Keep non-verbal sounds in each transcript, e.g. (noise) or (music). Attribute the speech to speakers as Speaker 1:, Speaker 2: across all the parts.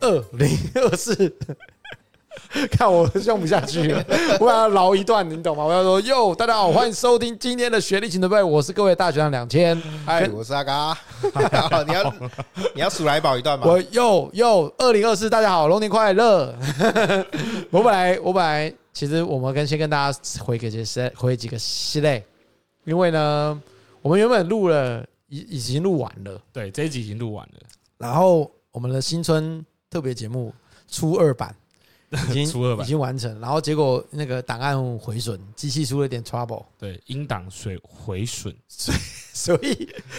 Speaker 1: 二零二四。 (laughs) 看我用不下去了，我要饶一段，你懂吗？我要说哟，大家好，欢迎收听今天的学历请准备，我是各位大学长两千，
Speaker 2: 嗨，我是
Speaker 1: (laughs)
Speaker 2: 阿嘎。好你要你要数来宝一段吗？
Speaker 1: 我又又二零二四，大家好，龙年快乐！ (laughs) 我本来我本来其实我们跟先跟大家回给这些回几个系列，因为呢，我们原本录了已已经录完了，
Speaker 3: 对，这一集已经录完了，
Speaker 1: 然后我们的新春特别节目初二版已经
Speaker 3: 初二版
Speaker 1: 已经完成，然后结果那个档案毁损，机器出了点 trouble，
Speaker 3: 对，音档水回损， (laughs)
Speaker 1: 所以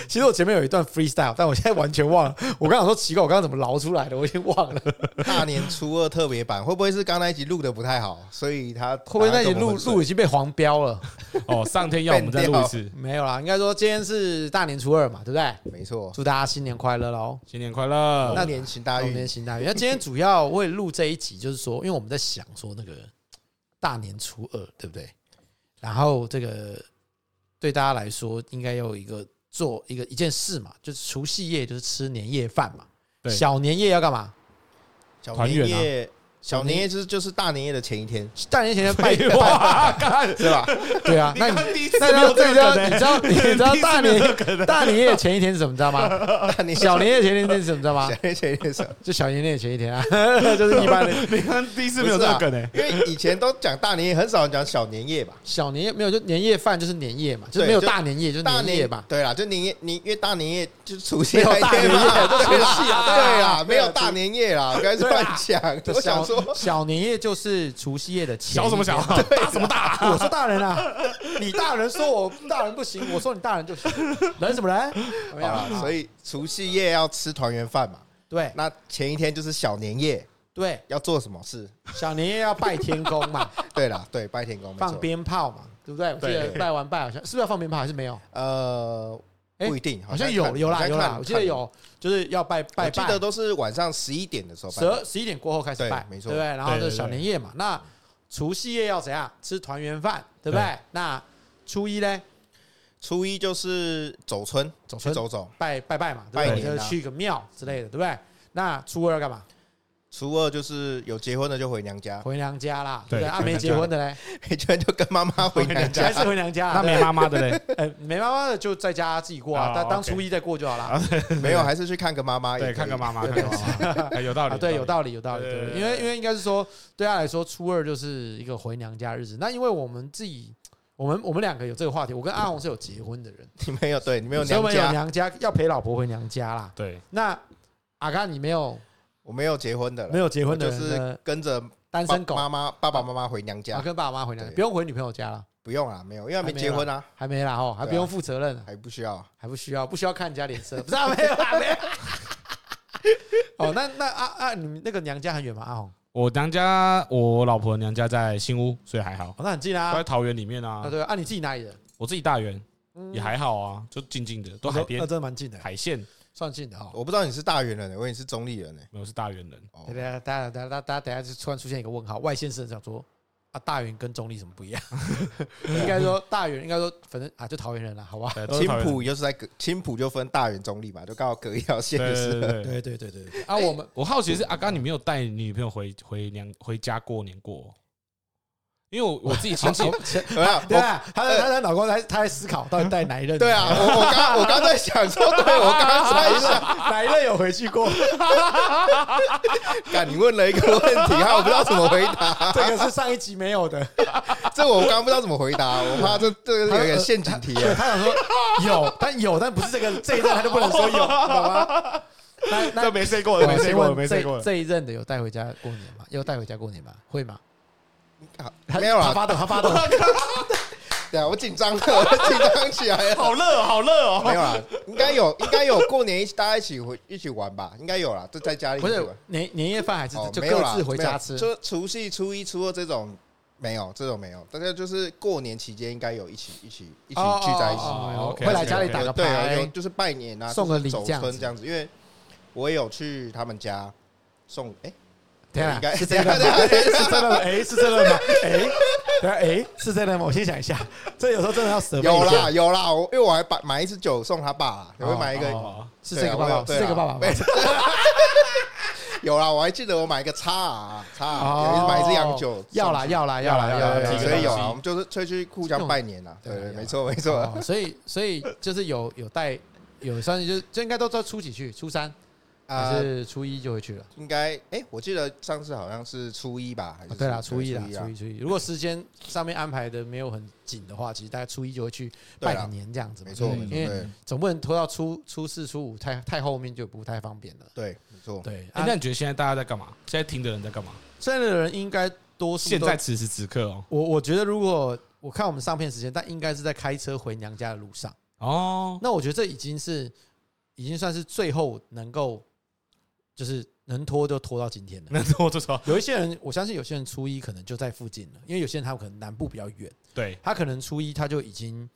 Speaker 1: 其实我前面有一段 freestyle，但我现在完全忘了。我刚想说奇怪，我刚刚怎么捞出来的？我已经忘
Speaker 3: (laughs)
Speaker 1: 了，会
Speaker 2: 大年初二特别版会不会是刚那一集录的不太好，所以他会
Speaker 1: 不会那集录录已经被黄标了？
Speaker 3: 哦，上天要我们再录一次，
Speaker 1: 没有啦，应该说今天是大年初二嘛，对不对？
Speaker 2: 没错，
Speaker 1: 祝大家新年快乐喽！
Speaker 3: 新年快
Speaker 1: 呃
Speaker 3: 乐！
Speaker 2: 那年行大
Speaker 1: 龙年
Speaker 2: 运，
Speaker 1: 行大运。那今天主要会录这一集，就是说，因为我们在想说那个大年初二，对不对？然后这个对大家来说，应该要有一个做一个一件事嘛，就是除夕夜就是吃年夜饭嘛。
Speaker 3: 对
Speaker 1: 小年夜要干嘛？
Speaker 2: 小
Speaker 3: 团
Speaker 2: 年
Speaker 3: 圆啊
Speaker 2: 夜，小年夜就是就是大年夜的前一天，
Speaker 1: 大年前要拜
Speaker 3: 废话，干
Speaker 2: 是吧？
Speaker 1: 对啊，哎
Speaker 3: (laughs)
Speaker 1: 那你
Speaker 3: 第一次
Speaker 1: 那
Speaker 3: 没
Speaker 1: 要
Speaker 3: 有
Speaker 1: 这
Speaker 3: 这
Speaker 1: 个
Speaker 3: 个
Speaker 1: 叫
Speaker 3: 梗
Speaker 1: 你
Speaker 3: 欸
Speaker 1: 知道你知道
Speaker 3: 第一次 (laughs)
Speaker 1: 大
Speaker 3: 没有
Speaker 1: 年
Speaker 3: 这个梗欸
Speaker 1: 大年夜前一天是什么，你知道吗？
Speaker 3: (laughs)
Speaker 2: 大年
Speaker 1: 小年夜前一天是什么，你知道吗
Speaker 2: 小？年夜前一天是吧，
Speaker 1: 就小年夜前一天啊， (laughs) 就是一般的
Speaker 3: (laughs) 你看 (laughs) 第一次
Speaker 2: 不
Speaker 3: 没有
Speaker 2: 是
Speaker 3: 这
Speaker 2: 啊
Speaker 3: 个梗
Speaker 1: 欸
Speaker 3: 诶，
Speaker 2: 因为以前都讲大年夜，很少人讲小年夜吧？
Speaker 1: 小年夜没有，就年夜饭就是年夜嘛，就是
Speaker 2: 对
Speaker 1: 没有
Speaker 2: 就
Speaker 1: 大年夜，就是
Speaker 2: 大
Speaker 1: 年
Speaker 2: 年
Speaker 1: 夜吧。
Speaker 2: 对啦，就年夜，你因为大年夜就是除夕
Speaker 1: 没有
Speaker 2: 那一
Speaker 1: 大年
Speaker 2: 天
Speaker 1: 夜
Speaker 2: 嘛，
Speaker 1: 就除
Speaker 2: 对啦
Speaker 1: 夕啊对啊
Speaker 2: 对
Speaker 1: 对啊啊
Speaker 2: 啦，没有大年夜啦，不要乱讲。
Speaker 1: 就
Speaker 2: (laughs) 我想说，
Speaker 1: 小年夜就是除夕夜的前
Speaker 3: (laughs) 小什么啊小，
Speaker 1: 小？
Speaker 3: 大什么大？
Speaker 1: (laughs) 我说大人
Speaker 2: (laughs)
Speaker 1: 啊，你大人说我大人不行，我说你大人就行，人什么人？啊
Speaker 2: 好啦，所以除夕夜要吃团圆饭嘛。
Speaker 1: 对
Speaker 2: 那前一天就是小年夜，
Speaker 1: 对，
Speaker 2: 要做什么
Speaker 1: (laughs)
Speaker 2: 事？
Speaker 1: 小年夜要拜天公
Speaker 2: (laughs)
Speaker 1: 嘛，
Speaker 2: 对啦，对，拜天公，没
Speaker 1: 放
Speaker 2: 错。
Speaker 1: 鞭炮嘛，对不对？我记得
Speaker 3: 对
Speaker 1: 拜完拜好像是不是要放鞭炮还是没有？
Speaker 2: 呃，
Speaker 1: 哎
Speaker 2: 不一定，
Speaker 1: 好像
Speaker 2: 看
Speaker 1: 有有啦有啦，我记得。
Speaker 2: 好像看
Speaker 1: 有，就是要拜拜
Speaker 2: 我记得
Speaker 1: 拜，
Speaker 2: 都是晚上十一点的时候拜
Speaker 1: 十二十一点过后开始
Speaker 2: 对
Speaker 1: 拜，
Speaker 2: 没错
Speaker 1: 对不对？然后
Speaker 3: 对
Speaker 1: 就
Speaker 3: 对
Speaker 1: 是小
Speaker 3: 对
Speaker 1: 年夜嘛，那除夕夜要怎样？吃团圆饭，对不对
Speaker 3: 对？
Speaker 1: 那初一呢，
Speaker 2: 初一就是走村，
Speaker 1: 走
Speaker 2: 去
Speaker 1: 村
Speaker 2: 走走。
Speaker 1: 拜拜拜嘛，对不
Speaker 2: 拜
Speaker 1: 对？
Speaker 2: 年
Speaker 1: 就
Speaker 2: 啊
Speaker 1: 是去一个庙之类的，对不对？那初二要干嘛？
Speaker 2: 初二就是有结婚的就回
Speaker 1: (laughs)
Speaker 2: 娘家，
Speaker 1: 回娘家啦，对
Speaker 3: 啊对
Speaker 1: 不对？啊，
Speaker 3: 回
Speaker 1: 没
Speaker 3: 娘家
Speaker 1: 结婚的嘞，
Speaker 2: 没结婚就跟妈妈回娘
Speaker 1: (laughs) 还
Speaker 2: 家。
Speaker 1: 是回娘家啦，
Speaker 3: 那没妈妈的嘞，
Speaker 1: 对呃没妈妈的就在家自己过啊，
Speaker 3: 哦
Speaker 1: 当当
Speaker 3: OK
Speaker 1: 初一再过就好啦。
Speaker 2: (laughs) 没有，还是去看个妈妈。
Speaker 3: 对，看个。妈妈，看个妈妈，哎有道
Speaker 1: 啊，
Speaker 3: 理，
Speaker 1: 对，有道理，有道理，
Speaker 3: 对
Speaker 1: 对
Speaker 3: 对
Speaker 1: 对，
Speaker 3: 对
Speaker 1: 因为
Speaker 3: 对
Speaker 1: 因为应该是说，对他来说，初二就是一个回娘家日子。那因为我们自己，我们我们两个有这个话题，我跟阿红是有结婚的人，
Speaker 2: 你没有，对你没有
Speaker 1: 所以我们
Speaker 2: 娘
Speaker 1: 有
Speaker 2: 家，
Speaker 1: 娘家要陪老婆回娘家啦。
Speaker 3: 对，
Speaker 1: 那阿刚你没有
Speaker 2: 我没有结婚的了，
Speaker 1: 没有结婚的
Speaker 2: 就
Speaker 1: 人
Speaker 2: 是
Speaker 1: 呢，
Speaker 2: 跟着
Speaker 1: 单身狗
Speaker 2: 爸妈妈爸爸妈妈回娘
Speaker 1: 啊，
Speaker 2: 家。
Speaker 1: 跟爸爸妈妈回娘家，
Speaker 2: 对
Speaker 1: 不用回女朋友家了，
Speaker 2: 不用啦，没有，因为还
Speaker 1: 还
Speaker 2: 没
Speaker 1: 没
Speaker 2: 结婚啊，
Speaker 1: 还没啦吼，还不
Speaker 2: 对啊
Speaker 1: 用负责任，
Speaker 2: 还不需要。
Speaker 1: 还不需要不需要看人家脸色，不是啊， (laughs) 没有啦，没有。哦，那那啊啊，你们那个娘家很远吗？阿红，
Speaker 3: 我娘家，我老婆娘家在新屋，所以还好，
Speaker 1: 哦，那很近
Speaker 3: 都
Speaker 1: 啊
Speaker 3: 在。桃园里面
Speaker 1: 啊，
Speaker 3: 啊。
Speaker 1: 对啊，你自己哪里人？
Speaker 3: 我自己大园
Speaker 1: 嗯
Speaker 3: 也还好啊，就静静的，都海
Speaker 1: 那
Speaker 3: 边
Speaker 1: 真的蛮近的，
Speaker 3: 海线，
Speaker 1: 算近的哦。
Speaker 2: 我不知道你是大园人，欸我以为你是中立人呢。
Speaker 3: 没有是大园人，
Speaker 2: 哦
Speaker 1: 对对，大家大家大家等下就突然出现一个问号，外县市人想说啊，大园跟中立什么不一样？ (laughs) 应该说大园，应该说反正啊，就桃园人啦，好吧？
Speaker 3: 对，都是
Speaker 2: 青
Speaker 3: 桃园人
Speaker 2: 浦就是在隔青浦就分大园中立嘛，就刚好隔一条线就
Speaker 3: 对对
Speaker 2: 是。
Speaker 3: 对对对。
Speaker 1: 对对对对对。啊，我们
Speaker 3: 我好奇是阿刚，你没有带你女朋友回回娘回家过年过？因为我我自己 (laughs) 亲戚，
Speaker 2: 对
Speaker 1: (laughs)
Speaker 2: 啊，
Speaker 1: 对
Speaker 2: 我
Speaker 1: 啊，他在他在脑瓜在他在思考到底带哪 (laughs) 一任？
Speaker 2: 对啊，，我我刚我刚在想
Speaker 3: (laughs)
Speaker 2: 说，对我刚刚才想，
Speaker 1: 哪一任有回去过？
Speaker 2: 干你问了一个问题，还我不知道怎么回答，
Speaker 1: 这个是上一集没有的。
Speaker 2: 这我刚刚不知道怎么回答，我怕这这个有点陷阱题
Speaker 1: 对
Speaker 3: (laughs)
Speaker 1: (laughs)
Speaker 2: 啊。
Speaker 1: 他想说有，但有，但不是这个这一任，他就不能说有，懂吗？那那
Speaker 3: 这没睡过
Speaker 1: 我
Speaker 3: 的，没睡
Speaker 1: 先
Speaker 3: 过
Speaker 1: 问
Speaker 3: 的，没
Speaker 1: 这
Speaker 3: 睡过的。
Speaker 1: 这一任的有带回家过年吗？有带回家过年吗？会吗？
Speaker 3: 啊
Speaker 1: 他
Speaker 2: 没有
Speaker 1: 他
Speaker 2: 啦，
Speaker 1: 发抖，他发抖。
Speaker 2: 对啊，我紧张了，我紧张起来了。
Speaker 3: 好热，好热哦！
Speaker 2: 没有啦，应该有，应该有过年一起大家一起回一起玩吧，应该有啦，就在家里一
Speaker 1: 不
Speaker 2: 起
Speaker 1: 是
Speaker 2: 玩。
Speaker 1: 年年夜饭还是
Speaker 2: 哦，
Speaker 1: 就
Speaker 2: 没有
Speaker 1: 各
Speaker 2: 啦
Speaker 1: 自回
Speaker 2: 没
Speaker 1: 家
Speaker 2: 有
Speaker 1: 吃？
Speaker 2: 就除夕、初一、初二这种没有，这种没有。大家就是过年期间应该有一起一起一起
Speaker 1: 哦
Speaker 2: 聚在一起，
Speaker 3: 哦
Speaker 1: 哦哦
Speaker 3: ，OK，
Speaker 1: 会来家里打
Speaker 2: 有
Speaker 1: 个
Speaker 2: 对，有有
Speaker 1: 牌，
Speaker 2: 就是拜年啊，
Speaker 1: 送个礼
Speaker 2: 就是走
Speaker 1: 这样子
Speaker 2: 村这样子。因为我也有去他们家送，哎，
Speaker 1: 天
Speaker 2: 应
Speaker 1: 啊，
Speaker 2: 该
Speaker 1: 是
Speaker 2: (laughs)
Speaker 1: 这样吗？
Speaker 2: 对啊对啊
Speaker 1: 是真的吗？哎，是真的吗？哎，对啊，哎，是真的吗？我先想一下，这有时候真的要舍
Speaker 2: 有啦，啊有啦，我因为我还买买一支啊酒送他爸啦，我会买一个
Speaker 3: 哦
Speaker 1: 是这个爸爸，
Speaker 2: 对
Speaker 1: 是
Speaker 2: 啊
Speaker 1: 这个爸爸吗
Speaker 2: 对啊， (laughs) 有啦，我还记得我买一个叉 R，叉 R
Speaker 1: 哦
Speaker 2: 有一次买一支洋酒，
Speaker 1: 要啦要啦要啦要啦
Speaker 3: 要啦要
Speaker 1: 要
Speaker 3: 啦
Speaker 1: 啦，
Speaker 2: 所以有
Speaker 3: 这个
Speaker 2: 啦，
Speaker 3: 东西
Speaker 2: 我们就是出去互相拜年啦，
Speaker 1: 这
Speaker 2: 对
Speaker 1: 种
Speaker 2: 对，
Speaker 1: 对啊
Speaker 2: 没错没错，
Speaker 1: 哦所以所以就是有有带有算是就就应该都知道初几去，初三还
Speaker 2: 啊，
Speaker 1: 是初一就会去了。
Speaker 2: 应该哎，我记得上次好像是初一吧，还
Speaker 1: 啊
Speaker 2: 是
Speaker 1: 对啦，初一啦，
Speaker 2: 啊
Speaker 1: 初一初一。如果时间上面安排的没有很紧的话，其实大概初一就会去拜
Speaker 2: 对啦
Speaker 1: 个年这样子嘛。
Speaker 2: 没错
Speaker 1: 对
Speaker 2: 没
Speaker 1: 嗯
Speaker 2: 错，
Speaker 1: 因为
Speaker 2: 对
Speaker 1: 总不能拖到初初四、初五太太后面就不太方便了。
Speaker 2: 对，没错，
Speaker 1: 对，
Speaker 3: 哎
Speaker 1: 啊
Speaker 3: 那你觉得现在大家在干嘛？现在听的人在干嘛？
Speaker 1: 现在的人应该多数
Speaker 3: 现
Speaker 1: 都
Speaker 3: 在，此时此刻哦，
Speaker 1: 我我觉得如果我看我们上片时间，但应该是在开车回娘家的路上。
Speaker 3: 哦，
Speaker 1: 那我觉得这已经是已经算是最后能够就是能拖就拖到今天了。
Speaker 3: 那 (laughs) 我就说，
Speaker 1: 有一些人，我相信有些人初一可能就在附近了，因为有些人他可能南部比较远，
Speaker 3: 对，
Speaker 1: 他可能初一他就已经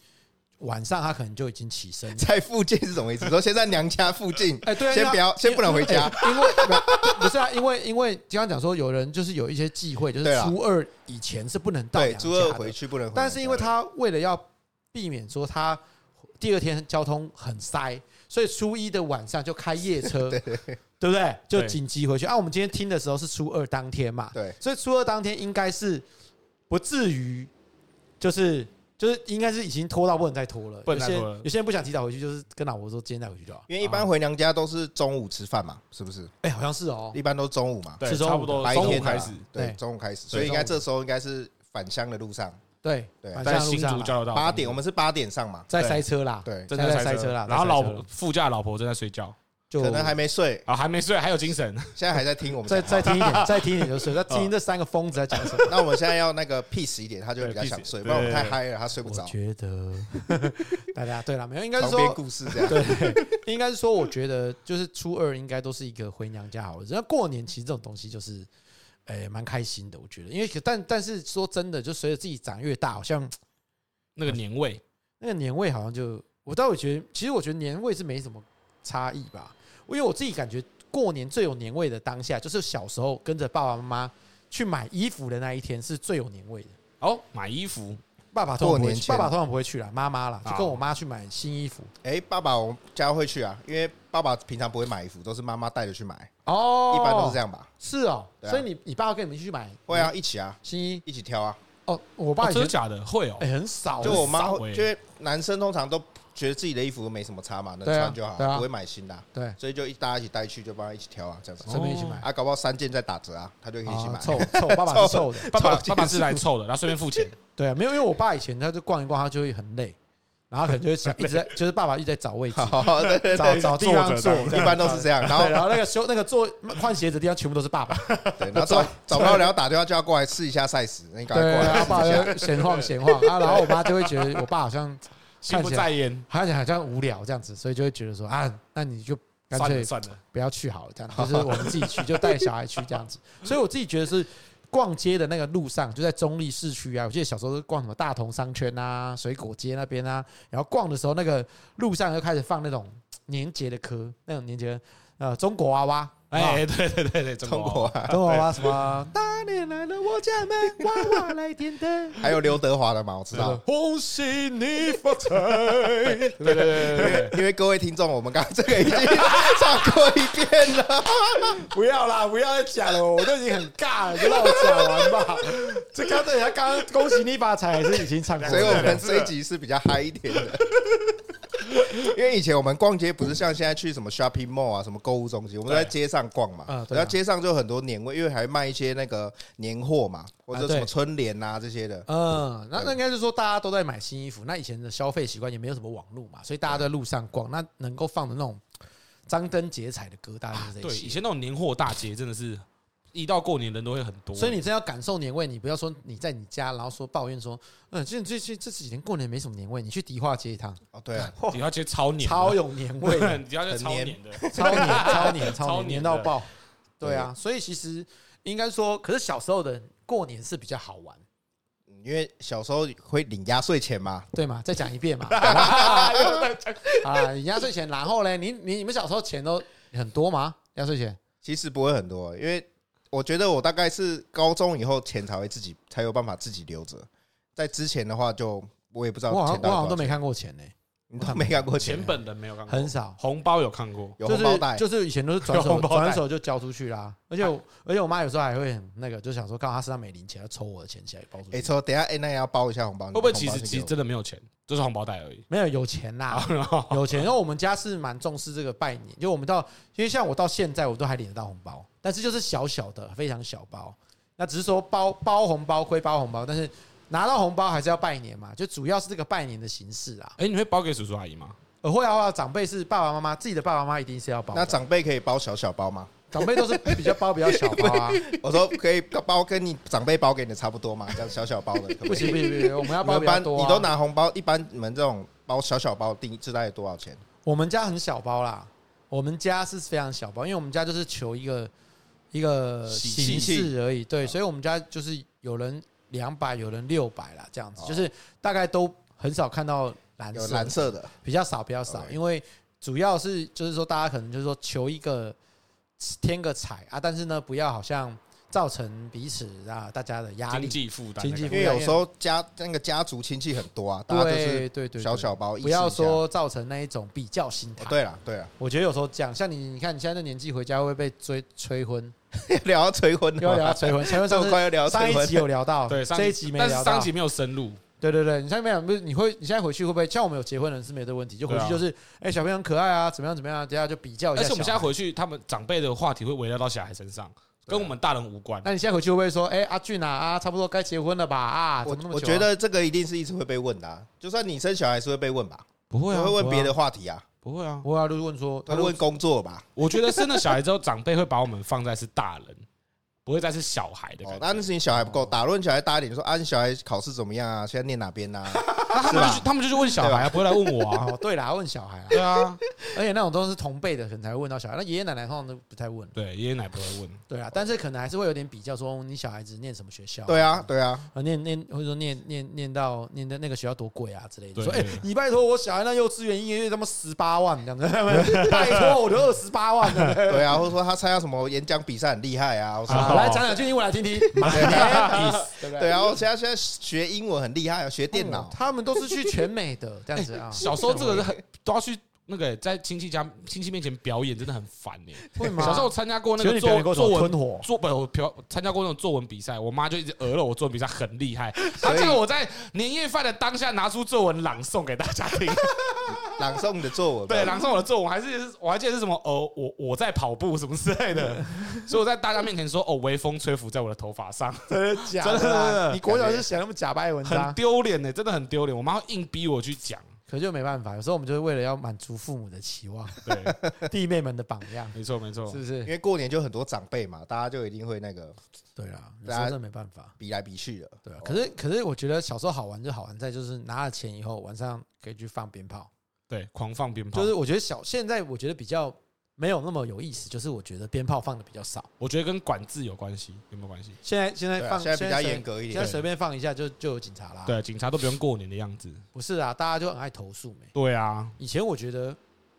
Speaker 1: 晚上他可能就已经起身了。
Speaker 2: 在附近是什么意思？说先在娘家附近，
Speaker 1: 哎、 (laughs) 对啊，
Speaker 2: 先
Speaker 1: 因为
Speaker 2: 不要，先不能回家，
Speaker 1: 因为不是啊，因为因为刚刚讲说，有人就是有一些忌讳，就是
Speaker 2: 对啦
Speaker 1: 初二以前是不能到
Speaker 2: 对，
Speaker 1: 娘家
Speaker 2: 初二
Speaker 1: 的
Speaker 2: 回去不能回娘家，
Speaker 1: 但是因为他为了要避免说他第二天交通很塞，所以初一的晚上就开夜车，对不对？就
Speaker 3: 对
Speaker 1: 紧急回去。啊，我们今天听的时候是初二当天嘛，
Speaker 2: 对
Speaker 1: 所以初二当天应该是不至于，就是就是应该是已经拖到不能再拖了。
Speaker 3: 不能再
Speaker 1: 有些
Speaker 3: 拖了
Speaker 1: 人有些人不想提早回去，就是跟老婆说今天再回去就好。
Speaker 2: 因为一般回娘家都是中午吃饭嘛，是不是？
Speaker 1: 哎、好像是哦，
Speaker 2: 一般都中午嘛，
Speaker 3: 对，
Speaker 1: 是中午
Speaker 3: 差不多
Speaker 2: 白
Speaker 3: 中
Speaker 2: 天
Speaker 3: 午
Speaker 2: 的啦
Speaker 3: 开始，
Speaker 2: 对
Speaker 1: 对，
Speaker 2: 中午开始，
Speaker 3: 对
Speaker 2: 所以应该
Speaker 1: 中午
Speaker 2: 这时候应该是返乡的路上，
Speaker 1: 对，
Speaker 2: 对
Speaker 1: 晚上
Speaker 3: 在啊
Speaker 1: 路
Speaker 3: 新
Speaker 1: 上
Speaker 3: 竹
Speaker 1: 啦
Speaker 3: 交流道
Speaker 2: 八点我们是八点上嘛，
Speaker 1: 在塞车啦，
Speaker 2: 对，
Speaker 3: 正
Speaker 1: 现
Speaker 3: 在
Speaker 1: 在塞
Speaker 3: 车
Speaker 1: 车啦
Speaker 3: 然后老
Speaker 1: 在塞车
Speaker 3: 婆
Speaker 1: 了
Speaker 3: 副驾老婆正在睡觉
Speaker 1: 就
Speaker 2: 可能还没睡，
Speaker 3: 啊，还没睡，还有精神，
Speaker 2: 现在还在听我们
Speaker 1: 再
Speaker 2: 讲
Speaker 1: 再
Speaker 2: 话。
Speaker 1: 听一点， (laughs) 再听一点就是，再听这三个疯子在讲什么。
Speaker 2: 那我们现在要那个 peace 一点，他就会比较想睡，不 (laughs)
Speaker 3: 对 peace，
Speaker 2: 然我们
Speaker 3: 对
Speaker 2: 太嗨了，他睡不
Speaker 1: 我
Speaker 2: 着。
Speaker 1: 觉得 (laughs) 大家对了，没有，应该是
Speaker 2: 床边
Speaker 1: 说，
Speaker 2: 故事这样，
Speaker 1: 应该是说，我觉得就是初二应该都是一个回娘家好日子。那过年其实这种东西就是，诶、蛮开心的，我觉得。因为可但但是说真的，就随着自己长越大，好像
Speaker 3: 那个年味，
Speaker 1: 那个年味好像就，我倒会觉得，其实我觉得年味是没什么差异吧。因为我自己感觉过年最有年味的当下，就是小时候跟着爸爸妈妈去买衣服的那一天是最有年味的。
Speaker 3: 哦，买衣服，
Speaker 1: 爸爸通常不
Speaker 2: 过
Speaker 1: 会
Speaker 2: 年
Speaker 1: 去，
Speaker 2: 前
Speaker 1: 爸爸通常不会去啦，妈妈啦，就
Speaker 3: 啊
Speaker 1: 跟我妈去买新衣服。
Speaker 2: 哎，爸爸我们家会去啊，因为爸爸平常不会买衣服，都是妈妈带着去买，
Speaker 1: 哦
Speaker 2: 一般都是这。样吧？
Speaker 1: 是哦，
Speaker 2: 对啊
Speaker 1: 所以你你爸会跟你们去买
Speaker 2: 会啊，一起啊，
Speaker 1: 新衣
Speaker 2: 一起挑啊。
Speaker 1: 哦？我爸
Speaker 3: 哦
Speaker 1: 以
Speaker 3: 真
Speaker 1: 前
Speaker 3: 的假的？会哦
Speaker 1: 哎、，很少，
Speaker 2: 就我妈
Speaker 3: 很少
Speaker 2: 会，
Speaker 3: 欸
Speaker 2: 因为男生通常都觉得自己的衣服没什么差嘛，能
Speaker 1: 对啊
Speaker 2: 穿就好
Speaker 1: 对啊，
Speaker 2: 不会买新的啊，
Speaker 1: 对
Speaker 2: 所以就一大家一起带去，就帮他一起挑啊，这样子。
Speaker 1: 顺便一起买，
Speaker 2: 啊，搞不好三件在打折啊，他就可以一起
Speaker 1: 啊
Speaker 2: 买。
Speaker 1: 哦凑凑，爸爸是凑的，
Speaker 3: 爸
Speaker 2: (laughs)
Speaker 3: 爸
Speaker 2: 凑进去
Speaker 3: 爸
Speaker 2: (laughs)
Speaker 3: 爸是 (laughs) 来凑的，然后顺便付钱，
Speaker 1: 对啊，没有，因为我爸以前他就逛一逛，他就会很累，然后可能就会想一直在，就是爸爸一直在找位置，
Speaker 2: 好，哦对对
Speaker 1: 找
Speaker 2: 对，
Speaker 1: 找地方
Speaker 3: 坐着
Speaker 1: 坐
Speaker 3: 这样，
Speaker 1: 这
Speaker 2: 一
Speaker 1: 样
Speaker 2: 般都是这样。然后
Speaker 1: 对，啊然后那个修那个坐换鞋子的地方全部都是爸爸，
Speaker 2: 对，
Speaker 1: (laughs)
Speaker 2: 然后找找不到人，要打电话叫他过来试一下 size，那你赶快
Speaker 1: 对，
Speaker 2: 过
Speaker 1: 然后爸
Speaker 2: 来
Speaker 1: 爸
Speaker 2: 试一下。
Speaker 1: 就闲晃闲晃啊，然后我妈就会觉得我爸好像
Speaker 3: 心不在焉，
Speaker 1: 好像好像无聊这样子，所以就会觉得说啊，那你就干
Speaker 3: 算
Speaker 1: 脆
Speaker 3: 了算了，
Speaker 1: 不要去好了，
Speaker 3: (laughs)
Speaker 1: 这样就是我们自己去，就带小孩去这样子。所以我自己觉得是逛街的那个路上，就在中立市区啊，我记得小时候是逛什么大同商圈啊、水果街那边啊，然后逛的时候，那个路上就开始放那种年节的歌，那种年节呃中国娃娃，哎，
Speaker 3: 哎，对对对对，中
Speaker 2: 中国
Speaker 3: 国
Speaker 2: 啊，
Speaker 1: 中国娃娃什么大年来了我家门，娃娃来点
Speaker 3: (laughs)
Speaker 1: 灯。
Speaker 2: 还有刘德华的嘛，我知道。
Speaker 3: 恭喜你发财， (laughs) 对对对对对对，
Speaker 2: 因为各位听众，我们刚刚这个已经唱过一
Speaker 1: (laughs)
Speaker 2: 遍了，
Speaker 1: 不要啦，不要再讲了，我都已经很尬了，就让我讲完吧。这刚才他刚刚恭喜你发财，还是已经唱过了，
Speaker 2: 所以我们这一集是比较嗨一点的。因为以前我们逛街不是像现在去什么 shopping mall 啊，什么购物中心，我们都在街上逛嘛。
Speaker 1: 啊对啊
Speaker 2: 然后街上就很多年味，因为还卖一些那个年货嘛，或者
Speaker 1: 啊对
Speaker 2: 什么春联啊这些的。
Speaker 1: 嗯，那那应该是说大家都在买新衣服，那以前的消费习惯也没有什么网络嘛，所以大家在路上逛，那能够放的那种张灯结彩的歌，大家就这
Speaker 3: 对，以
Speaker 1: 些。
Speaker 3: 前那种年货大街真的是，一到过年人都会很多，
Speaker 1: 所以你真要感受年味，你不要说你在你家，然后说抱怨说，嗯，这这这这几年过年没什么年味，你去迪化街一趟，
Speaker 2: 哦，对啊，
Speaker 3: 你要去超年的，
Speaker 1: 超有年味的，
Speaker 3: (laughs) 你要去超年的，
Speaker 1: (laughs)
Speaker 3: (laughs)
Speaker 1: 超年超年
Speaker 3: 超
Speaker 1: 超
Speaker 3: 黏
Speaker 1: 年年
Speaker 3: 的
Speaker 1: 到爆，对啊，所以其实应该说，可是小时候的过年是比较好玩，
Speaker 2: 因为小时候会领压岁钱嘛，
Speaker 1: 对吗？再讲一遍嘛， (laughs) 啊，你压岁钱，然后嘞，你你你们小时候钱都很多吗？压岁钱？
Speaker 2: 其实不会很多，因为我觉得我大概是高中以后钱才会自己才有办法自己留着，在之前的话就我也不知道
Speaker 1: 我好
Speaker 2: 钱
Speaker 1: 像我好
Speaker 2: 到
Speaker 1: 像
Speaker 2: 底
Speaker 1: 都
Speaker 2: 多少
Speaker 1: 没
Speaker 2: 钱
Speaker 1: 看过钱呢、
Speaker 2: 你都没看过
Speaker 3: 钱本人没有看过，
Speaker 1: 很少。
Speaker 3: 红包有看过，
Speaker 2: 有
Speaker 1: 就
Speaker 2: 红包袋啊
Speaker 1: 是，就是以前都是转
Speaker 3: 有
Speaker 1: 手
Speaker 3: 红包袋
Speaker 1: 转手就交出去啦，而且我而且我妈有时候还会很那个，就想说看到她身上没零钱，要抽我的钱起来包出去。
Speaker 2: 哎，抽，等一下哎，那也要包一下红包，
Speaker 3: 会
Speaker 2: 会
Speaker 3: 不会其实其实真的没有钱，就是红包袋而已。
Speaker 1: 没有有钱啦，
Speaker 3: 然后
Speaker 1: 有钱，因为我们家是蛮重视这个拜年，就我们到，因为像我到现在我都还领得到红包，但是就是小小的，非常小包。那只是说包包红包归包红包，但是拿到红包还是要拜年嘛，就主要是这个拜年的形式啊。
Speaker 3: (laughs) 哎，你会包给叔叔阿姨吗？
Speaker 1: 呃，会啊会啊，长辈是爸爸妈妈，自己的爸爸妈妈一定是要包的，
Speaker 2: 那长辈可以包小小包吗？ (laughs)
Speaker 1: 长辈都是比较包比较小包啊，
Speaker 2: 我说可以包跟你长辈包给你的差不多吗？这样小小包的可
Speaker 1: 不
Speaker 2: 可以
Speaker 1: 行不行不行，我们要
Speaker 2: 你
Speaker 1: 包
Speaker 2: 们
Speaker 1: 比较
Speaker 2: 班
Speaker 1: 多、啊。
Speaker 2: 你都，拿红包，一般你们这种包小小包定制大概多少钱？
Speaker 1: 我们家很小包啦，我们家是非常小包，因为我们家就是求一个一个
Speaker 2: 喜啊
Speaker 1: 形
Speaker 2: 气
Speaker 1: 式而已，对，所以我们家就是有人两百，有人六百啦，这样子，
Speaker 2: 哦
Speaker 1: 就是大概都很少看到蓝
Speaker 2: 有
Speaker 1: 色，
Speaker 2: 蓝色的，
Speaker 1: 比较少比较少，
Speaker 2: OK
Speaker 1: 因为主要是就是说大家可能就是说求一个添个彩啊，但是呢不要好像造成彼此啊大家的压力
Speaker 3: 经，济负担的
Speaker 1: 经
Speaker 3: 感觉，
Speaker 1: 济
Speaker 2: 因为有时候家那个家族亲戚很多啊，大家就
Speaker 1: 对
Speaker 2: 是
Speaker 1: 对对，
Speaker 2: 小小包，
Speaker 1: 不要
Speaker 2: 意思一下。
Speaker 1: 说造成那一种比较心态
Speaker 2: 哦。对了对 (laughs) 了，
Speaker 1: 我觉得有时候这样，像你，你看你现在这年纪回家会被追催
Speaker 3: (laughs)
Speaker 1: 婚，
Speaker 2: 聊到催婚了，
Speaker 1: 又要聊到催婚，催婚
Speaker 2: 这
Speaker 1: 上
Speaker 2: 么
Speaker 1: 次
Speaker 2: 快要聊到
Speaker 1: 上
Speaker 2: 催
Speaker 1: 一
Speaker 2: 婚
Speaker 1: 集，有聊到，
Speaker 3: 对上
Speaker 1: 这一集没
Speaker 3: 但是
Speaker 1: 聊
Speaker 3: 上
Speaker 1: 到
Speaker 3: 一，集没有深入，
Speaker 1: 对对对，你现在没有，不是你会你现在回去会不会像我们有结婚的人是没有这个问题，就回
Speaker 3: 对
Speaker 1: 去
Speaker 3: 啊
Speaker 1: 就是，哎，小朋友很可爱啊，怎么样怎么样啊，等一下就比较一下。
Speaker 3: 而且我们现在，回去，他们长辈的话题会围绕到小孩身上，跟我们大人无关。
Speaker 1: 啊那你现在回去会不会说，哎，阿俊啊啊，差不多该结婚了吧啊？
Speaker 2: 我
Speaker 1: 怎么那么
Speaker 2: 我
Speaker 1: 久啊
Speaker 2: 觉得这个一定是一直会被问的啊，就算你生小孩是会被问吧，
Speaker 3: 不会
Speaker 2: 会问别的话题啊，
Speaker 3: 不会啊。
Speaker 1: 我要就是问说，
Speaker 2: 他问工作吧，
Speaker 3: 我觉得生了小孩之后，长辈会把我们放在是大人，不会再是小孩的
Speaker 2: 哦
Speaker 3: 感，
Speaker 2: 那
Speaker 3: 觉。
Speaker 2: 那是你小孩不够大，如果你小孩大一点，就说啊，你小孩考试怎么样啊？现在念哪边啊？
Speaker 3: 那他们就去他们就去问小孩啊，不会来问我
Speaker 1: (laughs)
Speaker 3: 啊。
Speaker 1: 哦，对啦，问小孩啦，
Speaker 3: 对啊，
Speaker 1: 而且那种都是同辈的，可能才会问到小孩，那爷爷奶奶通常都不太问，
Speaker 3: 对，爷爷奶奶不会问。
Speaker 1: 对啊，但是可能还是会有点比较，说你小孩子念什么学校，
Speaker 2: 对啊，对啊，
Speaker 1: 啊，念念或者说念念念到念的那个学校多贵啊之类的，
Speaker 3: 对
Speaker 1: 说哎
Speaker 3: 对，
Speaker 1: 你拜托我小孩那幼稚园一个月他妈十八万这样子， (laughs) 拜托我都二十八万了。
Speaker 2: 对啊，或者说他参加什么演讲比赛很厉害啊，我说
Speaker 1: 好，来讲两句英文来听
Speaker 3: (laughs)
Speaker 1: 听，对不
Speaker 2: 对啊，我现在现在学英文很厉害啊，学电
Speaker 1: 哦
Speaker 2: 脑，
Speaker 1: 他们都是去全美的这样子啊，
Speaker 3: 哎小时候这个人很都要去那个欸在亲戚家亲戚面前表演，真的很烦哎。
Speaker 1: 会吗？
Speaker 3: 小时候我参加过那
Speaker 1: 请问你
Speaker 3: 个
Speaker 1: 表演
Speaker 3: 作
Speaker 1: 过什么
Speaker 3: 作 (laughs) 文
Speaker 1: 吞火
Speaker 3: 作本，我表参加过那种作文比赛，我妈就一直讹了我作文比赛很厉害，她叫我在年夜饭的当下拿出作文朗诵给大家听。
Speaker 2: 朗诵你的作文吧，
Speaker 3: 对，朗诵我的作文，我还是我还记得是什么哦，我我在跑步什么之类的，所以我在大家面前说哦，微风吹拂在我的头发上，
Speaker 1: 真的假
Speaker 3: 真的真
Speaker 1: 的
Speaker 3: 的
Speaker 1: 啊？你国小就写那么假掰的文
Speaker 3: 很
Speaker 1: 章，
Speaker 3: 丢脸欸呢，真的很丢脸。我妈会硬逼我去讲，
Speaker 1: 可就没办法，有时候我们就是为了要满足父母的期望，
Speaker 3: (laughs) 对，
Speaker 1: 弟妹们的榜
Speaker 3: (laughs)
Speaker 1: 样，
Speaker 3: 没错没错
Speaker 1: 是，不
Speaker 2: 因
Speaker 1: 是？
Speaker 2: 为过年就很多长辈嘛，大家就一定会那个
Speaker 1: 对啦，有时
Speaker 2: 大
Speaker 3: 啊
Speaker 1: 候
Speaker 2: 家
Speaker 1: 真的没办法。
Speaker 2: 比来比去的。
Speaker 1: 对啊，可是可是我觉得小时候好玩就好玩在就是拿了钱以后晚上可以去放鞭炮，
Speaker 3: 对，狂放
Speaker 2: 嗯
Speaker 3: 鞭炮。
Speaker 1: 就
Speaker 3: 就是是
Speaker 1: 我觉得小现在我觉得比较没有那么有意思，就是我觉得鞭炮放的比较少，
Speaker 3: 我觉得跟管制有关系，有没有关系？
Speaker 1: 现在现在
Speaker 2: 对啊
Speaker 1: 放
Speaker 2: 现在比较
Speaker 1: 随
Speaker 2: 严格一点
Speaker 1: 现在随便放一下就就有警察啦。，
Speaker 3: 对，警察都不用过年的样子。
Speaker 1: 不是啊，大家就很爱投诉没。
Speaker 3: 对啊，
Speaker 1: 以前我觉得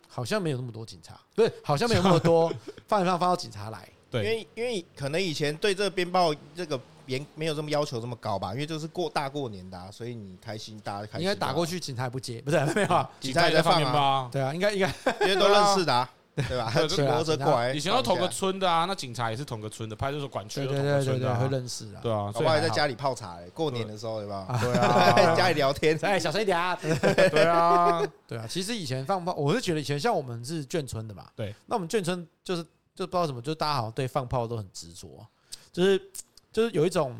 Speaker 1: 好像没有那么多警察，不是好像没有那么
Speaker 2: (laughs)
Speaker 1: 多放一放放到警察来，
Speaker 2: 因
Speaker 3: 对，
Speaker 2: 为因为可能以前对这个鞭炮这个严没有这么要求这么高吧，因为就是过大过年的、啊，所以你开心大家开心。啊
Speaker 1: 应该打过，去警察也不接，不是 (laughs) 没有啊？
Speaker 2: 警察也在
Speaker 3: 放
Speaker 2: 放
Speaker 3: 鞭
Speaker 2: 啊，
Speaker 3: 炮。
Speaker 1: 对啊，应该应该
Speaker 2: 因为都认识的、啊，对吧？ (laughs)
Speaker 3: 对
Speaker 1: 对啊
Speaker 2: 拖着过来，
Speaker 3: 以前都同个
Speaker 2: 放一下
Speaker 3: 村的啊，那警察也是同个村的，派出所管区
Speaker 1: 对
Speaker 3: 都
Speaker 1: 对
Speaker 3: 同个
Speaker 1: 对对
Speaker 3: 村的
Speaker 1: 对，
Speaker 3: 啊
Speaker 1: 会，认识啊。
Speaker 3: 对啊，
Speaker 2: 搞
Speaker 3: 所
Speaker 2: 不
Speaker 3: 以
Speaker 2: 好还
Speaker 1: 还
Speaker 2: 在
Speaker 1: 好
Speaker 2: 家里泡茶、欸，过年的时候对吧？
Speaker 3: (laughs) 对
Speaker 2: 在 (laughs)
Speaker 3: 啊，
Speaker 2: 家里聊天，
Speaker 1: 哎，小声一点啊！
Speaker 3: 对啊，
Speaker 1: 对啊，其实以前放炮，我是觉得以前像我们是眷村的嘛，
Speaker 3: 对，
Speaker 1: 那我们眷村就是就不知道什么，就大家好像对放炮都很执着，就是就是有一种，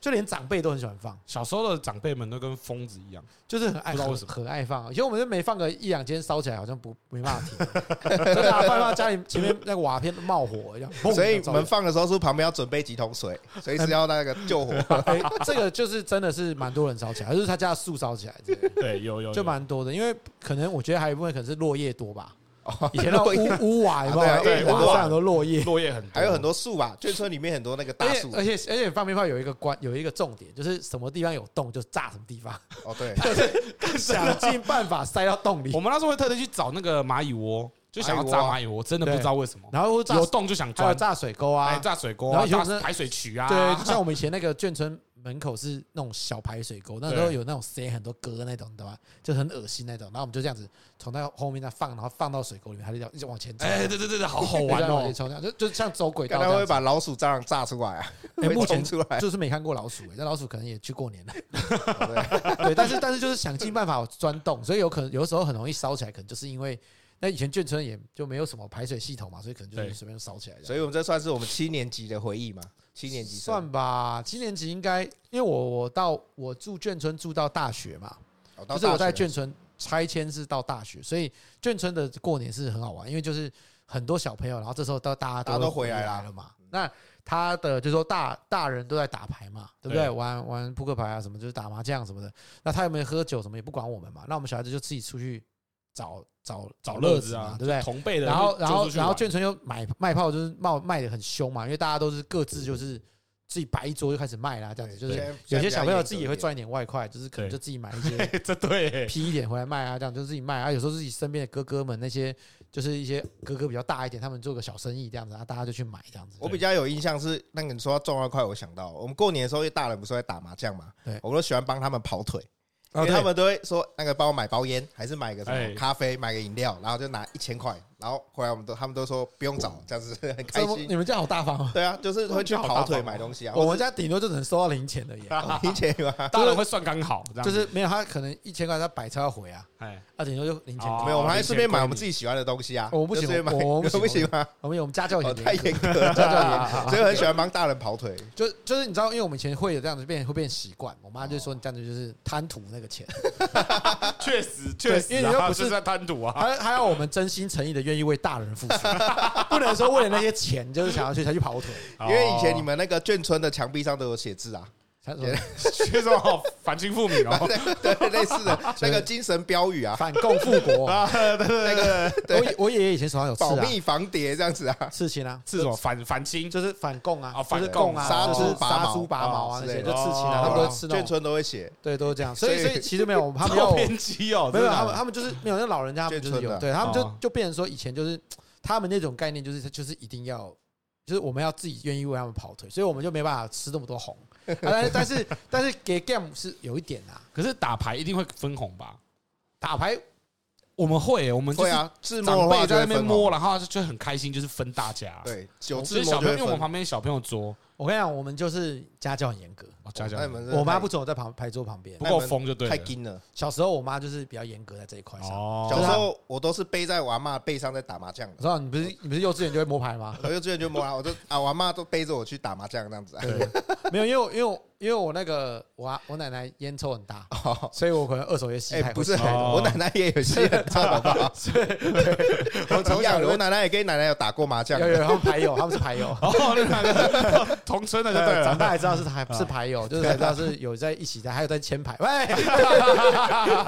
Speaker 1: 就连长辈都很喜欢放，
Speaker 3: 小时候的长辈们都跟疯子一样。
Speaker 1: 就是很爱
Speaker 3: 不知道为
Speaker 1: 很
Speaker 3: 什么
Speaker 1: 很爱放。以前我们就没放个一两间，烧起来好像不没办法停，就大家放到家里前面那个瓦片冒火一样，砰
Speaker 2: 所
Speaker 1: 就
Speaker 2: 以我
Speaker 1: 着
Speaker 2: 们放的时候是不是旁边要准备几桶水，随时要那个
Speaker 1: (laughs)
Speaker 2: 救火。
Speaker 1: 哎这个就是真的是蛮多人烧起来，就是他家的树烧起来之类的。
Speaker 3: 对，有哦有
Speaker 1: 就
Speaker 3: 有
Speaker 1: 蛮多的，因为可能我觉得还有一部分可能是落叶多吧，
Speaker 2: 哦
Speaker 1: 以前那
Speaker 2: 落叶
Speaker 1: 种屋屋瓦有没
Speaker 2: 啊
Speaker 1: 有？
Speaker 2: 对
Speaker 1: 屋
Speaker 2: 啊
Speaker 1: 瓦上很多落叶，
Speaker 3: 落叶很多，
Speaker 2: 还有很多树吧，眷村里面很多那个
Speaker 1: 而
Speaker 2: 大
Speaker 1: 且
Speaker 2: 树。啊
Speaker 1: 而且而且放鞭炮有一个关有一个重点，就是什么地方有洞就炸什么地
Speaker 3: (laughs)
Speaker 1: 方，
Speaker 2: 哦，对，
Speaker 1: 想尽办法塞到洞里
Speaker 3: 我，们那时候会特地去找那个蚂蚁窝，就想要炸蚂蚁窝，真的不知道为什么，
Speaker 1: 然后炸
Speaker 3: 有洞就想
Speaker 1: 还有
Speaker 3: 钻，
Speaker 1: 炸水沟
Speaker 3: 哎，
Speaker 1: 啊，
Speaker 3: 炸水沟
Speaker 1: 然
Speaker 3: 啊，
Speaker 1: 后有时候
Speaker 3: 炸排水渠啊，
Speaker 1: 对，就像我们以前那个眷村门口是那种小排水沟，那
Speaker 3: 对
Speaker 1: 时候有那种塞很多歌那种，你懂吧？就很恶心那种。然后我们就这样子从那后面那放，然后放到水沟里面，它就这样一直往前走，
Speaker 3: 哎，对对对对，好好
Speaker 1: 一直
Speaker 3: 玩
Speaker 1: 往
Speaker 3: 哦
Speaker 1: 前！ (laughs) 冲，这样就就像走轨道
Speaker 2: 看
Speaker 1: 这
Speaker 2: 他
Speaker 1: 样
Speaker 2: 会
Speaker 1: 子。
Speaker 2: 把老鼠、蟑螂炸出来啊，
Speaker 1: 哎目
Speaker 2: 会
Speaker 1: 前 (laughs)
Speaker 2: 冲出来。
Speaker 1: 就是没看过老鼠、欸，那老鼠可能也去过年了，
Speaker 2: (laughs) 对
Speaker 1: 对，但是但是就是想尽办法钻洞，所以有可能有的时候很容易烧起来，可能就是因为那以前眷村也就没有什么排水系统嘛，所以可能就
Speaker 3: 对
Speaker 1: 是随便烧起来这样。
Speaker 2: 所以我们这算是我们七年级的回忆嘛？七年级生
Speaker 1: 算吧，七年级应该，因为我我到我住眷村住到大学嘛，
Speaker 2: 哦到
Speaker 1: 就是我
Speaker 2: 大
Speaker 1: 在
Speaker 2: 学
Speaker 1: 眷村拆迁是到大学，所以眷村的过年是很好玩，因为就是很多小朋友，然后这时候到大家
Speaker 2: 大家都
Speaker 1: 回
Speaker 2: 回来
Speaker 1: 了
Speaker 2: 啦
Speaker 1: 嘛。那他的就是说大大人都在打牌嘛，对不对？
Speaker 3: 对
Speaker 1: 玩玩扑克牌啊什么，就是打麻将什么的。那他有没有喝酒什么也不管我们嘛，那我们小孩子就自己出去找找
Speaker 3: 找乐
Speaker 1: 乐
Speaker 3: 子啊
Speaker 1: 嘛，，对不对？
Speaker 3: 同辈的，
Speaker 1: 然后，然后，
Speaker 3: 就出去
Speaker 1: 然后
Speaker 3: 玩
Speaker 1: 眷村又买卖炮，就是卖卖的很凶嘛，因为大家都是各自就是自己摆一桌就开始卖啦，这样子就
Speaker 2: 对
Speaker 1: 是
Speaker 2: 现在
Speaker 1: 有
Speaker 2: 现在比
Speaker 1: 些
Speaker 2: 较
Speaker 1: 小朋友
Speaker 2: 严格
Speaker 1: 自己也会
Speaker 2: 一点
Speaker 1: 赚一点外快，就是可能
Speaker 3: 对
Speaker 1: 就自己买一些
Speaker 3: (laughs) 这 (laughs) 对，
Speaker 1: 批一点回来卖啊，这样就自己卖啊。有时候自己身边的哥哥们那些就是一些哥哥比较大一点，他们做个小生意这样子啊，大家就去买这样子。
Speaker 2: 我比较有印象是，那个你说到中二块，我想到我们过年的时候，因为大人不是会打麻将嘛，
Speaker 1: 对
Speaker 2: 我都喜欢帮他们跑腿，
Speaker 1: 哦
Speaker 2: 因为
Speaker 1: 对
Speaker 2: 他们都会说那个帮我买包烟，还是买个什
Speaker 3: 哎
Speaker 2: 么咖啡，买个饮料，然后就拿一千块，然后回来我们都他们都说不用找，这样子很开
Speaker 1: 这么
Speaker 2: 心
Speaker 1: 你。们家好大方啊！
Speaker 2: 对啊，就是会去跑腿买东西啊。
Speaker 1: 我们家顶多就只能收到零钱而已，
Speaker 2: 我理解吗？
Speaker 3: 大人会算刚好，这样
Speaker 1: 就
Speaker 3: 子
Speaker 1: 是没有他可能一千块他百车要回啊，
Speaker 3: 哎，
Speaker 1: 啊顶多就零钱
Speaker 3: 哦
Speaker 1: 给。
Speaker 2: 没有，我们还
Speaker 3: 理解
Speaker 2: 顺便买
Speaker 3: 归
Speaker 2: 我们
Speaker 3: 你
Speaker 2: 自己喜欢的东西啊。
Speaker 1: 我不喜
Speaker 2: 就
Speaker 1: 欢
Speaker 2: 直接买
Speaker 1: 我我不喜欢
Speaker 2: 不喜欢，
Speaker 1: 我们有我们家教有
Speaker 2: 哦，
Speaker 1: 点
Speaker 2: 太严格了，
Speaker 1: 格
Speaker 2: 所以我很喜欢帮大人跑腿。
Speaker 1: 就就是你知道，因为我们以前会有这样子变，会变习惯。我妈就说你这样子就是贪图那个钱，
Speaker 3: 确实确实啊，
Speaker 1: 因为你又不是
Speaker 3: 就在贪图
Speaker 2: 哦
Speaker 3: 啊，
Speaker 1: 还还要我们真心诚意的愿意为大人付出，不能说为了那些钱就是想要去才去跑腿。
Speaker 2: 因为以
Speaker 3: 哦 (laughs)
Speaker 2: 前你们那个眷村的墙壁上都有写字啊，
Speaker 1: 她说
Speaker 3: 缺少好反清复明哦，
Speaker 2: 对，类似的那个精神标语啊，
Speaker 1: 反共复国，
Speaker 2: (laughs) 那个
Speaker 1: 我爷我爷爷以前手上有刺
Speaker 2: 保
Speaker 1: 啊，
Speaker 2: 密防谍这样子啊，
Speaker 1: 刺青啊，
Speaker 3: 是什么反反清？
Speaker 1: 就是反共啊，
Speaker 3: 哦反
Speaker 1: 就是
Speaker 3: 共
Speaker 1: 共啊，
Speaker 2: 杀
Speaker 1: 就
Speaker 2: 猪
Speaker 1: 是
Speaker 2: 拔
Speaker 1: 杀
Speaker 2: 毛
Speaker 1: 猪拔毛啊
Speaker 2: 哦
Speaker 1: 那些，
Speaker 2: 之
Speaker 1: 就
Speaker 2: 类
Speaker 1: 刺
Speaker 3: 的
Speaker 1: 青啊，
Speaker 3: 哦
Speaker 1: 他们都会吃那
Speaker 2: 眷
Speaker 1: 种，
Speaker 2: 村都会写，
Speaker 1: 对，都是这样。所以所
Speaker 2: 所以
Speaker 1: 以其实没
Speaker 2: (laughs)
Speaker 1: 有，他们要
Speaker 3: 好
Speaker 1: 我
Speaker 3: 偏激哦，
Speaker 1: 没有
Speaker 3: 真的
Speaker 1: 他们他们就是没有那老人家，他们就是
Speaker 2: 啊眷村
Speaker 1: 有，
Speaker 2: 的
Speaker 1: 对他们就
Speaker 3: 哦
Speaker 1: 就变成说以前就是他们那种概念，就是就是一定要。就是我们要自己愿意为他们跑腿，所以我们就没办法吃那么多红。啊但是但是但是给 game 是有一点啊，
Speaker 3: 可是打牌一定会分红吧？
Speaker 1: 打牌
Speaker 3: 我们会，我们就
Speaker 2: 会
Speaker 3: 是
Speaker 2: 啊，字幕
Speaker 3: 长
Speaker 2: 的
Speaker 3: 辈
Speaker 2: 话
Speaker 3: 在那
Speaker 2: 就会
Speaker 3: 边
Speaker 2: 分
Speaker 3: 摸，然后就很开心，就是分大家。
Speaker 2: 红，，对，九
Speaker 3: 就
Speaker 2: 字
Speaker 3: 是
Speaker 2: 幕就
Speaker 3: 小朋友，
Speaker 2: 会
Speaker 3: 因为我们
Speaker 2: 分红。
Speaker 3: 旁边小朋友桌，
Speaker 1: 我跟你讲，我们就是家教很严格。
Speaker 3: 哦家教
Speaker 2: 那你们真的
Speaker 1: 我妈
Speaker 2: 哎太
Speaker 1: 不准我在旁牌桌旁边
Speaker 3: 不。够疯就对
Speaker 2: 太
Speaker 3: 了。
Speaker 2: 硬了。
Speaker 1: 小时候我妈就是比较严格在这一块上。
Speaker 3: 哦
Speaker 2: 小时候我都是背在我阿妈背上在打麻将
Speaker 1: 我
Speaker 2: 的，
Speaker 1: 知道你不是你不是幼稚园就会摸牌吗？
Speaker 2: 我就之前就摸啊，我就啊我阿妈都背着我去打麻将这样子啊。
Speaker 1: 没有，因为我因为我因为我那个我啊我奶奶烟抽很大，
Speaker 2: (laughs)
Speaker 1: 所以我可能二手烟吸
Speaker 2: 哎
Speaker 1: 太，
Speaker 2: 不是，
Speaker 1: 会吸太多
Speaker 3: 哦。
Speaker 2: 我奶奶也有戏很差，好不好？
Speaker 1: 从小
Speaker 2: 我从小
Speaker 1: 就
Speaker 2: 我奶奶也跟奶奶有打过麻将
Speaker 1: 有，有他们牌友，他们是牌友
Speaker 3: 哦，那个同村的就对
Speaker 1: 呃长
Speaker 3: 了。
Speaker 1: 大才知道是还是牌友，就是才知道是有在一起的，还有在签牌。喂，啊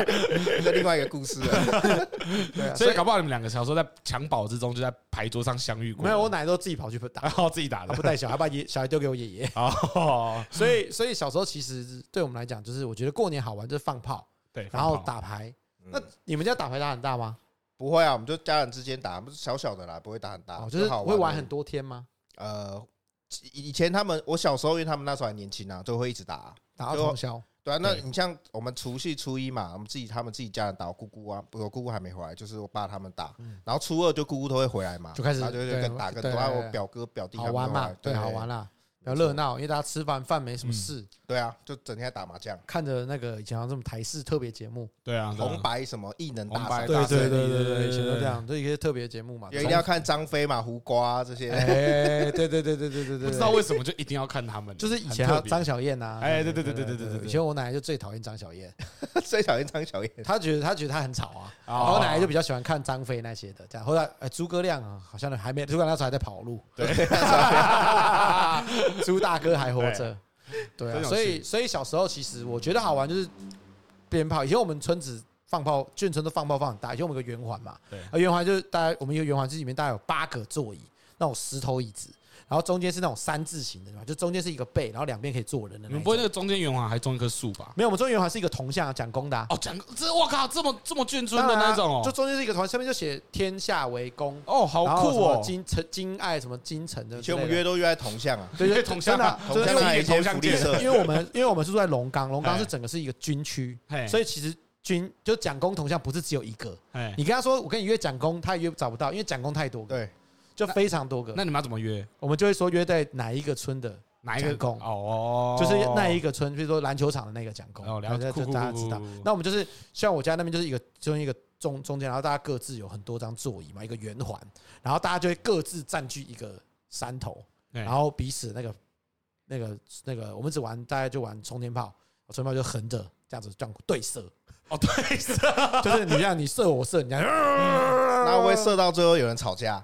Speaker 2: 这另外一个故事了。
Speaker 3: (laughs)
Speaker 1: 对啊
Speaker 3: 所以搞不好你们两个小时候在襁褓之中就在牌桌上相遇过。
Speaker 1: 没有我奶奶都自己跑去打
Speaker 3: (laughs) 然，后自己打
Speaker 1: 她
Speaker 3: 的
Speaker 1: 不。带小孩，把爷小孩丢给我爷爷。
Speaker 3: 哦，
Speaker 1: 所以 (laughs) 所以小时候其实对我们来讲，就是我觉得过年好玩就是放炮，
Speaker 3: 对，
Speaker 1: 然后打牌。那
Speaker 2: 嗯
Speaker 1: 你们家打牌打很大吗？
Speaker 2: 不会啊，我们就家人之间打，不是小小的啦，不会打很大
Speaker 1: 哦，，就是
Speaker 2: 好
Speaker 1: 会玩
Speaker 2: 而已
Speaker 1: 很多天吗？
Speaker 2: 呃，以以前他们我小时候，因为他们那时候还年轻啊，都会一直打啊、
Speaker 1: 打到
Speaker 2: 就
Speaker 1: 通宵。
Speaker 2: 对啊，那
Speaker 3: 对
Speaker 2: 你像我们除夕初一嘛，我们自己他们自己家人打，我姑姑啊，我姑姑还没回来，就是我爸他们打，
Speaker 1: 嗯
Speaker 2: 然后初二就姑姑都会回来嘛，
Speaker 1: 就开始
Speaker 2: 然后就会
Speaker 1: 对
Speaker 2: 跟打跟
Speaker 1: 对
Speaker 2: 多，然后
Speaker 1: 对
Speaker 2: 我表哥表弟他
Speaker 1: 好
Speaker 2: 们都
Speaker 1: 玩
Speaker 2: 会
Speaker 1: 嘛
Speaker 2: 来，
Speaker 3: 啊
Speaker 1: 对，好玩，啦，比较热闹，因为大家吃完饭没什么
Speaker 3: 嗯
Speaker 1: 事，
Speaker 2: 对啊，就整天打麻将，
Speaker 1: 看着那个以前好像这种台式特别节目，
Speaker 3: 对啊，
Speaker 2: 红白什么异能大
Speaker 3: 红白
Speaker 2: 赛，
Speaker 3: 对
Speaker 2: 大
Speaker 3: 对
Speaker 2: 胜利
Speaker 3: 对对对
Speaker 1: 以前都这样，就一些特别节目嘛，
Speaker 2: 也一定要看张飞嘛、胡瓜啊 (laughs) 这些，
Speaker 1: 哎，对对对对对对对，
Speaker 3: 不知道为什么就一定要看他们，
Speaker 1: 就是以前还
Speaker 3: 很特
Speaker 1: 有
Speaker 3: 别
Speaker 1: 张小燕呐，
Speaker 3: 哎对对对对对对对对
Speaker 1: 以前我奶奶就最讨厌张小燕，
Speaker 2: 最讨厌张小燕，
Speaker 1: 她觉得她觉得她很吵啊，
Speaker 3: 哦
Speaker 1: 然后我奶奶就比较喜欢看张飞那些的，这样后来呃诸葛亮啊，好像还没，诸葛亮那时候还在跑路，
Speaker 3: (laughs)
Speaker 1: 对，朱大哥还活着，对啊，
Speaker 3: 哎真有趣
Speaker 1: 所以所以小时候其实我觉得好玩就是鞭炮，以前我们村子放炮，眷村都放炮放很大，以前我们有个圆环嘛，
Speaker 3: 对
Speaker 1: 啊圆环就是大家我们一个圆环就是里面大概有八个座椅，那种石头椅子，然后中间是那种三字形的嘛，就中间是一个背，然后两边可以坐人的
Speaker 3: 你
Speaker 1: 那一
Speaker 3: 们不会
Speaker 1: 种。
Speaker 3: 那个中间圆环还种一棵树吧？
Speaker 1: 没有，我们中原环是一个铜像啊，蒋公的啊、
Speaker 3: 哦，讲这我靠，这么这么眷村
Speaker 1: 当
Speaker 3: 的
Speaker 1: 然啊
Speaker 3: 那种
Speaker 1: 就
Speaker 3: 哦，
Speaker 1: 中间是一个铜，上面就写“天下为公”，
Speaker 3: 哦，好
Speaker 1: 然后什
Speaker 3: 酷
Speaker 1: 么
Speaker 3: 哦！
Speaker 1: 京城京爱什么京城的
Speaker 2: (laughs) 以
Speaker 1: 之
Speaker 2: 前
Speaker 1: 类
Speaker 2: 我
Speaker 1: 的，
Speaker 2: 们约都约在铜像
Speaker 1: (laughs)
Speaker 2: 啊，
Speaker 1: 对对
Speaker 3: 铜
Speaker 1: 真
Speaker 3: 像
Speaker 1: 的啊
Speaker 3: 啊，
Speaker 1: 真的
Speaker 2: 铜像
Speaker 1: 因为
Speaker 2: 那一
Speaker 3: 因为
Speaker 2: 间
Speaker 3: 一个
Speaker 2: 福利
Speaker 3: 铜像 (laughs)
Speaker 2: 社，
Speaker 1: 因为我们因为我们是住在龙岗，龙岗
Speaker 3: 哎
Speaker 1: 是整个是一个军区，
Speaker 3: 嘿
Speaker 1: 所以其实军就蒋公铜像不是只有一个。
Speaker 3: 哎，
Speaker 1: 你跟他说我跟你约蒋公，他也约找不到，因为蒋公太多个，
Speaker 2: 对，
Speaker 1: 就非常多个。
Speaker 3: 那你们要怎么约？
Speaker 1: 我们就会说约在哪一个村的，
Speaker 3: 哪一个
Speaker 1: 蒋公
Speaker 3: 哦，
Speaker 1: 就是那一
Speaker 3: 个
Speaker 1: 个村，比如说篮球场的那个蒋公，
Speaker 3: 哦，
Speaker 1: 然
Speaker 3: 了
Speaker 1: 后
Speaker 3: 解，
Speaker 1: 就
Speaker 3: 酷
Speaker 1: 就
Speaker 3: 酷
Speaker 1: 大家知道。那我们就是像我家那边就是一个中一个中中间，然后大家各自有很多张座椅嘛，一个圆环，然后大家就会各自占据一个山头，
Speaker 3: 对
Speaker 1: 然后彼此那个那个那个，我们只玩大家就玩冲天炮，冲天炮就横着这样子这样对射，
Speaker 3: 哦，对，嗯是
Speaker 1: (laughs)
Speaker 3: 啊
Speaker 1: 就是你让你射我射你这样，
Speaker 2: 那会不会射到最后有人吵架，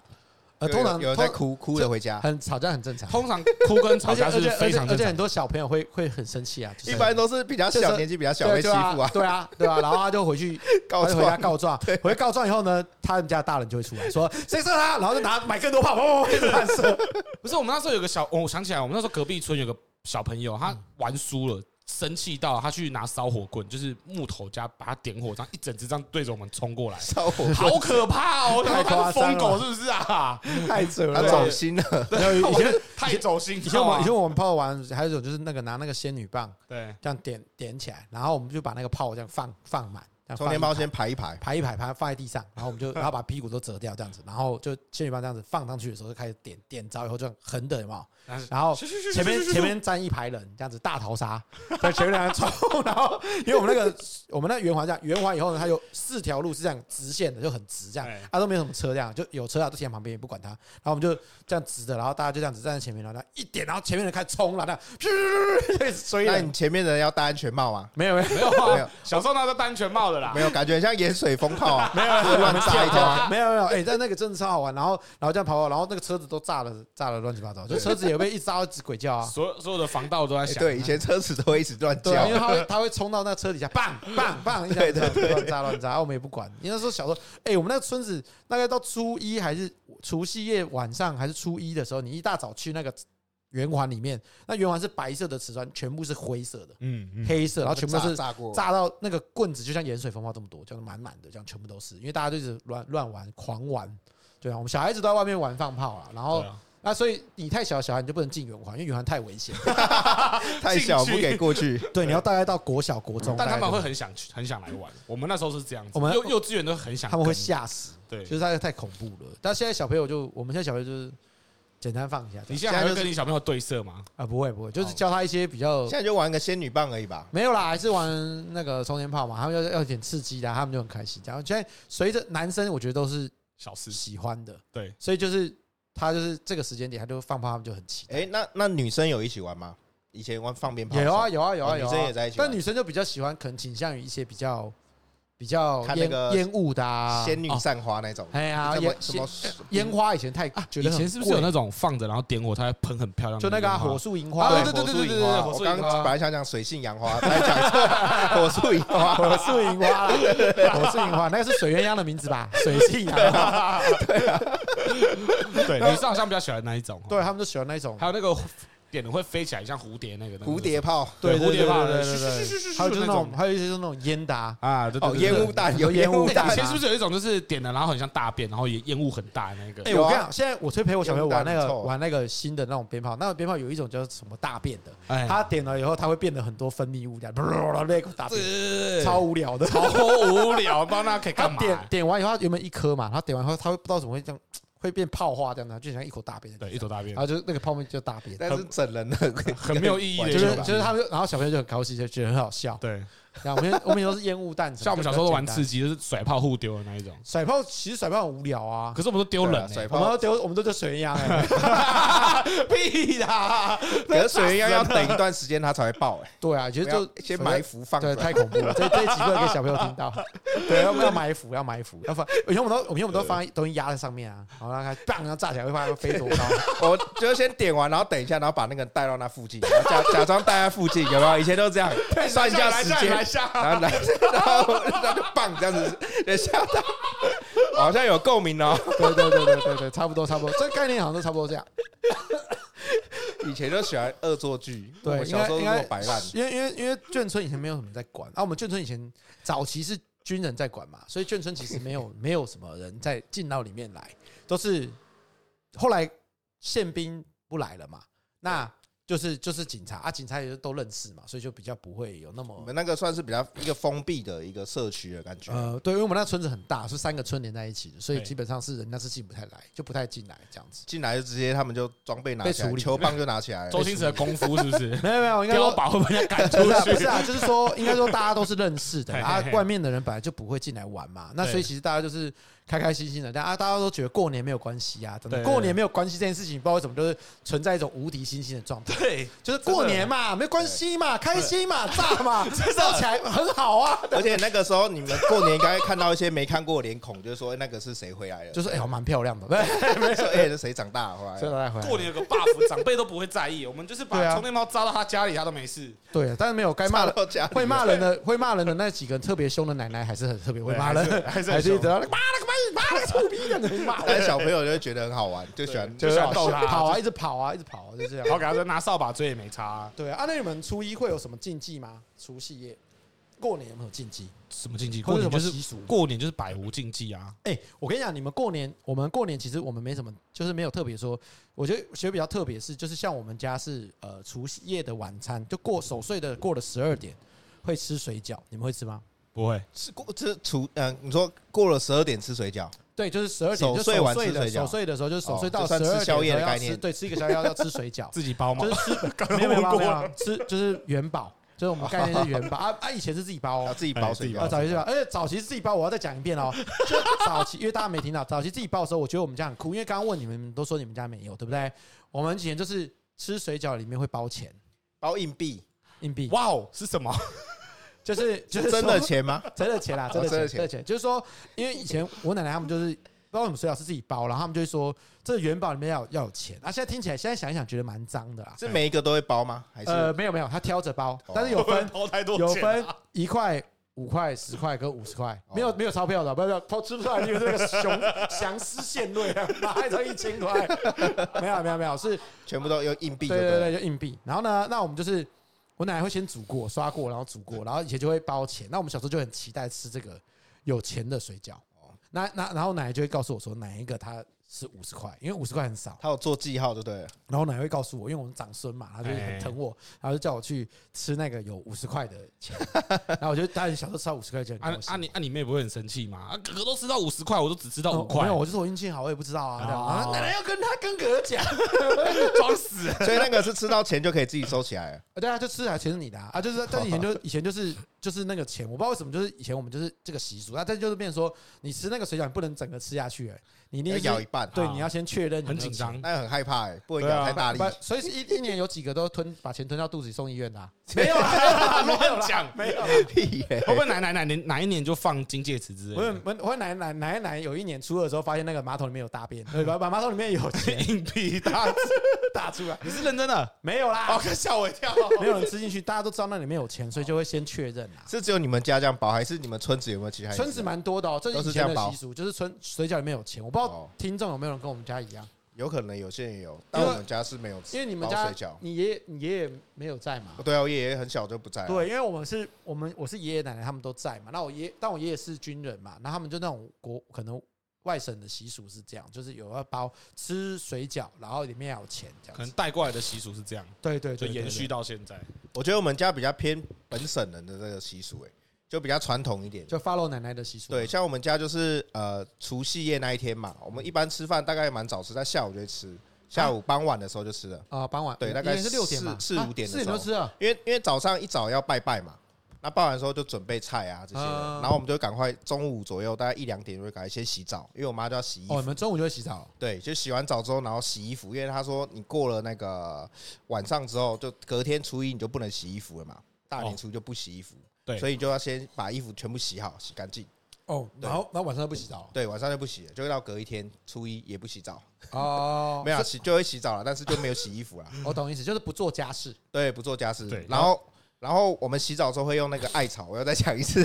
Speaker 1: 呃，通常
Speaker 2: 有人
Speaker 1: 通
Speaker 2: 在哭，啊哭着回家。
Speaker 1: 很吵架很正常，
Speaker 3: 通常哭跟吵
Speaker 1: 而且
Speaker 3: 架
Speaker 1: 而
Speaker 3: 是
Speaker 1: 且而
Speaker 3: 非
Speaker 1: 且
Speaker 3: 常
Speaker 1: 而
Speaker 3: 正
Speaker 1: 且
Speaker 3: 常
Speaker 1: 很。多小朋友会会很生气啊，就是
Speaker 2: 一般都是比较
Speaker 1: 就是
Speaker 2: 小，年纪比较小
Speaker 1: 对
Speaker 2: 被欺负啊，
Speaker 1: 对啊，对啊，然后他就回去
Speaker 2: 告
Speaker 1: 他就回家
Speaker 2: 状。
Speaker 1: 告状，回去告状以后呢，他们家大人就会出来说谁射他，然后就拿买更多炮，砰砰砰一直乱射。
Speaker 3: 不是，我们那时候有个小，哦我想起来，我们那时候隔壁村有个小朋友，他玩输了。生气到他去拿烧火棍，就是木头加把它点火，这样一整只这样对着我们
Speaker 1: (laughs)
Speaker 3: 冲过
Speaker 2: (laughs)
Speaker 3: 来，
Speaker 2: 烧火棍，
Speaker 3: 好可怕哦！
Speaker 1: 太
Speaker 3: 他
Speaker 1: 夸
Speaker 3: 他是
Speaker 1: 张
Speaker 3: 疯
Speaker 1: 了
Speaker 3: 狗是不
Speaker 1: (laughs)
Speaker 3: 是啊？
Speaker 1: 太扯
Speaker 2: 他
Speaker 1: 了
Speaker 2: 走心了。
Speaker 1: 没有以前
Speaker 3: 太走心了啊，
Speaker 1: 以前我们以前我们炮玩，还有一种就是那个拿那个仙女棒
Speaker 3: 对
Speaker 1: 这样点点起来，然后我们就把那个炮这样放放满，
Speaker 2: (laughs)
Speaker 1: 这样放
Speaker 2: 充
Speaker 1: 一
Speaker 2: 电包
Speaker 1: 排
Speaker 2: 先排
Speaker 1: (laughs)
Speaker 2: 一排，
Speaker 1: 排一排，排放在地上，然后我们 (laughs) 就然后把屁股都折掉这样子，然后就仙女棒这样子放上去的时候就开始点点着以后就横的有没有？
Speaker 3: 然后
Speaker 1: 然后
Speaker 3: 咻咻咻咻咻咻咻
Speaker 1: 前面前面站一排人，这样子大逃杀， (laughs) 在前面两人冲，然后因为我们那个我们那圆环这样圆环以后呢，它有四条路是这样直线的，就很直这样
Speaker 3: 哎，
Speaker 1: 它、都没有什么车辆，就有车啊都停在旁边也不管它，然后我们就这样直的，然后大家就这样子站在前面，然后它一点，然后前面人开始冲了，那 (laughs) 噗就一直追
Speaker 2: 那你
Speaker 1: 人，
Speaker 2: 前面的人要戴安全帽吗？
Speaker 1: 没有没有
Speaker 3: 没有
Speaker 2: 没
Speaker 3: 啊
Speaker 2: 有，
Speaker 3: 小时候那时候单全帽的啦
Speaker 1: 啊
Speaker 2: 没，有，感觉很像盐水风炮啊，没有
Speaker 1: 我
Speaker 2: 乱
Speaker 1: 们
Speaker 2: 炸一
Speaker 1: 跳
Speaker 2: 下。
Speaker 1: 啊没有没有，哎、但那个真的超好玩，然后然后这样跑跑，然后那个车子都炸了炸了乱七八糟，就车子也被一直炸到一直鬼叫啊。
Speaker 3: 所有所有的防盗都在
Speaker 2: 哎
Speaker 3: 想，
Speaker 2: 对，以前车子都会一直乱
Speaker 1: 对啊，
Speaker 2: 叫
Speaker 1: 因，为他会他会冲到那车底下，棒棒棒，一下子这样乱扎乱扎，啊我们也不管。因为那时候小时候，哎，我们那个村子大概到初一还是除夕夜晚上还是初一的时候，你一大早去那个圆环里面，那圆环是白色的瓷砖，全部是灰色的、
Speaker 3: 嗯嗯，
Speaker 1: 黑色，然后全部都是
Speaker 2: 炸炸
Speaker 3: 哦
Speaker 2: 过，
Speaker 1: 炸到那个棍子就像盐水风暴这么多，这样满满的，这样全部都是，因为大家就一直乱乱玩狂玩。对啊，我们小孩子都在外面玩放炮啊，然后
Speaker 3: 对啊
Speaker 1: 那所以你太小的小孩你就不能进圆环，因为圆环太危险。
Speaker 2: 太小不给过
Speaker 1: (laughs)
Speaker 2: 去。
Speaker 1: 对，你要大概到国小国中，
Speaker 3: 但他
Speaker 1: 大概
Speaker 3: 们
Speaker 1: 就
Speaker 3: 会很想去，很想来玩。我们那时候是这样子，
Speaker 1: 我们
Speaker 3: 幼幼稚园都很想跟，
Speaker 1: 他们会吓死，
Speaker 3: 对
Speaker 1: 就。是太太恐怖了。但现在小朋友就，我们现在小朋友就是简单放一下这样，
Speaker 3: 你现在还会跟你小朋友对射吗？
Speaker 1: 啊，不会不会，就是教他一些比较
Speaker 2: 现在就玩个仙女棒而已吧。
Speaker 1: 没有啦，还是玩那个冲天炮嘛，他们要要有点刺激的啊，他们就很开心。然后现在随着男生，我觉得都是
Speaker 3: 小事，
Speaker 1: 喜欢的，
Speaker 3: 对，
Speaker 1: 所以就是他就是这个时间点，他就放炮，他们就很期待。
Speaker 2: 哎，那那女生有一起玩吗？以前玩放鞭炮的时
Speaker 1: 有
Speaker 2: 候
Speaker 1: 啊，有啊有啊
Speaker 2: 哦
Speaker 1: 有
Speaker 2: 女
Speaker 1: 啊，
Speaker 2: 生也在一起玩
Speaker 1: 但女生就比较喜欢，可能倾向于一些比较比较
Speaker 2: 看那
Speaker 1: 烟
Speaker 2: 个
Speaker 1: 烟雾的啊，
Speaker 2: 仙女
Speaker 1: 哦
Speaker 2: 散花那种，
Speaker 1: 哎呀
Speaker 2: 什么
Speaker 1: 烟
Speaker 2: 什么
Speaker 1: 烟花以前太觉
Speaker 3: 以
Speaker 1: 得
Speaker 3: 前
Speaker 1: 很
Speaker 3: 是不是有
Speaker 1: 贵
Speaker 3: 那种放着然后点火，它会喷很漂亮的
Speaker 1: 就那个啊
Speaker 3: 烟花
Speaker 1: 火树银花
Speaker 3: 啊
Speaker 1: 啊，
Speaker 3: 对对对对对对对
Speaker 2: 火
Speaker 3: 火
Speaker 2: 树
Speaker 3: 树
Speaker 2: 银
Speaker 3: 银
Speaker 2: 花
Speaker 3: 花
Speaker 2: 我刚本来想讲水性杨花， (laughs) 才讲错火树银花。
Speaker 1: 火树银花，火树银花，那个是水鸳鸯的名字吧？水性杨花，
Speaker 3: 对，女生好像比较喜欢那一种。哦
Speaker 1: 对，他啊们就喜欢那种
Speaker 3: 还，有那个点的会飞起来，像蝴蝶那个那个
Speaker 2: 蝴蝶炮，
Speaker 3: 对
Speaker 1: 对
Speaker 3: 蝴蝶炮，
Speaker 1: 对对
Speaker 3: 咻
Speaker 1: 对
Speaker 3: 咻
Speaker 1: 对
Speaker 3: 咻咻咻咻
Speaker 1: 还有就是那
Speaker 3: 那
Speaker 1: 种，还有一些就是那种烟的啊，
Speaker 3: 啊，对
Speaker 2: 哦，
Speaker 3: 对对
Speaker 2: 烟
Speaker 3: 对
Speaker 2: 雾弹，
Speaker 1: 有
Speaker 2: 有
Speaker 1: 烟
Speaker 2: 烟
Speaker 1: 雾
Speaker 2: 雾
Speaker 1: 弹
Speaker 2: 弹
Speaker 3: 以，前是不是有一种就是点了，然后很像大便，然后也烟雾很大的那个
Speaker 1: 哎，？我跟你讲，现在我推陪我小朋友玩那
Speaker 2: 烟弹
Speaker 1: 个
Speaker 2: 很臭啊
Speaker 1: 玩那个新的那种鞭炮，那个鞭炮有一种叫什么大便的，
Speaker 3: 哎
Speaker 1: 它点了以后，它会变得很多分泌物，这样，那个大便，
Speaker 3: 对
Speaker 1: 超无聊的。
Speaker 3: 好无聊，不知道那可以
Speaker 1: 它
Speaker 3: 干嘛？
Speaker 1: 点点完以后，它原本一颗嘛，它点完以后，它会不知道怎么会这样，会变泡化这样的，就像一口大便的，
Speaker 3: 对，一坨大便
Speaker 1: 然，后就是那个泡沫就大便，
Speaker 2: 但是整人的， (laughs)
Speaker 3: 很没有意义的
Speaker 1: 就
Speaker 3: 一
Speaker 1: 是
Speaker 3: 种吧
Speaker 1: 就是他们就，然后小朋友就很高兴，就觉得很好笑。
Speaker 3: 对，
Speaker 1: 然后我们我们也都是烟雾弹什么，
Speaker 3: 像我们小时候都玩刺
Speaker 1: 自
Speaker 3: 激，就是甩炮互丢的那一种。
Speaker 1: 甩炮，其实甩炮很无聊啊。
Speaker 3: 可是我们都丢
Speaker 2: 对
Speaker 3: 人
Speaker 2: 啊甩
Speaker 3: 欸，
Speaker 1: 我们
Speaker 2: 炮
Speaker 1: 都。丢，我们都丢水烟
Speaker 3: (laughs)
Speaker 1: 哎。
Speaker 3: 屁啦！
Speaker 2: 可是水鸳鸯要等一段时间它才会爆，哎，
Speaker 1: 对啊，其实
Speaker 2: 要
Speaker 1: 就
Speaker 2: 先埋伏放
Speaker 1: 对，
Speaker 2: 着。
Speaker 1: 太恐怖了。这这一集不能给小朋友听到。对，要不要埋伏？要埋伏，要放。以前我们都，以前我们都放东西压在上面啊，然后让它砰，然后炸起来会发现飞多
Speaker 2: (laughs)
Speaker 1: 高。
Speaker 2: (laughs) 我就先点完，然后等一下，然后把那个人带到那附近，然后假假装带在附近，有没有？以前都
Speaker 3: (laughs)
Speaker 2: 这样，算一下时间，
Speaker 3: 下，
Speaker 2: 然后来，然后然后就棒这样子，等一下他，好像有共鸣哦。
Speaker 1: 对对对对对对，差不多差不多，这概念好像都差不多这样。
Speaker 2: 以前就喜欢恶作剧，
Speaker 1: 对
Speaker 2: 我小时候
Speaker 1: 应
Speaker 2: 如
Speaker 1: 该
Speaker 2: 果摆烂，
Speaker 1: 因为因为因为眷村以前没有什么在管啊，我们眷村以前早期是军人在管嘛，所以眷村其实没有没有什么人在进到里面来，都是后来宪兵不来了嘛，那就是就是警察啊，警察也就都认识嘛，所以就比较不会有那
Speaker 2: 我
Speaker 1: 么
Speaker 2: 们那个算是比较一个封闭的一个社区的感觉。
Speaker 1: 呃，对，因为我们那村子很大，是三个村连在一起的，所以
Speaker 3: 对
Speaker 1: 基本上是人家是进不太来，就不太进来这样子。
Speaker 2: 进来就直接他们就装备拿起
Speaker 1: 被
Speaker 2: 来，
Speaker 1: 处理
Speaker 2: 球棒就拿起来了
Speaker 3: 周。星驰的功夫是不是？
Speaker 1: 没有没 (laughs) 有，应该
Speaker 3: 碉
Speaker 1: 说
Speaker 3: 堡会把人家赶出
Speaker 1: 不 (laughs) 是啊，不
Speaker 3: 去
Speaker 1: 是。啊，就是说，应该说大家都是认识的， (laughs)
Speaker 3: 嘿嘿
Speaker 1: 啊
Speaker 3: 嘿，
Speaker 1: 外面的人本来就不会进来玩嘛，那所以
Speaker 3: 对
Speaker 1: 其实大家就是开开心心的，但啊，大家都觉得过年没有关系啊，怎么
Speaker 3: 对
Speaker 1: 过年没有关系这件事情，不知道为什么就是存在一种无敌星星的状 (laughs) 态，
Speaker 3: 对，
Speaker 1: 就是过年嘛，没关系嘛，开心嘛，炸 (laughs) 嘛，炸起来很好啊，
Speaker 2: (laughs) 而且那个时候你们过年应该看到一些没看过的脸孔，就是说哎那个是谁回来了， (laughs)
Speaker 1: 就是哎呦，蛮漂亮 (laughs) 的，对，
Speaker 2: 说哎是谁长大回来
Speaker 1: 这
Speaker 2: 了。
Speaker 1: 来回来
Speaker 3: 过年有个 buff，长辈都不会在意。我们就是
Speaker 1: 哎对啊
Speaker 3: 把充电猫扎到他家里，他都没事。
Speaker 1: 对，但是没有该骂的
Speaker 2: 插到家
Speaker 1: (laughs)
Speaker 2: 里
Speaker 1: 会骂人的会骂人的那几个特别凶的奶奶还是很特别会骂
Speaker 3: 对
Speaker 1: 人，
Speaker 3: 还是还是很
Speaker 1: 还是一
Speaker 3: 凶
Speaker 1: 直要骂那个妈妈那个臭逼的，骂
Speaker 2: (laughs)
Speaker 1: (laughs)
Speaker 2: 但是小朋友就会觉得很好玩，就喜欢
Speaker 3: 就喜欢逗他
Speaker 1: 跑啊，一直跑啊，一直跑啊，就这样
Speaker 3: 然。后给他说拿扫把追也没差啊。
Speaker 1: 对啊，啊那你们初一会有什么禁忌吗？除夕夜，过年有没有禁忌？
Speaker 3: 什么禁忌？
Speaker 1: 或
Speaker 3: 过
Speaker 1: 者
Speaker 3: 年就
Speaker 1: 什么习
Speaker 3: 是
Speaker 1: 俗
Speaker 3: 过年就是百无禁忌啊。
Speaker 1: 哎、我跟你讲，你们过年，我们过年其实我们没什么，就是没有特别说。我觉得学比较特别是，就是像我们家是呃除夕夜的晚餐，就过守岁的过了十二点会吃水饺，你们会吃吗？
Speaker 3: 不会，
Speaker 2: 是过这除嗯，你说过了十二点吃水饺，
Speaker 1: 对，就是十二点就
Speaker 2: 守
Speaker 1: 守
Speaker 2: 岁晚吃
Speaker 1: 岁的
Speaker 2: 水饺
Speaker 1: 守岁的时候，就是守岁
Speaker 2: 哦
Speaker 1: 到
Speaker 2: 就
Speaker 1: 十
Speaker 2: 算
Speaker 1: 二
Speaker 2: 吃
Speaker 1: 点
Speaker 2: 宵夜的
Speaker 1: 要
Speaker 2: 概
Speaker 1: 吃
Speaker 2: 念
Speaker 1: 对，吃一个宵夜
Speaker 2: (laughs)
Speaker 1: 要吃水饺，
Speaker 3: 自己包嘛
Speaker 1: 就。是吃
Speaker 3: 刚
Speaker 1: 没有没有没有
Speaker 3: 问
Speaker 1: 没
Speaker 3: 过
Speaker 2: 啊
Speaker 1: 有吃就是元宝，就是我们概念是元宝啊啊，以前是自己包、哦
Speaker 2: 要，自己包水
Speaker 3: 哎自己
Speaker 1: 啊，
Speaker 2: 饺
Speaker 3: 包，
Speaker 1: 早期是吧？而且早期是自己包，我要再讲一遍哦。就早期，因为大家没听到，早期自己包的时候，我觉得我们家很酷，因为刚刚问你们，你们都说你们家没有，对不对？我们以前就是吃水饺里面会包钱
Speaker 2: 包硬币，
Speaker 1: 硬币，
Speaker 3: (laughs) 哇哦，是什么？
Speaker 1: 就是就是
Speaker 2: 是
Speaker 1: 说
Speaker 2: 真的
Speaker 1: (laughs)
Speaker 2: 钱吗？
Speaker 1: 真的钱啦，真的
Speaker 2: 哦真
Speaker 1: 钱，真
Speaker 2: 的
Speaker 1: 的钱。就是说，因为以前我奶奶他们就是。不知道为什么水饺是自己包，然后他们就会说这元宝里面要有要有钱啊。现在听起来，现在想一想觉得蛮脏的啦。
Speaker 2: 是每一个都会包吗？还
Speaker 1: 呃，
Speaker 2: 哎是
Speaker 1: 没有没有，他挑着包
Speaker 2: 哦， (laughs)
Speaker 1: 但是有分
Speaker 3: 包太多
Speaker 1: 有
Speaker 3: 钱啊
Speaker 1: 分一块、五块、十块跟五十块，
Speaker 2: 哦
Speaker 1: 没有没有钞票的，不要不要，偷吃不出来，你们这个熊 (laughs) 强尸陷 (laughs) 瑞啊，哪还才一千块？没有没有没有，是
Speaker 2: 全部都用硬币？
Speaker 1: 对对
Speaker 2: 对，
Speaker 1: 对，就硬币。然后呢，那我们就是我奶奶会先煮过、刷过，然后煮过，然后以前就会包钱。那我们小时候就很期待吃这个有钱的水饺。
Speaker 3: 哦
Speaker 1: 那那然后奶奶就会告诉我说哪一个它是五十块，因为五十块很少。
Speaker 2: 他有做记号就对了。
Speaker 1: 然后奶奶会告诉我，因为我们长孙嘛，他就很疼我，
Speaker 3: 哎
Speaker 1: 然后就叫我去吃那个有五十块的
Speaker 3: (laughs)
Speaker 1: 钱。然后我就当然小时候吃到五十块就很
Speaker 3: 啊
Speaker 1: 高兴
Speaker 3: 啊你啊你妹不会很生气吗？啊哥哥都吃到五十块，我都只吃到五
Speaker 1: 哦没
Speaker 3: 块
Speaker 1: 有，，我就说我运气好，我也不知道啊。这样啊
Speaker 3: 哦
Speaker 1: 奶奶要跟他跟哥哥讲，
Speaker 3: (laughs) 装死。
Speaker 1: (laughs)
Speaker 2: 所以那个是吃到钱就可以自己收起来了。
Speaker 1: 啊对啊，就吃啊，钱是你的啊，啊就是，但以前 (laughs) 就以前就是就是那个钱，我不知道为什么，就是以前我们就是这个习俗，那但就是变成说，你吃那个水饺，你不能整个吃下去、哎，你一定
Speaker 2: 要
Speaker 1: 是
Speaker 2: 咬一半，
Speaker 1: 对，
Speaker 3: 啊
Speaker 1: 你要先确认有没有
Speaker 3: 很紧张
Speaker 1: 钱，
Speaker 2: 那很害怕哎，不能咬太大力
Speaker 1: 不。，所以是一一年有几个都吞把钱吞到肚子里送医院的、啊， (laughs)
Speaker 3: 没有啦，乱讲，没有。
Speaker 2: 屁耶！
Speaker 3: 会不会哪哪哪年哪一年就放金戒指之类
Speaker 1: 我有
Speaker 3: 的？
Speaker 1: 我我奶奶奶奶有一年初二的时候，发现那个马桶里面有大便，对把把马桶里面有钱
Speaker 3: (laughs)
Speaker 1: (laughs)
Speaker 3: 硬币大字
Speaker 1: 打出来，
Speaker 3: 你是认真的？
Speaker 1: 没有啦
Speaker 3: 哦，，吓我一跳！
Speaker 1: 没有人吃进去，大家都知道那里面有钱，所以就会先确认啦。
Speaker 2: (laughs) 是只有你们家这样包，还是你们村子有没有其他人？
Speaker 1: 村子蛮多的哦，这
Speaker 2: 都
Speaker 1: 是
Speaker 2: 是
Speaker 1: 以前
Speaker 2: 这
Speaker 1: 的
Speaker 2: 样包
Speaker 1: 习俗，就是村水饺里面有钱，我不知道
Speaker 2: 哦
Speaker 1: 听众有没有人跟我们家一样，
Speaker 2: 有可能有些人有，但
Speaker 1: 因为
Speaker 2: 我们家是没有吃。
Speaker 1: 因为你们
Speaker 2: 包
Speaker 1: 家
Speaker 2: 水饺，
Speaker 1: 你爷爷你爷爷没有在嘛
Speaker 2: 哦？对啊，我爷爷很小就不在了。
Speaker 1: 对，因为我们是我们我是爷爷奶奶他们都在嘛，那我爷但我爷爷是军人嘛，那他们就那种国可能外省的习俗是这样，就是有要包吃水饺，然后里面要有钱这样
Speaker 3: 可能
Speaker 1: 子，
Speaker 3: 带过来的习俗是这样，
Speaker 1: 对对
Speaker 3: 就
Speaker 1: 对，对
Speaker 3: 延续
Speaker 1: 对
Speaker 3: 到现在。
Speaker 2: 我觉得我们家比较偏本省人的这个习俗，哎，就比较传统一点。
Speaker 1: 就 follow 奶奶的习俗嘛，
Speaker 2: 对，像我们家就是呃除夕夜那一天嘛，我们一般吃饭大概蛮早吃，在下午就会吃，下午傍晚的时候就吃了，
Speaker 1: 啊，傍晚
Speaker 2: 对大概
Speaker 1: 也是六点嘛，
Speaker 2: 四四
Speaker 1: 啊
Speaker 2: 五点的
Speaker 1: 四点就
Speaker 2: 时候
Speaker 1: 吃了，
Speaker 2: 因为因为早上一早要拜拜嘛，那拜完的时候就准备菜啊这些的
Speaker 1: 啊，
Speaker 2: 然后我们就赶快中午左右大概一两点就会赶快先洗澡，因为我妈就要洗衣
Speaker 1: 哦，
Speaker 2: 服
Speaker 1: 你，们中午就会洗澡了，
Speaker 2: 对，就洗完澡之后然后洗衣服，因为她说你过了那个晚上之后，就隔天初一你就不能洗衣服了嘛，大年
Speaker 3: 哦
Speaker 2: 初一就不洗衣服，
Speaker 3: 对
Speaker 2: 所以就要先把衣服全部洗好洗干净。
Speaker 1: 哦，
Speaker 2: 对
Speaker 1: 然后然后晚上就不洗澡
Speaker 2: 对，晚上就不洗了，就会到隔一天初一也不洗澡，
Speaker 1: 了，哦，
Speaker 2: (laughs) 没有啊洗就会洗澡了，但是就没有洗衣服了。
Speaker 1: 我懂意思，就是不做家事。
Speaker 2: 对，不做家事
Speaker 3: 对。
Speaker 2: 然后然后我们洗澡的时候会用那个艾草，我要再讲一次，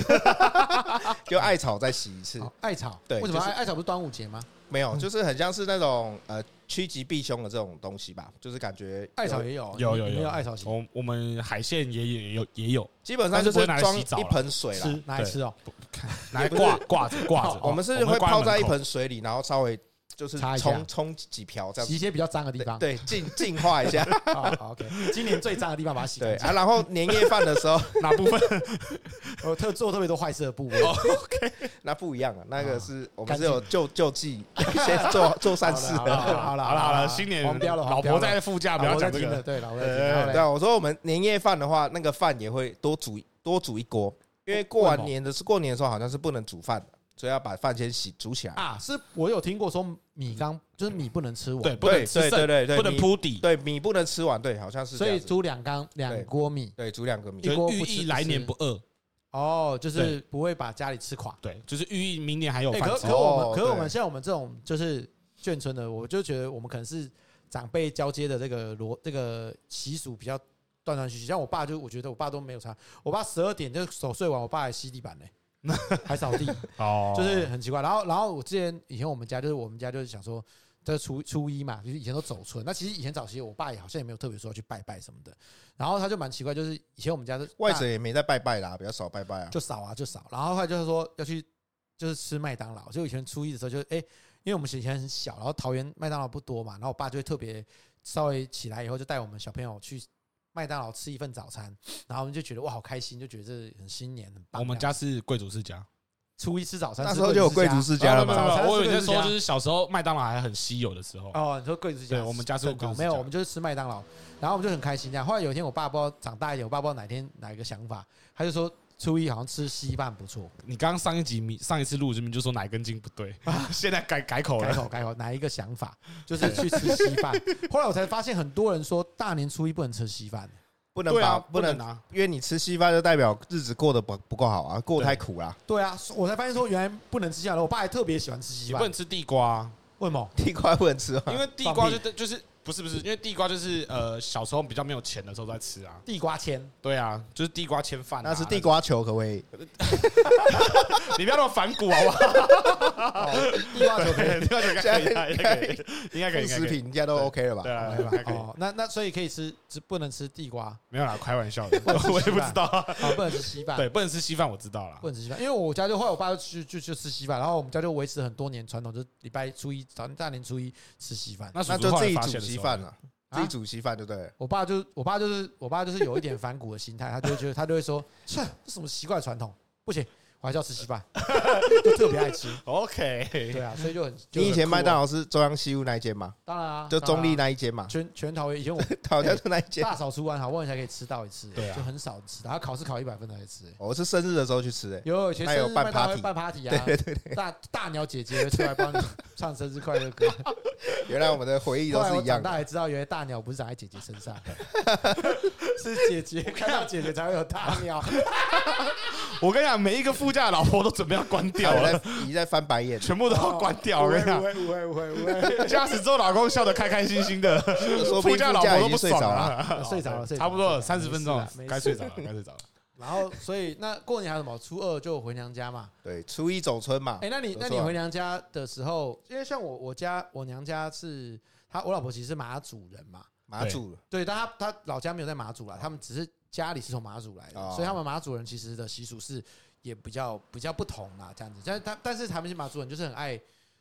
Speaker 2: (laughs) 就艾草再洗一次。
Speaker 1: 好哦艾草，
Speaker 2: 对
Speaker 1: 为什么
Speaker 2: 就是
Speaker 1: 艾艾草不是端午节吗？
Speaker 2: 没有，就是很像是那种呃趋吉避凶的这种东西吧，就是感觉
Speaker 1: 艾草也有，
Speaker 3: 有有
Speaker 1: 哦你们
Speaker 3: 有
Speaker 1: 有艾草洗，
Speaker 2: 哦
Speaker 3: 我我们海鲜也也也有也有
Speaker 2: 基本上就是
Speaker 3: 但是不会拿来
Speaker 2: 装
Speaker 3: 洗澡啦
Speaker 2: 一盆水啦。
Speaker 1: 吃拿来吃哦，
Speaker 2: (laughs)
Speaker 3: 拿来挂挂着
Speaker 1: (laughs)
Speaker 3: 挂着，
Speaker 2: 我们是
Speaker 3: 哦
Speaker 2: 会
Speaker 3: 挂
Speaker 2: 泡在一
Speaker 3: 门口
Speaker 2: 盆水里，然后稍微就是
Speaker 1: 擦一下
Speaker 2: 冲冲几瓢这样
Speaker 1: 洗一
Speaker 2: 子，
Speaker 1: 些比较脏的地
Speaker 2: 对
Speaker 1: 方。
Speaker 2: 对，净净化一下。
Speaker 1: 好好，OK，今年最脏的地方把它洗
Speaker 2: 对
Speaker 1: 干净。
Speaker 2: 啊，然后年夜饭的时候 (laughs)
Speaker 3: 哪部分？
Speaker 1: 我特做特别多坏事的部
Speaker 2: 哦
Speaker 1: 位。
Speaker 2: 那不一样啊，那个是我们
Speaker 1: 干
Speaker 2: 是
Speaker 1: 净
Speaker 2: 有救救济， (laughs) 先做做善事
Speaker 1: (laughs) 好了
Speaker 2: 的。
Speaker 1: 好了
Speaker 3: 好了好了，
Speaker 1: 了，
Speaker 3: 新年
Speaker 1: 黄标了，
Speaker 3: 老婆在副驾，
Speaker 2: 啊
Speaker 1: 老
Speaker 3: 不要
Speaker 1: 啊婆在
Speaker 3: 讲这
Speaker 1: 听的，
Speaker 3: 个。
Speaker 1: 对，老婆在听。然后
Speaker 2: 呃，
Speaker 1: 嘞
Speaker 2: 对啊，我说我们年夜饭的话，那个饭也会多煮多煮一锅，因为过完年的是过年的时候好像是不能煮饭的，所以要把饭先洗煮起来。
Speaker 1: 啊，是我有听过说米缸就是米不能吃完，
Speaker 3: 对，不能吃
Speaker 2: 对对
Speaker 3: 剩，
Speaker 2: 对对，
Speaker 3: 不能
Speaker 2: 米
Speaker 3: 铺底，
Speaker 2: 对米不能吃完，对，好像是
Speaker 1: 所
Speaker 2: 这
Speaker 1: 以
Speaker 2: 样子。
Speaker 1: 煮两缸两锅米。
Speaker 2: 对，煮两个米
Speaker 1: 对。一
Speaker 3: 就
Speaker 1: 锅
Speaker 3: 寓
Speaker 1: 不吃
Speaker 3: 意
Speaker 1: 不
Speaker 3: 来
Speaker 1: 吃
Speaker 3: 年不饿。
Speaker 1: 哦，就是不会把家里吃垮。
Speaker 3: 对，就是寓意明年还有
Speaker 1: 哎，
Speaker 3: 饭
Speaker 1: 可
Speaker 3: 吃
Speaker 1: 可。我们
Speaker 2: 哦
Speaker 1: 可我们
Speaker 2: 对
Speaker 1: 现在我们这种就是眷村的，我就觉得我们可能是长辈交接的这个罗这个习俗比较断断续续。像我爸就我觉得我爸都没有差，我爸十二点就守岁完，我爸还吸地板呢，
Speaker 2: (laughs)
Speaker 1: 还扫地。
Speaker 3: 哦
Speaker 1: 就是很奇怪。然后，然后我之前以前我们家就是我们家就是想说，这初初一嘛，就是以前都走村。那其实以前早期我爸也好像也没有特别说要去拜拜什么的。然后他就蛮奇怪，就是以前我们家的
Speaker 2: 外省也没在拜拜啦，比较少拜拜啊。
Speaker 1: 就少啊就少。然后后来就是说要去就是吃麦当劳，就以前初一的时候就哎、因为我们以前很小，然后桃园麦当劳不多嘛，然后我爸就会特别稍微起来以后就带我们小朋友去。麦当劳吃一份早餐，然后我们就觉得哇好开心，就觉得这很新年很棒。
Speaker 3: 我们家是贵族世家，
Speaker 1: 初一吃早餐，
Speaker 2: 那时候就啊有贵族世家了
Speaker 3: 没有
Speaker 2: 嘛。
Speaker 1: 早
Speaker 3: 没有
Speaker 1: 餐是
Speaker 3: 我有
Speaker 1: 贵
Speaker 3: 在
Speaker 1: 族
Speaker 3: 说，
Speaker 1: 家
Speaker 3: 就是小时候麦当劳还很稀有的时候，
Speaker 1: 哦，你说贵族家？
Speaker 3: 对我们家是
Speaker 1: 正
Speaker 3: 贵族
Speaker 1: 常
Speaker 3: 之
Speaker 1: 没有，
Speaker 3: 家
Speaker 1: 我们就是吃麦当劳，然后我们就很开心这样。后来有一天，我爸不知道长大一点，我爸不知道哪天哪一个想法，他就说初一好像吃稀饭不错，
Speaker 3: 你刚刚上一集你上一次录这边就说哪一根筋不对，现在改改口
Speaker 1: 啊改
Speaker 3: 了。
Speaker 1: 口改口，哪一个想法 (laughs) 就是去吃稀饭。后来我才发现，很多人说大年初一不能吃稀饭，
Speaker 2: 不能
Speaker 3: 对
Speaker 2: 把
Speaker 3: 啊，
Speaker 2: 不能，
Speaker 3: 拿。
Speaker 2: 因为你吃稀饭就代表日子过得不不够好啊，过得太苦啦。
Speaker 1: 对啊，我才发现说原来不能吃稀饭，我爸还特别喜欢吃稀
Speaker 3: 你
Speaker 1: 饭
Speaker 3: 不，能吃地瓜啊，
Speaker 1: 为什么？
Speaker 2: 地瓜不能 (laughs) 吃啊，
Speaker 3: (laughs) 因为地瓜就就是不是不是，因为地瓜就是呃小时候比较没有钱的时候在吃啊。
Speaker 1: 地瓜签
Speaker 3: 对啊，就是地瓜牵饭啊。
Speaker 2: 那是地瓜球可不可以？
Speaker 3: 你不要那么反骨好
Speaker 2: (laughs)
Speaker 3: 不好？
Speaker 2: 哦
Speaker 1: 地瓜球可以
Speaker 3: (laughs) 对，地瓜球应该可以啊，应该可以，应该可
Speaker 2: 副
Speaker 3: 以，应该
Speaker 2: 食
Speaker 3: 可以。
Speaker 2: 品应该都
Speaker 3: 对
Speaker 2: OK 了吧？
Speaker 3: 对啊，
Speaker 1: OK
Speaker 3: 对吧
Speaker 1: 吧？？哦，那那所以可以吃，只不能吃地瓜，啊，
Speaker 3: 没有啦，开玩笑的，
Speaker 1: 能吃
Speaker 3: 我也不
Speaker 1: 稀饭
Speaker 3: 知道啊。
Speaker 1: 不能吃稀饭。
Speaker 3: 对，不能吃稀饭，我知道啦
Speaker 1: 不。能吃稀饭，因为我家就后来我爸就去就就吃稀饭，然后我们家就维持很多年传统，就是礼拜初一早大年初一吃稀饭。
Speaker 3: 那叔
Speaker 2: 那
Speaker 3: 叔
Speaker 2: 就
Speaker 3: 后
Speaker 2: 自
Speaker 3: 来
Speaker 2: 己
Speaker 3: 发
Speaker 2: 煮
Speaker 3: 现的
Speaker 2: 稀
Speaker 3: 时候
Speaker 2: 饭了，自己
Speaker 1: 啊
Speaker 2: 煮稀饭对不对？
Speaker 1: 我爸就我爸就是我爸就是有一点反骨的心态，他就会觉得他就会说，切，这什么奇怪的传统，不行，我还是要吃稀饭，就特别爱吃。
Speaker 3: OK，
Speaker 1: 对啊，所以就很。就很
Speaker 2: 你以前
Speaker 1: 酷啊
Speaker 2: 麦当劳是中央西路那一间嘛？
Speaker 1: 当然啊，
Speaker 2: 就中
Speaker 1: 当
Speaker 2: 立
Speaker 1: 然啊
Speaker 2: 那一间嘛？
Speaker 1: 全全桃园以前我
Speaker 2: (laughs) 好像就那一
Speaker 1: (laughs)
Speaker 2: 间。
Speaker 1: 大扫除完好不容易才可以吃到一次，
Speaker 3: 对啊
Speaker 1: 就很少吃的，然后考试考一百分才可以吃。欸
Speaker 2: 我是生日的时候去
Speaker 1: (laughs)
Speaker 2: 吃的，
Speaker 1: 有以前
Speaker 2: 还
Speaker 1: 生
Speaker 2: 有
Speaker 1: 日麦
Speaker 2: 办
Speaker 1: 当劳
Speaker 2: party
Speaker 1: 会办 party 啊，大大鸟姐姐会出来帮
Speaker 2: (laughs)
Speaker 1: 你唱生日快乐歌。
Speaker 2: 原来我们的回忆
Speaker 1: 后
Speaker 2: 都
Speaker 1: 来
Speaker 2: 是
Speaker 1: 我
Speaker 2: 一
Speaker 1: 长
Speaker 2: 样
Speaker 1: 大
Speaker 2: 的。
Speaker 1: 才知道，原来大鸟不是长在姐姐身
Speaker 2: (laughs)
Speaker 1: 上，是姐姐看到姐姐才会有大鸟。
Speaker 3: 我跟你讲，每一个副驾的老婆都准备要关掉
Speaker 2: 我在
Speaker 3: 了，
Speaker 2: 哦你在翻白眼，
Speaker 3: (laughs) 全部都要关掉。我跟
Speaker 1: 误
Speaker 3: 你讲，
Speaker 1: 会误会误会误会，
Speaker 3: (laughs) 驾驶之后老公笑得开开心心的，
Speaker 2: 说不
Speaker 3: 副
Speaker 2: 定
Speaker 3: 驾
Speaker 2: 副
Speaker 3: 老
Speaker 2: 驾
Speaker 3: 婆
Speaker 2: 已
Speaker 3: 都
Speaker 2: 经
Speaker 3: 不
Speaker 2: 睡
Speaker 3: 爽啊
Speaker 2: 着了。
Speaker 3: (laughs) 了。
Speaker 1: 睡着了睡着了
Speaker 3: 哦差不多
Speaker 1: 没事啦
Speaker 3: 三十分钟
Speaker 1: 没，事
Speaker 3: 该睡
Speaker 1: (laughs)
Speaker 3: 着了，该睡着了。
Speaker 1: 然后所以那过年还有什么？初二就回娘家嘛。
Speaker 2: 对，初一走村嘛
Speaker 1: 哎、，那你
Speaker 2: 不错
Speaker 1: 那
Speaker 2: 啊
Speaker 1: 你回娘家的时候，因为像我我家我娘家是她我老婆其实是马祖人嘛，
Speaker 2: 马祖
Speaker 1: 对，但她她老家没有在马祖
Speaker 3: 哦
Speaker 1: 啦，他们只是家里是从马祖来的，
Speaker 2: 哦
Speaker 1: 所以他们马祖人其实的习俗是也比较比较不同啦，这样子。但是他但是他们是马祖人就是很爱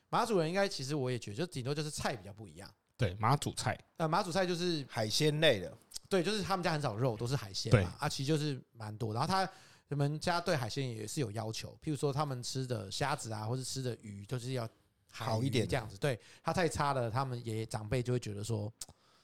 Speaker 1: 马祖人，应该其实我也觉得，就顶多就是菜比较不一样。
Speaker 3: 对，马煮菜，
Speaker 1: 呃，马祖菜就是
Speaker 2: 海鲜类的，
Speaker 1: 对，就是他们家很少肉，都是海鲜
Speaker 3: 对
Speaker 1: 嘛，啊，其实就是蛮多。然后他你们家对海鲜也是有要求，譬如说他们吃的虾子啊，或是吃的鱼，就是要海
Speaker 2: 好一
Speaker 1: 鱼
Speaker 2: 点的
Speaker 1: 这样子。对，他太差了，他们也长辈就会觉得说，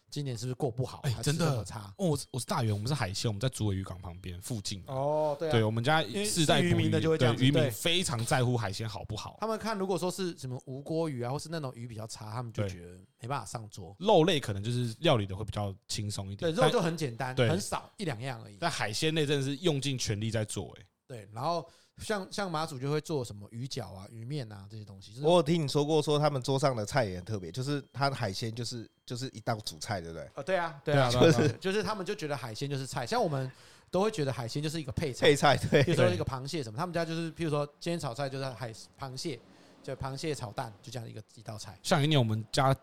Speaker 1: 今年是不是过不好？啊
Speaker 3: 哎
Speaker 1: 还吃
Speaker 3: 真的
Speaker 1: 这么差
Speaker 3: 哦，我是我是大员，我们是海鲜，我们在竹尾渔港旁边附近。
Speaker 1: 哦，对
Speaker 3: 对，我们家
Speaker 1: 为
Speaker 3: 世代
Speaker 1: 是渔
Speaker 3: 捕
Speaker 1: 民的就会这样
Speaker 3: 对
Speaker 1: 子
Speaker 3: 渔
Speaker 1: 对
Speaker 3: 民非常在乎海鲜好不好。
Speaker 1: 他们看如果说是什么无锅鱼啊，或是那种鱼比较差，他们就觉得没办法上桌。
Speaker 3: 肉类可能就是料理的会比较轻松一
Speaker 1: 对，
Speaker 3: 点，
Speaker 1: 肉
Speaker 3: 但
Speaker 1: 就很简单，
Speaker 3: 对
Speaker 1: 很少一两样而已。
Speaker 3: 但海鲜类真的是用尽全力在做，哎，
Speaker 1: 对，然后像像马祖就会做什么鱼饺啊、鱼面啊这些东西，就是
Speaker 2: 我有听你说过，说他们桌上的菜也很特别，就是他的海鲜就是就是一道主菜，对不对？
Speaker 1: 啊，对啊，对
Speaker 3: 对
Speaker 1: 啊，
Speaker 3: 啊
Speaker 1: 对啊
Speaker 3: 对啊
Speaker 1: 就是就是他们就觉得海鲜就是菜，像我们都会觉得海鲜就是一个配菜，
Speaker 2: 配菜对
Speaker 1: 比如说一个螃蟹什么，他们家就是，譬如说今天炒菜就是海螃蟹，就螃蟹炒蛋，就这样一个一道菜。
Speaker 3: 像有一年我们家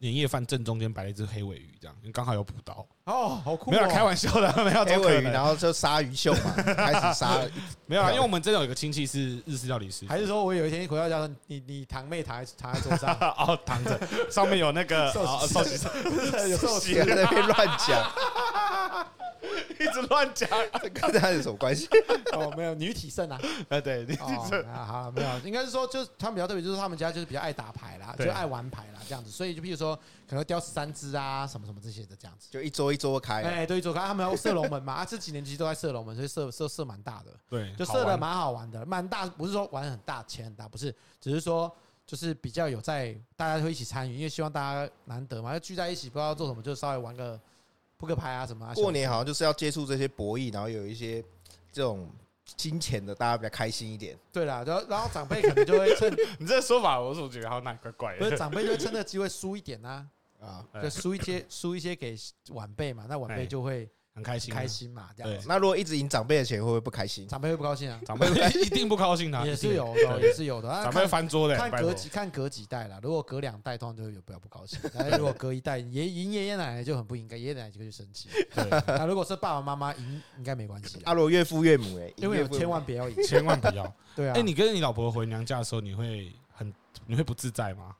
Speaker 3: 年夜饭正中间摆了一只黑尾鱼，这样因为刚好有捕到，
Speaker 1: 哦，好酷、哦！
Speaker 3: 没有啦开玩笑的， (laughs) 没有
Speaker 2: 黑
Speaker 3: 怎么
Speaker 2: 尾
Speaker 3: 可
Speaker 2: 鱼，
Speaker 3: 能
Speaker 2: 然后就杀鱼秀嘛，开始杀了一
Speaker 3: 没有啦，因为我们真的有一个亲戚是日式料理师，
Speaker 1: 还是说我有一天回到家说，你你堂妹躺在躺在桌
Speaker 3: (laughs)
Speaker 1: 上，
Speaker 3: (laughs) 哦躺着，上面有那个
Speaker 1: 寿
Speaker 3: 哦
Speaker 1: 司
Speaker 3: 寿司，
Speaker 1: 有时候
Speaker 3: (laughs)
Speaker 2: 只在那边乱讲，
Speaker 3: 一直乱讲，
Speaker 2: 这跟他有什么关系？
Speaker 1: 哦没有女体盛啊，
Speaker 3: 呃对，你
Speaker 1: 哦啊好了没有，应该是说就是他们比较特别，就是他们家就是比较爱打牌啦，
Speaker 3: 对
Speaker 1: 就爱玩牌啦这样子，所以就譬如说可能会雕十三只啊什么什么这些的这样子。
Speaker 2: 就一桌一桌开啊，
Speaker 1: 哎，对，左看他们要射龙门嘛，啊，这几年其实都在射龙门，所以射射射蛮大的。
Speaker 3: 对，
Speaker 1: 就射的蛮好玩的，蛮大，不是说玩很大，钱很大，不是，只是说就是比较有在大家会一起参与，因为希望大家难得嘛，要聚在一起，不知道做什么，就稍微玩个扑克牌啊什么啊。
Speaker 2: 过年好像就是要接触这些博弈，然后有一些这种金钱的，大家比较开心一点。
Speaker 1: 对啦，然后然后长辈可能就会趁，
Speaker 3: 你这说法，我怎么觉得好难怪怪
Speaker 1: 不是长辈就会趁这个机会输一点呐、
Speaker 2: 啊，
Speaker 3: 哎
Speaker 1: 啊，就输一些输一些给晚辈嘛，那晚辈就会
Speaker 3: 很开哎心，啊
Speaker 1: 开。心嘛，这样子，
Speaker 2: 那如果一直赢长辈的钱，会不会不开心？
Speaker 1: 长辈会不高兴啊，
Speaker 3: 长辈
Speaker 1: (laughs)
Speaker 3: 一定不高兴的啊，
Speaker 1: 也
Speaker 3: 一
Speaker 1: 是
Speaker 3: 定
Speaker 1: 有的，也是有的，啊
Speaker 3: 长
Speaker 1: 看
Speaker 3: 辈翻桌的，
Speaker 1: 看
Speaker 3: 拜
Speaker 1: 隔
Speaker 3: 托
Speaker 1: 几看隔几代啦，如果隔两代，通常就会有比较不高兴；但是如果隔一代， (laughs) 爷赢爷爷奶奶就很不应该，爷爷奶奶就会生气。
Speaker 3: 对
Speaker 1: 那如果是爸爸妈妈赢，应该没关系
Speaker 3: (laughs)
Speaker 1: 啦，
Speaker 2: 阿啊罗岳父岳母哎，
Speaker 1: 因为
Speaker 2: 岳
Speaker 1: 有
Speaker 2: 父岳母
Speaker 1: 千万不要赢。
Speaker 3: 千万不要。
Speaker 1: (laughs) 对啊，
Speaker 3: 哎，你跟你老婆回娘家的时候，你会很你会不自在吗？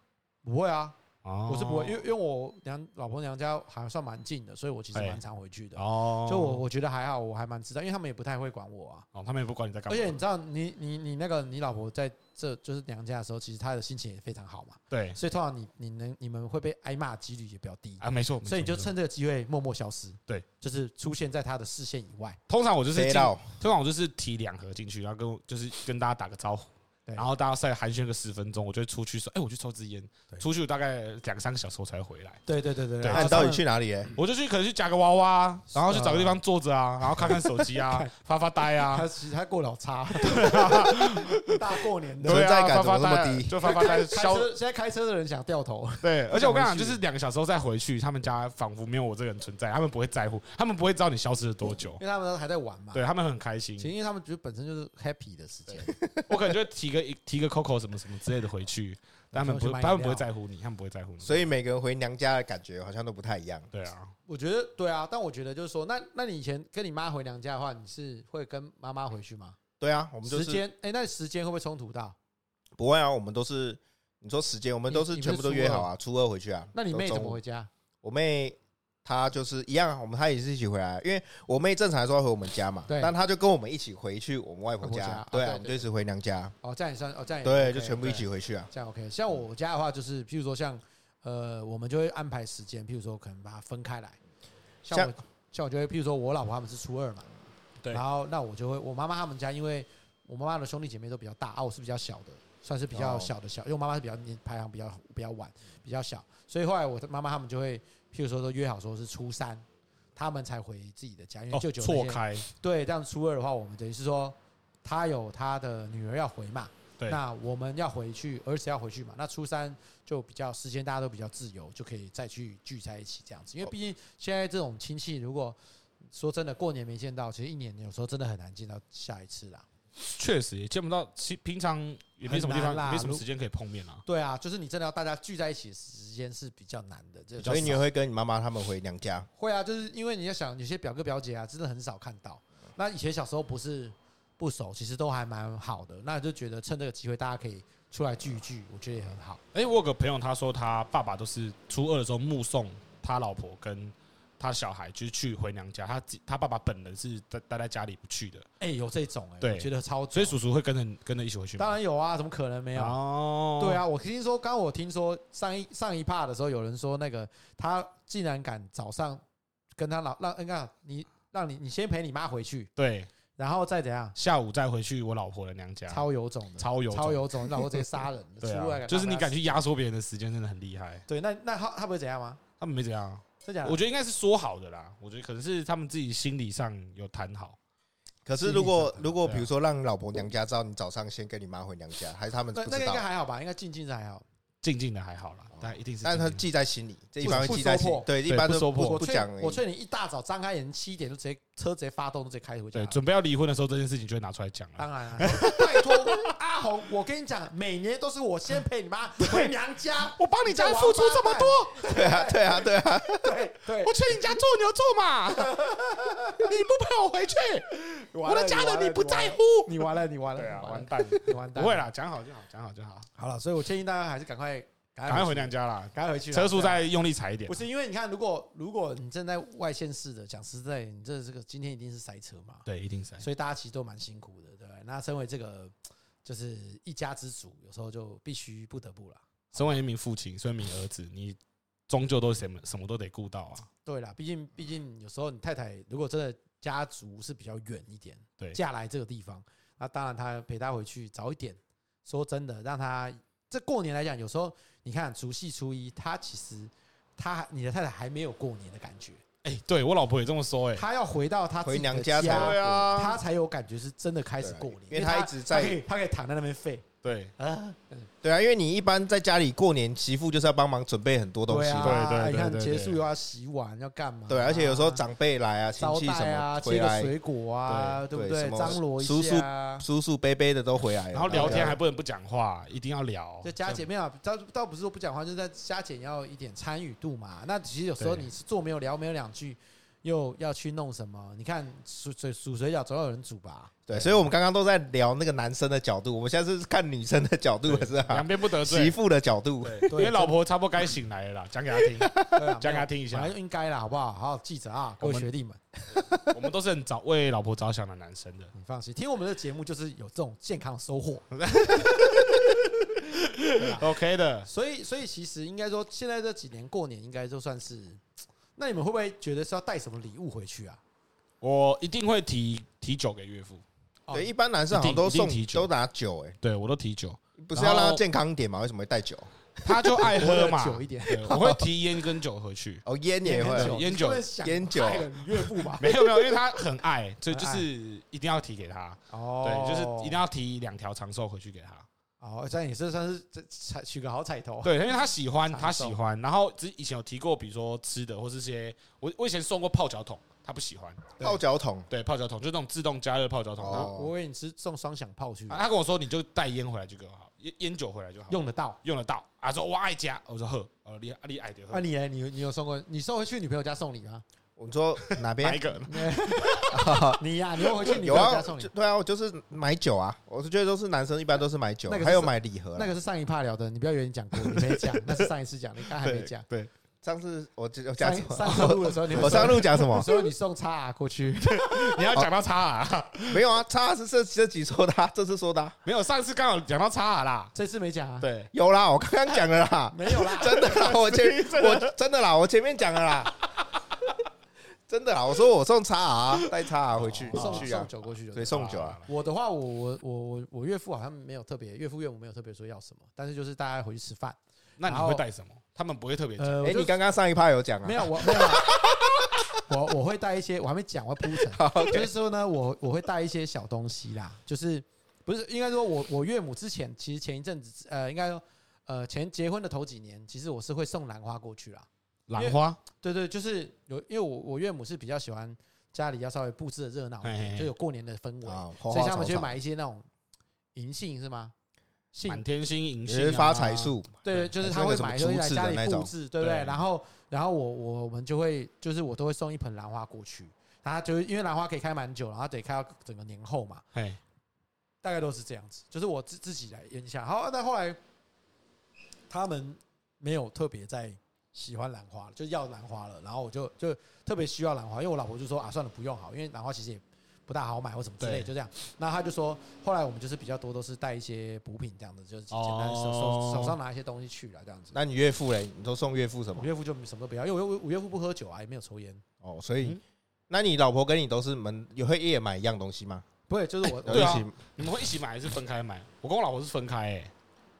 Speaker 1: 不会啊？
Speaker 3: 哦
Speaker 1: 我是不会，因为因为我娘老婆娘家还算蛮近的，所以我其实
Speaker 3: 哎
Speaker 1: 蛮常回去的。
Speaker 3: 哦，
Speaker 1: 就我我觉得还好，我还蛮知道，因为他们也不太会管我啊。
Speaker 3: 哦，他们也不管你在干
Speaker 1: 而
Speaker 3: 嘛，
Speaker 1: 且你知道，你你你那个你老婆在这就是娘家的时候，其实她的心情也非常好嘛，
Speaker 3: 对
Speaker 1: 所以通常你你能你们会被挨骂的几率也比较低。
Speaker 3: 啊，没错，
Speaker 1: 所以你就
Speaker 3: 趁。
Speaker 1: 趁这个机会默默消失，
Speaker 3: 对，
Speaker 1: 就是出现在他的视线以外。
Speaker 3: 通常我就是
Speaker 2: 谁
Speaker 3: 进，
Speaker 2: 到
Speaker 3: 通常我就是提两盒进去，然后跟我就是跟大家打个招呼，
Speaker 1: 对
Speaker 3: 然后大家再寒暄个十分钟，我就会出去说，哎，我去抽支烟，
Speaker 1: 对
Speaker 3: 出去大概两三个小时我才回来，
Speaker 1: 对对对对啊
Speaker 3: 对
Speaker 2: 那你到底去哪里？哎，
Speaker 3: 嗯我就去可能去夹个娃娃啊，然后去找个地方坐着啊，然后看看手
Speaker 1: (laughs)
Speaker 3: 机啊，发发呆啊
Speaker 1: 他，啊其实他过得好差， (laughs)
Speaker 3: (laughs)
Speaker 1: 大过年
Speaker 2: (laughs)
Speaker 1: 的，
Speaker 3: 对
Speaker 2: 存在
Speaker 3: 啊，
Speaker 2: 感
Speaker 3: 发
Speaker 2: 怎么
Speaker 3: 发
Speaker 2: 那么
Speaker 3: 呆
Speaker 2: 低
Speaker 3: 就发发呆，
Speaker 1: 开
Speaker 3: 消
Speaker 1: 车现在开车的人想掉头，
Speaker 3: 对，而且我跟你讲，
Speaker 1: 回
Speaker 3: 就
Speaker 1: 去
Speaker 3: 是两个小时后再回去，他们家仿佛没有我这个人存在，他们不会在乎，他们不会知道你消失了多久
Speaker 1: 因，为他们还在玩嘛。
Speaker 3: 对他们很开心
Speaker 1: 啊其。实因为他们觉得本身就是 happy 的时间，
Speaker 3: 我可能就会提个提个 Coco 什么什么之类的回去，但他们不
Speaker 1: 去买饮料
Speaker 3: 他们不会在乎你，他们不会在乎你。
Speaker 2: 所以每个人回娘家的感觉好像都不太一样。
Speaker 3: 对啊，
Speaker 1: 我觉得对啊。但我觉得就是说，那那你以前跟你妈回娘家的话，你是会跟妈妈回去吗？
Speaker 2: 对啊，我们就
Speaker 1: 时
Speaker 2: 是
Speaker 1: 间，哎，那时间会不会冲突到？
Speaker 2: 不会啊，我们都是你说时间，我们都是
Speaker 1: 你你不是
Speaker 2: 全部都约好啊，初二回去啊。
Speaker 1: 那你妹
Speaker 2: 都
Speaker 1: 怎
Speaker 2: 中午
Speaker 1: 么回家？
Speaker 2: 我妹她就是一样啊，我们她也是一起回来，因为我妹正常来说要回我们家嘛，
Speaker 1: 对
Speaker 2: 但她就跟我们一起回去我们外婆
Speaker 1: 外婆
Speaker 2: 家
Speaker 1: 家，
Speaker 2: 对
Speaker 1: 啊对
Speaker 2: 啊，我们就一起回娘家，
Speaker 1: 哦，这样也算，哦，这样也
Speaker 2: 对，
Speaker 1: OK，
Speaker 2: 就全部一
Speaker 1: 对
Speaker 2: 起回去啊。
Speaker 1: 这样 OK。像我家的话，就是譬如说像呃，我们就会安排时间，譬如说可能把它分开来。像我像我就会，譬如说我老婆他们是初二嘛，
Speaker 3: 对
Speaker 1: 然后那我就会我妈妈他们家，因为我妈妈的兄弟姐妹都比较大啊，我是比较小的，算是比较
Speaker 2: 哦
Speaker 1: 小的小，因为我妈妈是比较年排行比较比较晚，比较小，所以后来我的妈妈他们就会，譬如说都约好说是初三。他们才回自己的家，因为
Speaker 3: 哦，
Speaker 1: 舅舅那
Speaker 3: 错
Speaker 1: 些
Speaker 3: 开，
Speaker 1: 对，这样初二的话，我们等于是说，他有他的女儿要回嘛，
Speaker 3: 对
Speaker 1: 那我们要回去，儿子要回去嘛，那初三就比较时间大家都比较自由，就可以再去聚在一起这样子，因为毕竟现在这种亲戚，如果说真的过年没见到，其实一年有时候真的很难见到下一次啦。
Speaker 3: 确实也见不到，其平常也没什么地
Speaker 1: 很难
Speaker 3: 方，
Speaker 1: 啦
Speaker 3: 没什么时间可以碰面啊。
Speaker 1: 对啊，就是你真的要大家聚在一起的时间是比较难的，这
Speaker 2: 所以你会跟你妈妈他们回娘家，
Speaker 1: 会啊，就是因为你要想，有些表哥表姐啊，真的很少看到。那以前小时候不是不熟，其实都还蛮好的。那就觉得趁这个机会，大家可以出来聚一聚，我觉得也很好。
Speaker 3: 哎，我有个朋友，他说他爸爸都是初二的时候目送他老婆跟他小孩，就是去回娘家。他自他爸爸本人是待待在家里不去的，
Speaker 1: 哎、有这种哎、
Speaker 3: 对
Speaker 1: 我觉得超准。
Speaker 3: 所以叔叔会跟着跟着一起回去吗。
Speaker 1: 当然有啊，怎么可能没有？
Speaker 3: 哦，
Speaker 1: 对，啊，我听说，刚刚我听说上一上一趴的时候，有人说那个他竟然敢早上跟他老让，你看你让你你先陪你妈回去，
Speaker 3: 对，
Speaker 1: 然后再怎样，
Speaker 3: 下午再回去我老婆的娘家，
Speaker 1: 超有种的，
Speaker 3: 啊超有
Speaker 1: 超，有种，你老婆直接杀人
Speaker 3: (laughs) 对
Speaker 1: 了，出来
Speaker 3: 啊，就是你敢
Speaker 1: 感
Speaker 3: 去压缩别人的时间，真的很厉害。
Speaker 1: 对，那那他他不会怎样吗？
Speaker 3: 他们没怎样，
Speaker 1: 真假的？
Speaker 3: 我觉得应该是说好的啦。我觉得可能是他们自己心理上有谈好，
Speaker 2: 可是如果
Speaker 1: 心里想的
Speaker 2: 如果
Speaker 3: 对啊
Speaker 2: 比如说让你老婆娘家知道你早上先跟你妈回娘家，还是他们不
Speaker 1: 那那
Speaker 2: 知
Speaker 1: 个应该
Speaker 2: 道？
Speaker 1: 还好吧？应该静静是还好。
Speaker 3: 静静的还好啦，
Speaker 1: 哦
Speaker 3: 但一定是静
Speaker 2: 但
Speaker 3: 静
Speaker 2: 是
Speaker 3: 的，
Speaker 2: 他记在心里，这一
Speaker 1: 不
Speaker 2: 般
Speaker 1: 不
Speaker 2: 会记在心
Speaker 1: 说破，
Speaker 2: 对，一
Speaker 3: 对
Speaker 2: 般
Speaker 3: 不
Speaker 2: 都
Speaker 3: 说破
Speaker 2: 不不
Speaker 1: 劝
Speaker 2: 讲而已。
Speaker 1: 我劝你一大早张开眼，七点就直接车直接发动，就直接开回家
Speaker 3: 对
Speaker 1: 了。
Speaker 3: 准备要离婚的时候，这件事情就会拿出来讲
Speaker 1: 啊
Speaker 3: 了。
Speaker 1: 当然、啊， (laughs) 拜托阿红，我跟你讲，每年都是我先陪你妈回娘家，
Speaker 3: 我帮你家付出这么多，
Speaker 2: 对啊，对啊，对啊，
Speaker 1: 对 (laughs) 对
Speaker 3: (laughs) 我，去你家做牛做
Speaker 1: (laughs)
Speaker 3: 马，你不陪我回去，
Speaker 1: 完
Speaker 3: 我
Speaker 1: 了
Speaker 3: 的家人你不在乎。
Speaker 1: 你完了，你完了，你啊完了，
Speaker 3: 蛋，
Speaker 1: 你完蛋，
Speaker 3: 不会。啦，讲好就好，讲好就好，
Speaker 1: 好了，所以我建议大家还是赶快赶
Speaker 3: 赶快回
Speaker 1: 去
Speaker 3: 娘，家啦，
Speaker 1: 赶快回去啦，
Speaker 3: 车速
Speaker 1: 对啊
Speaker 3: 再用力踩一点
Speaker 1: 不。是因为你看，如果如果你正在外县市的，讲实在，你这这个今天一定是塞车嘛，
Speaker 3: 对，一定
Speaker 2: 哎
Speaker 3: 塞。
Speaker 1: 所以大家其实都蛮辛苦的，对不对？那身为这个就是一家之主，有时候就必须不得不啦。
Speaker 3: 身为一名父亲，身为一名儿子，你终究都什么什么都得顾到啊。
Speaker 1: 对啦，毕竟毕竟有时候你太太如果真的家族是比较远一点，
Speaker 3: 对
Speaker 1: 嫁来这个地方，那当然她陪她回去早一点。说真的，让她这过年来讲，有时候你看除夕初一，她其实她你的太太还没有过年的感觉，
Speaker 3: 哎，对我老婆也这么说，哎，
Speaker 1: 她要回到她自己的
Speaker 2: 回娘家才
Speaker 1: 家
Speaker 2: 对啊
Speaker 1: 他才有感觉是真的开始过年，
Speaker 2: 因为他一直在
Speaker 1: 他可以他可以躺在那边废
Speaker 3: 对，
Speaker 1: 啊，
Speaker 2: 对啊，因为你一般在家里过年，媳妇就是要帮忙准备很多东西
Speaker 1: 对
Speaker 2: 嘛，
Speaker 3: 对对
Speaker 1: 啊，
Speaker 3: 对
Speaker 1: 你看
Speaker 3: 对
Speaker 1: 结
Speaker 3: 对
Speaker 1: 束又要洗碗要干嘛？
Speaker 2: 对，而且有时候长辈来啊，亲
Speaker 1: 招
Speaker 2: 戚什
Speaker 1: 待啊，
Speaker 2: 么
Speaker 1: 切
Speaker 2: 回
Speaker 1: 个
Speaker 2: 来，
Speaker 1: 水果啊，对不
Speaker 2: 对对
Speaker 1: 对？
Speaker 2: 什么
Speaker 1: 张罗一下啊，
Speaker 2: 叔叔伯伯的都回来
Speaker 1: 哎
Speaker 2: 了，
Speaker 3: 然后聊天
Speaker 2: 对
Speaker 3: 还
Speaker 2: 啊
Speaker 3: 不能不讲话，一定要聊。
Speaker 1: 就加减没有，倒倒不是说不讲话，就是在加减要一点参与度嘛。那其实有时候
Speaker 3: 对
Speaker 1: 你是做没有聊没有两句，又要去弄什么？你看煮水煮水饺总要有人煮吧？
Speaker 2: 对，所以我们刚刚都在聊那个男生的角度，我们现在是看女生的角度了，是
Speaker 3: 两
Speaker 2: 吧？
Speaker 3: 边不得
Speaker 2: 媳
Speaker 3: 罪，
Speaker 2: 妇的角度，
Speaker 3: (laughs) 对因为老婆差不多该醒来了啦，讲给她听， (laughs)
Speaker 1: 对啊
Speaker 3: 讲给她听一
Speaker 1: 本
Speaker 3: 下
Speaker 1: 来。就应该啦，好不好？好，记着啊，各
Speaker 3: 我
Speaker 1: 位
Speaker 3: 们
Speaker 1: 学弟们，
Speaker 3: 我们都是很早为老婆着想的男生的。
Speaker 1: 你放心，听我们的节目就是有这种健康收获。啊
Speaker 3: OK 的，
Speaker 1: 所以，所以其实应该说，现在这几年过年应该就算是，那你们会不会觉得是要带什么礼物回去啊？
Speaker 3: 我一定会提提酒给岳父，
Speaker 1: 哦
Speaker 2: 对，一般男生好像
Speaker 3: 一
Speaker 2: 都
Speaker 3: 定
Speaker 2: 送
Speaker 3: 一定提酒
Speaker 2: 都拿酒，哎，
Speaker 3: 对我都提酒，
Speaker 2: 不是要让他健康一点嘛？为什么会带酒？。
Speaker 3: 他就爱喝嘛，
Speaker 1: 我喝酒一点
Speaker 3: 对我会提烟跟酒回去
Speaker 2: 哦，烟也
Speaker 1: 烟酒你会
Speaker 2: 会，
Speaker 3: 烟酒
Speaker 1: 不会想
Speaker 2: 烟酒
Speaker 1: 害了你岳父吧？
Speaker 3: (laughs) 没有没有，因为他很 (laughs) 爱，所以就
Speaker 1: 很爱
Speaker 3: 是一定要提给他。
Speaker 1: 哦
Speaker 3: 对，就是一定要提两条长寿回去给他。
Speaker 1: 哦，这样也是算是这彩取个好彩头。
Speaker 3: 对，因为他喜欢，
Speaker 1: 长寿
Speaker 3: 他喜欢。然后之以前有提过，比如说吃的或是些，我我以前送过泡脚桶，他不喜欢。
Speaker 2: 泡脚桶，
Speaker 3: 对，泡脚桶就是那种自动加热泡脚桶。
Speaker 1: 我，
Speaker 2: 哦
Speaker 1: 我以为你是送双响炮去
Speaker 3: 啊，他跟我说你就带烟回来就给我好，烟烟酒回来就好，用
Speaker 1: 用得到。
Speaker 3: 用得到。啊，说我爱家，我说喝，哦，你你爱的
Speaker 1: 啊，
Speaker 3: 喝，
Speaker 1: 你嘞你你有送过？你送回去女朋友家送礼吗？
Speaker 2: 我说哪
Speaker 3: 哪一
Speaker 2: 边
Speaker 3: 个？ (laughs)
Speaker 1: 你呀，你会回去女
Speaker 2: 啊有
Speaker 1: 朋友家
Speaker 2: 啊？
Speaker 1: 送
Speaker 2: 就
Speaker 1: 礼？
Speaker 2: 对啊，我就是买酒啊，我是觉得都是男生一般都是买酒
Speaker 1: 那个，是
Speaker 2: 还有买礼盒啦啊
Speaker 1: 那。个是上一趴聊的，你不要以为你讲过，你没讲，那是上一次讲，你刚才还没讲。
Speaker 3: 对，
Speaker 2: 上次我我讲
Speaker 1: 上
Speaker 2: 什
Speaker 1: 一
Speaker 2: 么？
Speaker 1: 上次录的时候，你
Speaker 2: 我上路讲什么
Speaker 1: 的？时候你送叉 R 过去，
Speaker 3: 你要讲到叉啊？
Speaker 2: 没有啊，叉是这这集说的啊，这次说的啊
Speaker 3: 没有，上次刚好讲到叉啊啦。
Speaker 1: 这次没讲啊？
Speaker 3: 对，
Speaker 2: 有啦，我刚刚讲了
Speaker 1: (laughs)
Speaker 2: 啦，
Speaker 1: 没有啊啦，
Speaker 2: 真的啦，我前我真的啦，我前面讲了啦， (laughs) 真的啦，我说我送叉 R 带叉 R 回去
Speaker 1: 哦送
Speaker 2: 去啊
Speaker 1: 送，酒过去
Speaker 2: 对，
Speaker 1: 的。
Speaker 2: 送酒啊，
Speaker 1: 我的话，我我我我我岳父好像没有特别，岳父岳母没有特别说要什么，但是就是大家回去吃饭。
Speaker 3: 那你会带什么？他们不会特别讲。
Speaker 1: 呃，我
Speaker 2: 哎，
Speaker 1: 就
Speaker 2: 你刚刚上一趴有讲啊，
Speaker 1: 没有我没有啊，我我会带一些，我还没讲，我要铺
Speaker 2: (laughs)
Speaker 1: 陈。就是说呢，我我会带一些小东西啦，就是不是应该说我我岳母之前其实前一阵子呃，应该说呃前结婚的头几年，其实我是会送兰花过去啦。
Speaker 3: 兰花，
Speaker 1: 对对，就是有，因为我我岳母是比较喜欢家里要稍微布置的热闹一
Speaker 2: 哎
Speaker 3: 嘿嘿
Speaker 1: 点，
Speaker 3: 嘿
Speaker 1: 就有过年的氛围，
Speaker 2: 啊，花
Speaker 1: 所以他
Speaker 2: 花草
Speaker 1: 们就会
Speaker 2: 草，
Speaker 1: 买一些那种银杏是吗？杏
Speaker 3: 满天星银
Speaker 2: 也
Speaker 3: 杏
Speaker 2: 是
Speaker 3: 啊
Speaker 2: 发财。树，
Speaker 1: 对，就是他
Speaker 2: 那
Speaker 1: 会
Speaker 2: 个什么
Speaker 1: 买东西
Speaker 2: 竹
Speaker 1: 来
Speaker 2: 子
Speaker 1: 家
Speaker 2: 的
Speaker 1: 里
Speaker 2: 那
Speaker 1: 布
Speaker 2: 种
Speaker 1: 置，对不对？
Speaker 3: 对
Speaker 1: 然后然后我我我们就会就是我都会送一盆兰花过去，然后就是因为兰花可以开蛮久，然后得开到整个年后嘛，
Speaker 3: 嘿，
Speaker 1: 大概都是这样子，就是我自自己来研一下。好，那后来他们没有特别在喜欢兰花，就要兰花了，然后我就就特别需要兰花，因为我老婆就说啊，算了，不用好，因为兰花其实也不大好买或什么之类，
Speaker 3: 对
Speaker 1: 就这样。那他就说，后来我们就是比较多都是带一些补品这样子，就是简单手
Speaker 3: 哦
Speaker 1: 手手上拿一些东西去了这样子。
Speaker 2: 那你岳父嘞？你都送岳父什
Speaker 1: 我
Speaker 2: 么？
Speaker 1: 岳父就什么都不要，因为我我我岳父不喝酒啊，也没有抽烟，
Speaker 2: 哦，所以
Speaker 3: 嗯
Speaker 2: 那你老婆跟你都是门也会也买一样东西吗？
Speaker 1: 不会就是我。
Speaker 2: 有
Speaker 3: 对
Speaker 2: 一
Speaker 3: 啊
Speaker 2: 起？
Speaker 3: 你们会一起买还是分开买？我跟我老婆是分开诶、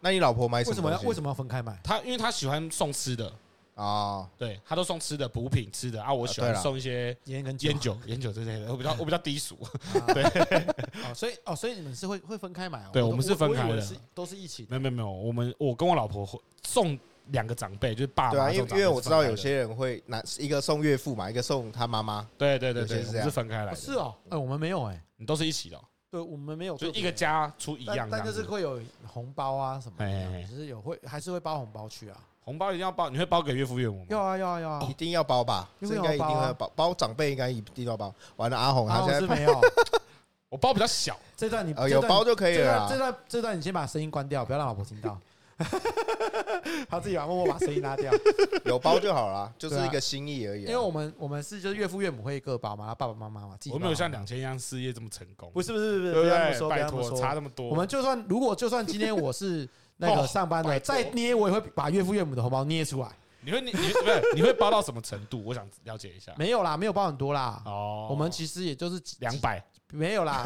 Speaker 2: 那你老婆买
Speaker 1: 为
Speaker 2: 什
Speaker 1: 什么要为
Speaker 2: 么
Speaker 1: 什么要分开买？
Speaker 3: 她因为她喜欢送吃的，
Speaker 2: 哦，
Speaker 3: 对他都送吃的补品吃的啊，我喜欢
Speaker 2: 对啦
Speaker 3: 送一些
Speaker 1: 烟跟酒
Speaker 3: 烟
Speaker 2: (laughs)
Speaker 3: 酒烟酒之类的，我比较我比较低俗， (laughs)
Speaker 1: 对，哦，所以哦，所以你们是会会分开买哦？
Speaker 3: 对
Speaker 1: 都
Speaker 3: 我们是分开的
Speaker 1: 我以为是都是一起的。
Speaker 3: 没有没有没有，我们我跟我老婆会送两个长辈，就是爸
Speaker 2: 对
Speaker 3: 妈
Speaker 2: 啊，
Speaker 3: 这
Speaker 2: 因
Speaker 3: 种
Speaker 2: 为
Speaker 3: 长辈是分开的，
Speaker 2: 因为我知道有些人会拿一个送岳父嘛，一个送他妈妈，
Speaker 3: 对对对
Speaker 2: 有些
Speaker 3: 对，
Speaker 2: 是
Speaker 3: 我
Speaker 2: 这
Speaker 3: 们
Speaker 2: 样
Speaker 3: 是分开来
Speaker 1: 哦
Speaker 3: 的，
Speaker 1: 是哦，哎，我们没有哎，
Speaker 3: 你都是一起的哦，
Speaker 1: 对我们没有，
Speaker 3: 就是一个家出一
Speaker 1: 但
Speaker 3: 样这
Speaker 1: 但
Speaker 3: 样
Speaker 1: 就
Speaker 3: 子，
Speaker 1: 是会有红包啊什么
Speaker 3: 哎哎
Speaker 1: 的
Speaker 3: 哎，
Speaker 1: 就是有会还是会包红包去啊。
Speaker 3: 红包一定要包，你会包给岳父岳母
Speaker 1: 要
Speaker 3: 吗？
Speaker 1: 啊要啊要啊
Speaker 3: 哦
Speaker 2: 一，定要包吧？
Speaker 1: 因
Speaker 2: 这
Speaker 1: 为
Speaker 2: 应该一定
Speaker 1: 要包啊
Speaker 2: 要包，包长辈应该一定要包。完了，阿红
Speaker 1: 啊
Speaker 2: 他
Speaker 1: 我是
Speaker 2: 现在
Speaker 1: 没
Speaker 3: (laughs)
Speaker 1: 有
Speaker 3: 我包比较小，
Speaker 1: 这段你
Speaker 2: 呃
Speaker 3: 哦
Speaker 1: 这
Speaker 2: 有
Speaker 1: 段
Speaker 2: 包就可以
Speaker 1: 这
Speaker 2: 了
Speaker 1: 段
Speaker 3: 啊
Speaker 1: 这
Speaker 2: 啦。
Speaker 1: 段这段你先把声音关掉，不要让老婆听到。他自己把默默把声音拉
Speaker 3: (laughs)
Speaker 1: 掉，
Speaker 2: 有包就好啦，就是
Speaker 1: 对啊
Speaker 2: 一个心意而已
Speaker 1: 因
Speaker 2: 啊。
Speaker 1: 为我们我们是就是岳父岳母会各包嘛，然后爸爸妈妈嘛，自己
Speaker 3: 我没有
Speaker 1: 包啊
Speaker 3: 像两千一样事业这么成功，
Speaker 1: 不是不是不是，
Speaker 3: 对
Speaker 1: 不
Speaker 3: 不
Speaker 1: 要这么
Speaker 3: 对？
Speaker 1: 说，不
Speaker 3: 拜
Speaker 1: 要这么
Speaker 3: 托，
Speaker 1: 说，
Speaker 3: 差那么多，
Speaker 1: 我们就算如果就算今天我
Speaker 3: (laughs)
Speaker 1: 是那个
Speaker 3: 哦
Speaker 1: 上班的，
Speaker 3: 拜托啊
Speaker 1: 再捏我也会把岳父岳母的红包捏出来。
Speaker 3: 你会你你不是你会包到什么程度？我想了解一下。
Speaker 1: 没有啦，没有包很多啦。
Speaker 3: 哦，
Speaker 1: 我们其实也就是几
Speaker 3: 两百，
Speaker 1: 没有
Speaker 3: (laughs)
Speaker 1: 啦，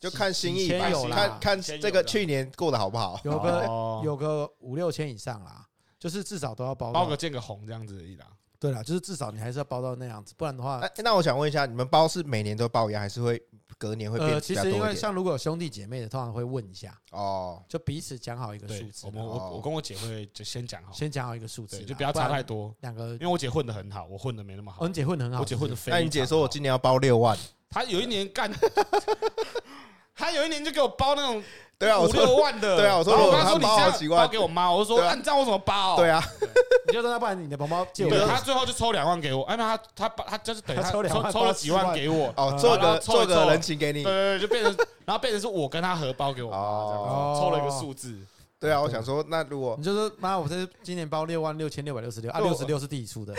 Speaker 2: 就看心意
Speaker 1: 几
Speaker 2: 吧
Speaker 1: 千有，啦
Speaker 2: 看看
Speaker 3: 几千有
Speaker 2: 这个
Speaker 3: 啦
Speaker 2: 去年过得好不好。
Speaker 1: 有个
Speaker 3: 哦
Speaker 1: 有个五六千以上啦，就是至少都要包到
Speaker 3: 包个。见个红这样子而已啦。
Speaker 1: 对啦，就是至少你还是要包到那样子，不然的话
Speaker 2: 哎，，那我想问一下，你们包是每年都包一样，还是会隔年会变
Speaker 1: 呃，
Speaker 2: 比
Speaker 1: 其
Speaker 2: 较
Speaker 1: 实因
Speaker 2: 多
Speaker 1: 为
Speaker 2: 一点？
Speaker 1: 像如果有兄弟姐妹的，通常会问一下，
Speaker 2: 哦，
Speaker 1: 就彼此讲好一个
Speaker 3: 对
Speaker 1: 数，字
Speaker 3: 我，们
Speaker 2: 哦
Speaker 3: 我我跟我姐会就先讲好，
Speaker 1: 先讲好一个数字
Speaker 3: 对，
Speaker 1: 啦，
Speaker 3: 就不要差
Speaker 1: 然
Speaker 3: 太多，
Speaker 1: 两个
Speaker 3: 因。为我姐混的很好，我混的没那么好
Speaker 1: 哦，。你姐混得很好，
Speaker 3: 我姐混
Speaker 1: 是
Speaker 3: 的
Speaker 1: 不是
Speaker 3: 非常哦
Speaker 2: 那
Speaker 3: 好。
Speaker 2: 你姐说我今年要包六万，
Speaker 3: 她有一年干，她有一年就给我包那种
Speaker 2: 对啊，我
Speaker 3: 五
Speaker 2: 说
Speaker 3: 六万的，
Speaker 2: 对啊我说
Speaker 3: 然后
Speaker 2: 如
Speaker 3: 我
Speaker 2: 果
Speaker 3: 妈
Speaker 2: 她
Speaker 3: 说你
Speaker 2: 包好
Speaker 3: 这
Speaker 2: 几
Speaker 3: 样
Speaker 2: 万
Speaker 3: 包给我妈，我说
Speaker 2: 对啊
Speaker 3: 啊你这样我怎么包？
Speaker 2: 对啊，
Speaker 1: (laughs) 你就说那不然你的红包借我
Speaker 3: 对，
Speaker 2: 对
Speaker 3: 她最后就抽两万给我，哎那她她把她就是等于
Speaker 1: 她
Speaker 3: 她
Speaker 1: 抽
Speaker 3: 抽
Speaker 1: 两万
Speaker 3: 抽了几
Speaker 1: 包
Speaker 3: 万
Speaker 1: 十万
Speaker 3: 给我，
Speaker 2: 哦，做
Speaker 3: 呃然
Speaker 2: 个
Speaker 3: 后凑一
Speaker 2: 做个
Speaker 3: 凑
Speaker 2: 人情给你
Speaker 3: 对，对，对就变成然后变成是我跟她合包给我妈这样哦
Speaker 1: 哦
Speaker 3: 子，抽了一个数字。
Speaker 2: 对啊，我想说，那如
Speaker 3: (laughs)
Speaker 2: 果
Speaker 1: 你就说妈，我这今年包六万六千六百六十六啊，
Speaker 3: 对
Speaker 1: 六
Speaker 3: 我
Speaker 1: 十六是自己出的，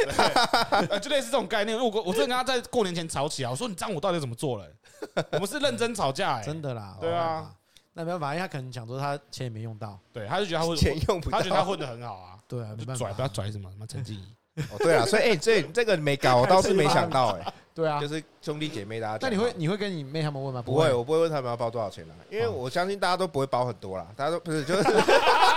Speaker 3: 呃，就类似这种概念。因为我我真的跟他在过年前吵起来，我说你这样我到底怎么做人？我们是认真吵架、欸，
Speaker 1: 真的啦。
Speaker 3: 对啊
Speaker 1: 没办法，那没办法，因为他可能想说他钱也没用到，
Speaker 3: 对，他就觉得他混，
Speaker 2: 钱用不到
Speaker 3: 他，觉得他混的很好啊，
Speaker 1: 对啊，没
Speaker 3: 就
Speaker 1: 办
Speaker 3: 拽，不要
Speaker 1: 法，
Speaker 3: 拽什么什么陈
Speaker 1: (laughs)
Speaker 3: 静怡，
Speaker 2: 哦对啊，所以哎，这这个没搞，我倒是没想到
Speaker 3: (laughs)
Speaker 2: 哎，
Speaker 1: 对啊
Speaker 2: 就。是兄弟姐妹大家讲好。
Speaker 1: 那你会你会跟你妹他们问吗？
Speaker 2: 不会，我不会问他们要包多少钱啦，因为
Speaker 3: 哦
Speaker 2: 我相信大家都不会包很多啦，大家都不是就是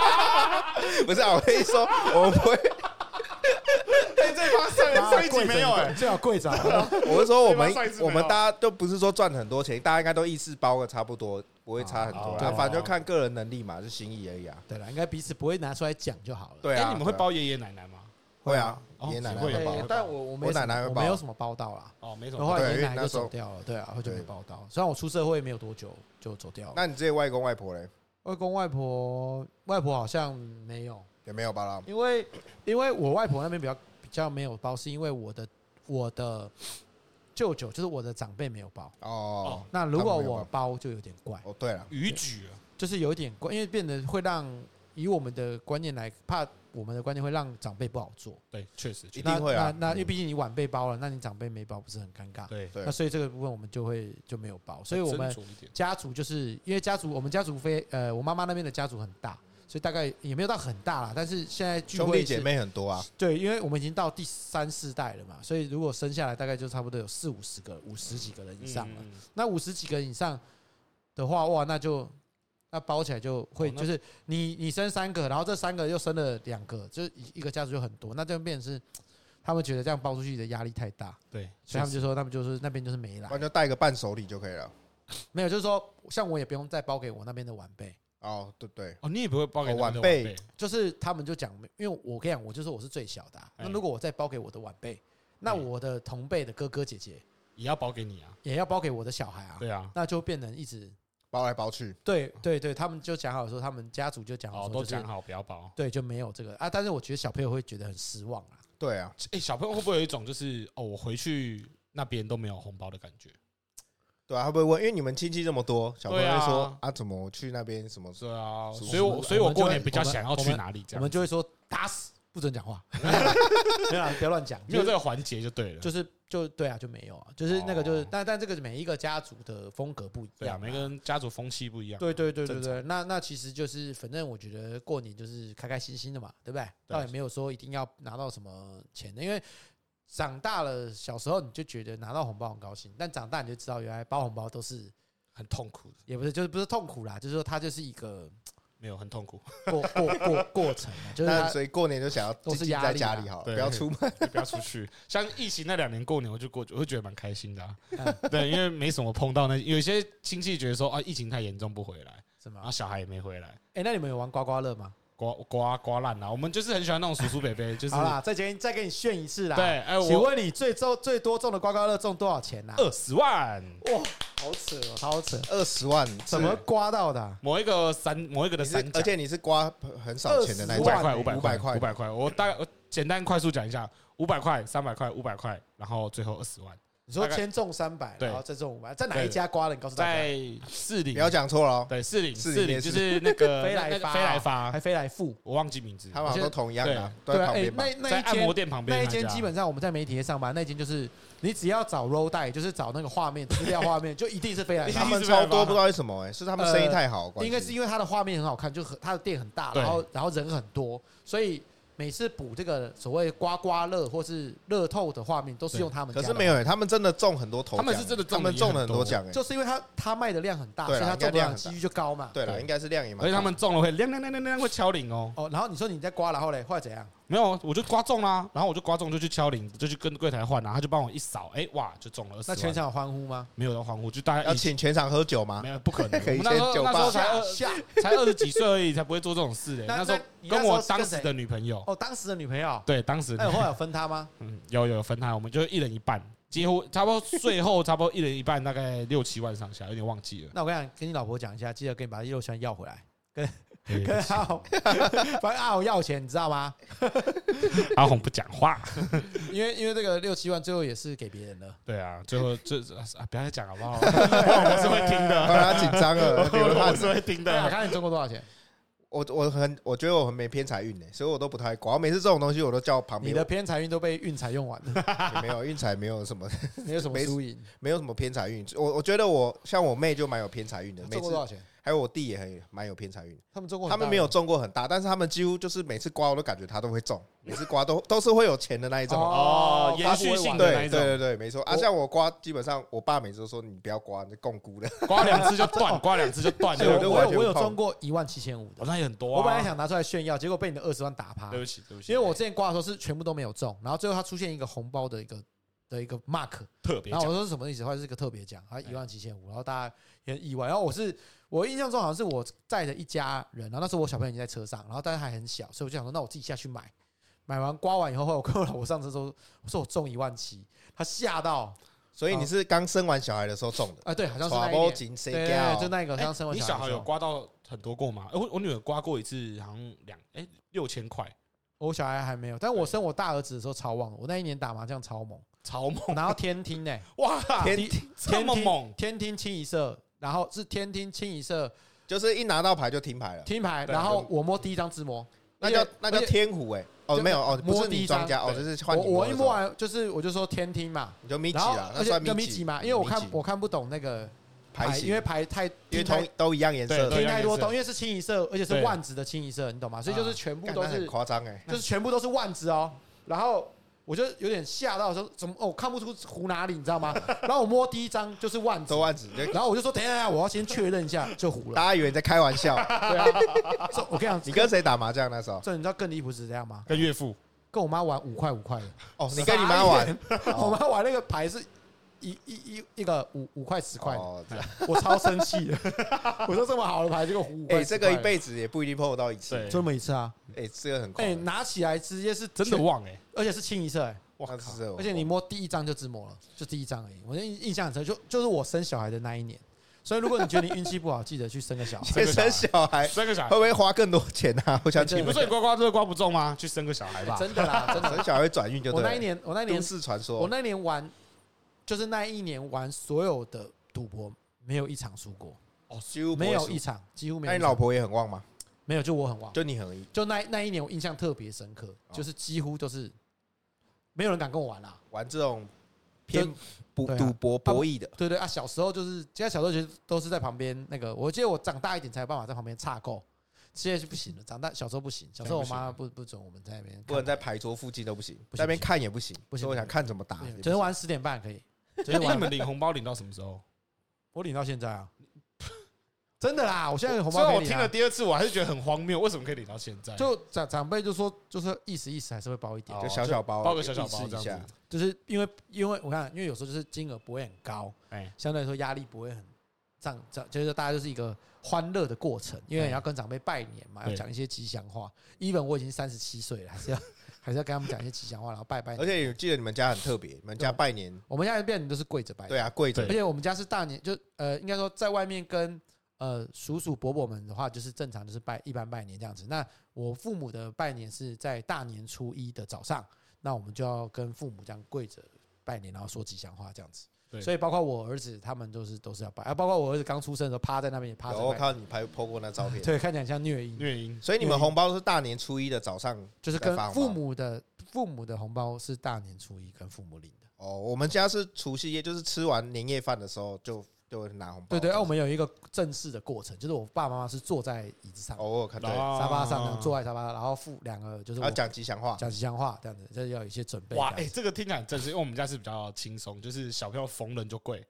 Speaker 2: (laughs) 不是啊，我跟你说，我不会，
Speaker 3: 哎、这把上上一集没有哎、
Speaker 1: 最好跪着啊好不好。
Speaker 2: (laughs) 我是说我
Speaker 3: 对
Speaker 2: 们
Speaker 3: 吧上一次没有
Speaker 2: 我们大家都不是说赚很多钱，大家应该都一次包个差不多，不会差很多啦，
Speaker 3: 哦
Speaker 1: 对
Speaker 2: 反正就看个人能力嘛，是心意而已啊。
Speaker 1: 对了，应该彼此不会拿出来讲就好了。
Speaker 2: 对啊，
Speaker 3: 哎你们会
Speaker 2: 对啊
Speaker 3: 包爷爷奶奶吗？
Speaker 2: 会啊，
Speaker 3: 哦
Speaker 2: 爷爷奶奶会
Speaker 3: 会有
Speaker 2: 包
Speaker 3: 包
Speaker 1: 哎，但我我没
Speaker 2: 我
Speaker 1: 什么
Speaker 2: 奶奶会
Speaker 1: 我
Speaker 2: 包
Speaker 1: 没有什么报到啦，
Speaker 3: 哦，没什
Speaker 1: 然后
Speaker 3: 么
Speaker 1: 后
Speaker 2: 对
Speaker 1: 来爷
Speaker 2: 因为
Speaker 1: 奶奶
Speaker 2: 那
Speaker 1: 就
Speaker 2: 时候
Speaker 1: 走掉了，对啊，就没
Speaker 2: 对
Speaker 1: 报到。虽然我出社会没有多久就走掉了，
Speaker 2: 那你这些外公外婆嘞，
Speaker 1: 外公外婆外婆好像没有，
Speaker 2: 有没有包到？
Speaker 1: 因为因为我外婆那边比较比较没有包，是因为我的我的舅舅就是我的长辈没有包。
Speaker 2: 哦
Speaker 1: 那如果
Speaker 2: 他们没有
Speaker 1: 我包就有点怪，
Speaker 2: 哦，对了，
Speaker 3: 逾矩啊，
Speaker 1: 就是有点怪，因为变得会让以我们的观念来，怕我们的观念会让长辈不好做。
Speaker 3: 对，确实，
Speaker 2: 一定会
Speaker 1: 那
Speaker 2: 啊
Speaker 1: 那那因为
Speaker 2: 嗯
Speaker 1: 毕竟你晚辈包了，那你长辈没包不是很尴尬？
Speaker 3: 对，
Speaker 2: 对
Speaker 1: 那所以这个部分我们就会就没有包，所以我们
Speaker 3: 斟酌一点
Speaker 1: 家族就是因为家族我们家族非呃我妈妈那边的家族很大，所以大概也没有到很大啦，但是现在聚
Speaker 2: 嗯兄
Speaker 1: 会
Speaker 2: 弟
Speaker 1: 是
Speaker 2: 姐妹很多啊，
Speaker 1: 对，因为我们已经到第三四代了嘛，所以如果生下来大概就差不多有四五十个、五十几个人以上了。
Speaker 3: 嗯
Speaker 1: 那五十几个人以上的话，哇，那就那包起来就会、
Speaker 3: 哦那
Speaker 1: 就是你你生三个，然后这三个又生了两个，就是一一个家族就很多，那就变成是他们觉得这样包出去的压力太大，
Speaker 3: 对，
Speaker 1: 所以他们就说他们就是那边就是没来
Speaker 2: 那，就带个伴手礼就可以了。
Speaker 1: 没有，就是说像我也不用再包给我那边的晚辈，
Speaker 2: 哦，对对，
Speaker 3: 哦，你也不会包给
Speaker 2: 哦
Speaker 3: 那边
Speaker 2: 晚
Speaker 3: 的
Speaker 2: 辈
Speaker 3: 晚辈，
Speaker 1: 就是他们就讲，因为我跟你讲，我就说我是最小的啊、
Speaker 3: 哎
Speaker 1: 那如果我再包给我的晚辈，那
Speaker 3: 哎
Speaker 1: 我的同辈的哥哥姐姐。
Speaker 3: 也要包给你啊，
Speaker 1: 也要包给我的小孩啊，
Speaker 3: 对啊，
Speaker 1: 那就变成一直
Speaker 2: 包来包去，
Speaker 1: 对对对，他们就讲好说，他们家族就讲好
Speaker 3: 哦，
Speaker 1: 说、
Speaker 3: 都
Speaker 1: 啊就是
Speaker 3: 讲好不要包。
Speaker 1: 对，就没有这个啊。但是我觉得小朋友会觉得很失望啊，
Speaker 2: 对啊，
Speaker 3: 哎、小朋友会不会有一种就是哦，我回去那边都没有红包的感觉？
Speaker 2: 对啊，会不会问？因为你们亲戚这么多，小朋友会
Speaker 3: 对
Speaker 2: 说
Speaker 3: 啊
Speaker 2: 啊，怎么去那边什么？
Speaker 3: 对啊，
Speaker 2: 是
Speaker 3: 所以我
Speaker 1: 我
Speaker 3: 所以我
Speaker 1: 我们就
Speaker 3: 过
Speaker 1: 会
Speaker 3: 年比较想要
Speaker 1: 我们
Speaker 3: 去哪里这
Speaker 1: 我
Speaker 3: 样
Speaker 1: 们
Speaker 3: 子，
Speaker 1: 就会说打死不准讲
Speaker 3: (laughs)
Speaker 1: 话，没有啦，不要乱讲，
Speaker 3: 没有
Speaker 1: 就
Speaker 3: 这
Speaker 1: 是
Speaker 3: 个环节就对了。
Speaker 1: 就是就对啊，就没有啊，就是那个就是，
Speaker 3: 哦
Speaker 1: 但但这个每一个家族的风格不一
Speaker 3: 对啊，
Speaker 1: 样、
Speaker 3: 每个。人家族风气不一样。
Speaker 1: 对对对对
Speaker 3: 正
Speaker 1: 对，那那其实就是，反正我觉得过年就是开开心心的嘛，对不对？
Speaker 3: 对
Speaker 1: 倒也没有说一定要拿到什么钱的，因为长大了，小时候你就觉得拿到红包很高兴，但长大你就知道，原来包红包都是
Speaker 3: 很痛苦的，
Speaker 1: 也不是就是不是痛苦啦，就是说它就是一个
Speaker 3: 没有很
Speaker 1: (laughs)
Speaker 3: 痛苦，
Speaker 1: 过过过过程啊，就是
Speaker 2: 那
Speaker 1: 他
Speaker 2: 所以过年就想要
Speaker 1: 都是
Speaker 2: 静静
Speaker 1: 压
Speaker 2: 在
Speaker 1: 力
Speaker 2: 家
Speaker 1: 啊
Speaker 2: 里好了，
Speaker 3: 对
Speaker 2: 不要出门。
Speaker 3: 就不要出去。像疫情那两年过年，我就过，我会觉得蛮开心的、啊。
Speaker 1: 嗯
Speaker 3: 对，因为没什么碰到那有一些亲戚觉得说啊，疫情太严重不回来，
Speaker 1: 什
Speaker 3: 然后
Speaker 1: 么？啊
Speaker 3: 小孩也没回来，
Speaker 1: 哎，那你们有玩刮刮乐吗？
Speaker 3: 刮刮刮烂啊了。我们就是很喜欢那种叔叔伯伯，就是
Speaker 1: 好啦，再给你再给你炫一次啦。
Speaker 3: 对哎我呃
Speaker 1: 请问你最中最多中的刮刮乐中多少钱呐？
Speaker 3: 二十万。
Speaker 1: 哇，好扯哦，超扯！
Speaker 2: 二十万
Speaker 1: 怎么刮到的啊？
Speaker 3: 某一个三，某一个的
Speaker 2: 你是
Speaker 3: 三，
Speaker 2: 而
Speaker 3: 角，
Speaker 2: 且你是刮很少钱的那
Speaker 3: 五
Speaker 2: 种
Speaker 3: 百块，五
Speaker 2: 五
Speaker 3: 百
Speaker 2: 百
Speaker 3: 块，
Speaker 2: 块
Speaker 3: 五，百块。我大概我简单快速讲一下，五百块、三百块、五百块，然后最后二十万，
Speaker 1: 你说
Speaker 3: 大概
Speaker 1: 先中三百，
Speaker 3: 对
Speaker 1: 然后再中五百，在哪一家刮的？你告诉大家，
Speaker 3: 在四零
Speaker 2: 不，要讲错了哦，
Speaker 3: 对，四零，
Speaker 2: 士林
Speaker 3: 四零
Speaker 2: 夜
Speaker 3: 就
Speaker 2: 市
Speaker 3: 是
Speaker 1: (laughs)
Speaker 3: 那个
Speaker 1: 飞
Speaker 3: 呃那
Speaker 1: 来
Speaker 3: 个
Speaker 1: 发，啊
Speaker 3: 飞来发
Speaker 1: 还，飞来富。
Speaker 3: 我忘记名字，
Speaker 2: 他们好像都同样啊，都
Speaker 1: 对
Speaker 2: 在
Speaker 1: 啊，
Speaker 2: 旁
Speaker 1: 哎
Speaker 2: 边，吧
Speaker 1: 那。那
Speaker 3: 在
Speaker 1: 一
Speaker 3: 按
Speaker 1: 间
Speaker 3: 摩店旁边
Speaker 1: 那一
Speaker 3: 家
Speaker 1: 间基本上我们在媒体业上班，那一间就是你只要找 roll 带，就是找那个画面资料画面，就一定是飞来
Speaker 3: 一 (laughs)
Speaker 1: 发
Speaker 2: 他
Speaker 3: 定。
Speaker 2: 们超多，不知道为什么，哎，是他们生意太好的关
Speaker 1: 呃
Speaker 2: 系，
Speaker 1: 应该是因为它的画面很好看，就很它的店很大，
Speaker 3: 对
Speaker 1: 然后然后人很多，所以每次补这个所谓刮刮乐或是乐透的画面，都是用他们家
Speaker 2: 可
Speaker 1: 的。
Speaker 2: 是没有，哎他们真的中很多头奖，
Speaker 3: 他们是真的中
Speaker 2: 他们中了很多奖，哎，
Speaker 1: 就是因为它它卖的量很大，所以
Speaker 2: 对啦
Speaker 1: 它
Speaker 2: 应该
Speaker 1: 中奖
Speaker 2: 量
Speaker 1: 的
Speaker 2: 很
Speaker 1: 几
Speaker 2: 大
Speaker 1: 率就高嘛。
Speaker 2: 对了，
Speaker 3: 对
Speaker 2: 应该是量也蛮大，
Speaker 3: 而且他们中了会亮亮亮亮亮会敲铃哦。
Speaker 1: 哦，然后你说你在刮，然后嘞，或者怎样？
Speaker 3: 没有，我就刮中啦、然后我就刮中就去敲铃，就去跟柜台换啊啦、他就帮我一扫，哎、哇，就中了20万。
Speaker 1: 那全场有欢呼吗？
Speaker 3: 没有人欢呼，就大家
Speaker 2: 要
Speaker 3: 一起，
Speaker 2: 请全场喝酒吗
Speaker 3: 没？有
Speaker 1: (laughs)
Speaker 3: 不可能。
Speaker 2: 可以
Speaker 3: 我们那时候
Speaker 2: 先酒吧
Speaker 3: 那时候才
Speaker 1: 吓
Speaker 3: 二
Speaker 1: 吓！
Speaker 3: 才二十几岁而已，才不会做这种事嘞、
Speaker 1: (laughs) 那
Speaker 3: 那时候
Speaker 1: 那你那
Speaker 3: 跟
Speaker 1: 时候
Speaker 3: 我
Speaker 1: 是跟
Speaker 3: 当时
Speaker 1: 谁
Speaker 3: 的女朋友，
Speaker 1: 哦，当时的女朋友，
Speaker 3: 对，当时的
Speaker 1: 那
Speaker 3: 女
Speaker 1: 你
Speaker 3: 朋
Speaker 1: 后
Speaker 3: 友
Speaker 1: 来有分她吗？
Speaker 3: (laughs) 嗯，有有有分摊，我们就一人一半，几乎差不多最后差不多一人一半，大概六七万上下，有点忘记了。
Speaker 1: 那我跟你讲，跟你老婆讲一下，记得跟你把六千要回来。
Speaker 3: 对
Speaker 1: 跟阿红， (laughs) 反正阿红要钱，你知道吗？
Speaker 3: 阿红不讲话。
Speaker 1: 因为因为这个六七万最后也是给别人了。
Speaker 3: 对啊，最后这啊，不要再讲好不好？我是会听
Speaker 2: 啊他
Speaker 3: 的，
Speaker 2: 紧张
Speaker 3: (laughs)
Speaker 2: 了，流
Speaker 3: 我
Speaker 2: 汗。
Speaker 3: 是会听
Speaker 1: 对啊，
Speaker 3: 的。
Speaker 1: 看你中过多少钱？
Speaker 2: 我我很我觉得我很没偏财运呢，所以我都不太刮。我每次这种东西我都叫旁
Speaker 1: 你
Speaker 2: 边
Speaker 1: 的偏财运都被运财用完了，
Speaker 2: 也没有运财，没有什么 (laughs)
Speaker 1: 没有什么输赢。
Speaker 2: 没有什么偏财运。我我觉得我像我妹就蛮有偏财运的，每
Speaker 1: 中过多
Speaker 2: 次
Speaker 1: 少钱？
Speaker 2: 还有我弟也很蛮有偏财运的。
Speaker 1: 他们中过
Speaker 2: 他
Speaker 1: 很大吗，
Speaker 2: 们没有中过很大，但是他们几乎就是每次刮我都感觉他都会
Speaker 1: (laughs)
Speaker 2: 中，每次刮都都是会有钱的那一种。
Speaker 3: 哦延续性的
Speaker 2: 对对
Speaker 3: 那一种
Speaker 2: 对对，没错啊！
Speaker 1: 我
Speaker 2: 像我刮，基本他们没有中过很大基本上我爸每次都说你不要刮，你是共估的。 (laughs)
Speaker 3: 刮两次就断，刮两次就断。
Speaker 2: 对
Speaker 1: 哎
Speaker 2: 我
Speaker 1: 我
Speaker 2: 就
Speaker 1: 我
Speaker 2: 完
Speaker 1: 有
Speaker 2: 全
Speaker 1: 我有
Speaker 2: 不碰
Speaker 1: 中过一万七千五的
Speaker 3: 好，像也很多啊。
Speaker 1: 我本来想拿出来炫耀，结果被你的二十万打趴
Speaker 3: 对。不起，对不起，
Speaker 1: 因为我之前刮的时候是全部都没有中，然后最后它出现一个红包的一个的一个 mark，
Speaker 3: 特别
Speaker 1: 然后
Speaker 3: 讲哎
Speaker 1: 我说是什么意思？后来是个特别奖，它一万七千五，然后大家也很意外。然后我是我印象中好像是我载着一家人，然后那时候我小朋友已经在车上，然后但是还很小，所以我就想说，那我自己下去买。买完刮完以后，后来我跟我老婆上车说，我说我中一万七，她吓到
Speaker 2: 所以你是刚生完小孩的时候中的，
Speaker 1: 啊，对，好像是那
Speaker 2: 耍
Speaker 1: 一
Speaker 2: 包
Speaker 1: 年，
Speaker 2: 紧
Speaker 1: 对
Speaker 2: 谁
Speaker 1: 对
Speaker 2: 掉
Speaker 1: 对，？就那一个
Speaker 3: 哎
Speaker 1: 像生完
Speaker 3: 你小
Speaker 1: 孩
Speaker 3: 孩
Speaker 1: 的时
Speaker 3: 有
Speaker 1: 候，
Speaker 3: 刮到很多过吗？哎我我女儿刮过一次，好像两哎六千块，
Speaker 1: 我小孩还没有，但我生我大儿子的时候超旺，我那一年打麻将超猛，
Speaker 3: 超猛
Speaker 1: 然后天听呢、
Speaker 3: 哇！
Speaker 2: 天
Speaker 3: 这么
Speaker 1: 听
Speaker 3: 猛，
Speaker 1: 天听清一色，然后是天听清一色
Speaker 2: 就是一拿到牌就停牌了，
Speaker 1: 听牌，
Speaker 3: 对
Speaker 1: 然后我摸第一张自摸，
Speaker 2: 那叫
Speaker 1: 而且
Speaker 2: 那叫
Speaker 1: 而且
Speaker 2: 天虎哎。哦，没有哦，不
Speaker 1: 摸
Speaker 2: 是
Speaker 1: 第
Speaker 2: 你
Speaker 1: 一张
Speaker 2: 庄家哦，就
Speaker 3: 对
Speaker 2: 是换
Speaker 1: 我
Speaker 2: 你
Speaker 1: 我一
Speaker 2: 的时
Speaker 1: 摸
Speaker 2: 候
Speaker 1: 完就是我就说天听嘛，
Speaker 2: 你就米几
Speaker 1: 然后
Speaker 2: 了，
Speaker 1: 而
Speaker 2: 啊那
Speaker 1: 且
Speaker 2: 算
Speaker 1: 叫米
Speaker 2: 几
Speaker 1: 几嘛，因为我看我看不懂那个
Speaker 2: 牌型
Speaker 1: 因为牌太
Speaker 2: 因为
Speaker 1: 听
Speaker 2: 同
Speaker 1: 太
Speaker 2: 都一样颜色，
Speaker 3: 对
Speaker 1: 听太多
Speaker 3: 对
Speaker 1: 懂，因为是清一色，而且是
Speaker 3: 对
Speaker 1: 万值的清一色，你懂吗？所以就是全部
Speaker 2: 啊干
Speaker 1: 都
Speaker 2: 那很
Speaker 1: 是
Speaker 2: 夸张哎。
Speaker 1: 就是全部都是万值哦，然后。我就有点吓到，说怎么哦，看不出糊哪里，你知道吗？ (laughs) 然后我摸第一张就是万值
Speaker 2: 周，万子， (laughs) 就
Speaker 1: 然后我就说等一下，等一下我要先确认一下，就糊
Speaker 2: (laughs)
Speaker 1: 了。
Speaker 2: 大家以为你在开玩笑。
Speaker 1: 对啊，这我跟你讲，
Speaker 2: 你跟谁打麻将那时候？
Speaker 1: 这你知道更离谱是怎样吗？
Speaker 3: 跟岳父
Speaker 1: 跟我妈玩五块五块的，
Speaker 2: 哦，你跟你妈玩，哦
Speaker 1: 我妈玩那个牌是一一一一个五五块十块的，
Speaker 2: 哦，这样
Speaker 1: 我超生气的。 (laughs) 我说这么好的牌，这个五五块
Speaker 2: 哎，
Speaker 1: 10
Speaker 2: 这个一
Speaker 1: 块
Speaker 2: 辈子也不一定碰到一次
Speaker 3: 对。
Speaker 1: 就这么一次啊！
Speaker 2: 哎，这个很快
Speaker 1: 哎，，拿起来直接是
Speaker 3: 真的
Speaker 1: 全，
Speaker 3: 旺哎，
Speaker 1: 而且是清一色哎，
Speaker 2: 哇，是哦
Speaker 1: 而且
Speaker 2: (laughs)
Speaker 1: 你摸第一张就自摸了，就第一张而已。我印印象很深，就就是我生小孩的那一年。所以如果你觉得你运气不好，记得去生个小
Speaker 2: (laughs)
Speaker 1: 孩。哎
Speaker 2: 先生小孩
Speaker 3: 生个小
Speaker 2: 会
Speaker 3: 孩，
Speaker 2: 不会花更多钱啊？我想
Speaker 1: 对
Speaker 2: 请
Speaker 3: 你
Speaker 2: 问
Speaker 3: 不，是也刮刮乐刮不中吗？去生个小孩吧。
Speaker 1: 真的啦，真的。
Speaker 2: 生小孩会转运就
Speaker 1: 我
Speaker 2: (laughs) 对了。
Speaker 1: 那一年，我那一
Speaker 2: 都哦
Speaker 1: 年
Speaker 2: 市传
Speaker 1: 我
Speaker 2: 说，
Speaker 1: 那年玩，就是那一年玩所有的赌博，没有一场输过，
Speaker 2: 哦，几乎不会
Speaker 1: 没有
Speaker 2: 输
Speaker 1: 一。场，几乎没
Speaker 2: 那
Speaker 1: 有一
Speaker 2: 你
Speaker 1: 场。
Speaker 2: 老婆也很旺吗？
Speaker 1: 没有，就我很旺。就
Speaker 2: 就你很
Speaker 1: 那那一年，我印象特别深刻，
Speaker 2: 哦
Speaker 1: 就是几乎都是没有人敢跟我玩啦。
Speaker 2: 玩这种偏
Speaker 1: 就
Speaker 2: 赌
Speaker 1: 对啊
Speaker 2: 赌博博弈的，
Speaker 1: 对对啊，小时候就是，现在小时候其实都是在旁边那个，我记得我长大一点才有办法在旁边插够，现在是不行了。长大小时候不行，小时候我妈不不准我们在那边看，
Speaker 2: 不能在牌桌附近都不行，
Speaker 1: 不行
Speaker 2: 在那边看也不行。
Speaker 1: 不行
Speaker 2: 所以我想看怎么打
Speaker 1: 不，行，
Speaker 2: 也
Speaker 1: 只
Speaker 2: 不
Speaker 1: 能
Speaker 2: 行
Speaker 1: 玩十点半可以，只
Speaker 3: 哎
Speaker 1: 能
Speaker 3: 你
Speaker 1: 玩
Speaker 3: 们领红包领到什么时候？
Speaker 1: 我领到现在啊，真的啦，我现在有红
Speaker 3: 虽然
Speaker 1: 包
Speaker 3: 我
Speaker 1: 给你
Speaker 3: 听了
Speaker 1: 啊。
Speaker 3: 第二次，我还是觉得很荒谬，为什么可以领到现在？
Speaker 1: 就长长辈就说，就是意思意思还是会包一点，
Speaker 2: 就小小包啊，
Speaker 1: 哦
Speaker 3: 包个小小包
Speaker 2: 意思一
Speaker 3: 这样
Speaker 2: 下
Speaker 3: 子。
Speaker 1: 就是因为因为我看，因为有时候就是金额不会很高，
Speaker 3: 哎，
Speaker 1: 相对来说压力不会很胀胀，就是大家就是一个欢乐的过程，因为
Speaker 3: 嗯
Speaker 1: 你要跟长辈拜年嘛，要
Speaker 3: 对
Speaker 1: 讲一些吉祥话。even 我已经三十七岁了，还是要还是要跟他们讲一些吉祥话，然后拜拜
Speaker 2: 而。且我记得你们家很特别，你们家拜年，
Speaker 1: 我们家变成都是跪着拜，
Speaker 2: 对啊，跪着
Speaker 1: 而，且我们家是大年，就呃，应该说在外面跟呃叔叔伯伯们的话，就是正常就是拜一般拜年这样子。那我父母的拜年是在大年初一的早上，那我们就要跟父母这样跪着拜年，然后说吉祥话这样子。
Speaker 3: 对
Speaker 1: 所以包括我儿子他们都是都是要拜，啊，包括我儿子刚出生的时候趴在那边也趴
Speaker 2: 然
Speaker 1: 着
Speaker 2: 后
Speaker 1: 拜，
Speaker 2: 哦看到你拍 PO 过那照片，
Speaker 1: 对，看起来很像虐婴，
Speaker 3: 虐婴
Speaker 2: 所以你们红包是大年初一的早上
Speaker 1: 就是
Speaker 2: 在
Speaker 1: 跟
Speaker 2: 发红包
Speaker 1: 父母的父母的红包是大年初一跟父母领的。
Speaker 2: 哦，我们家是除夕夜，就是吃完年夜饭的时候就就会拿红包，
Speaker 1: 对对，啊，我们有一个正式的过程，就是我爸爸妈妈是坐在椅子上，
Speaker 2: 偶尔看对，
Speaker 3: 哦
Speaker 1: 沙发上呢，坐在沙发，然后父两个就是我
Speaker 2: 要讲吉祥话，
Speaker 1: 讲吉祥话这样子，这要有一些准备。
Speaker 3: 哇，
Speaker 1: 这
Speaker 3: 哎，
Speaker 1: 样子
Speaker 3: 这个听起来很正式，因为我们家是比较轻松，就是小朋友逢人就
Speaker 1: (laughs)
Speaker 3: 跪，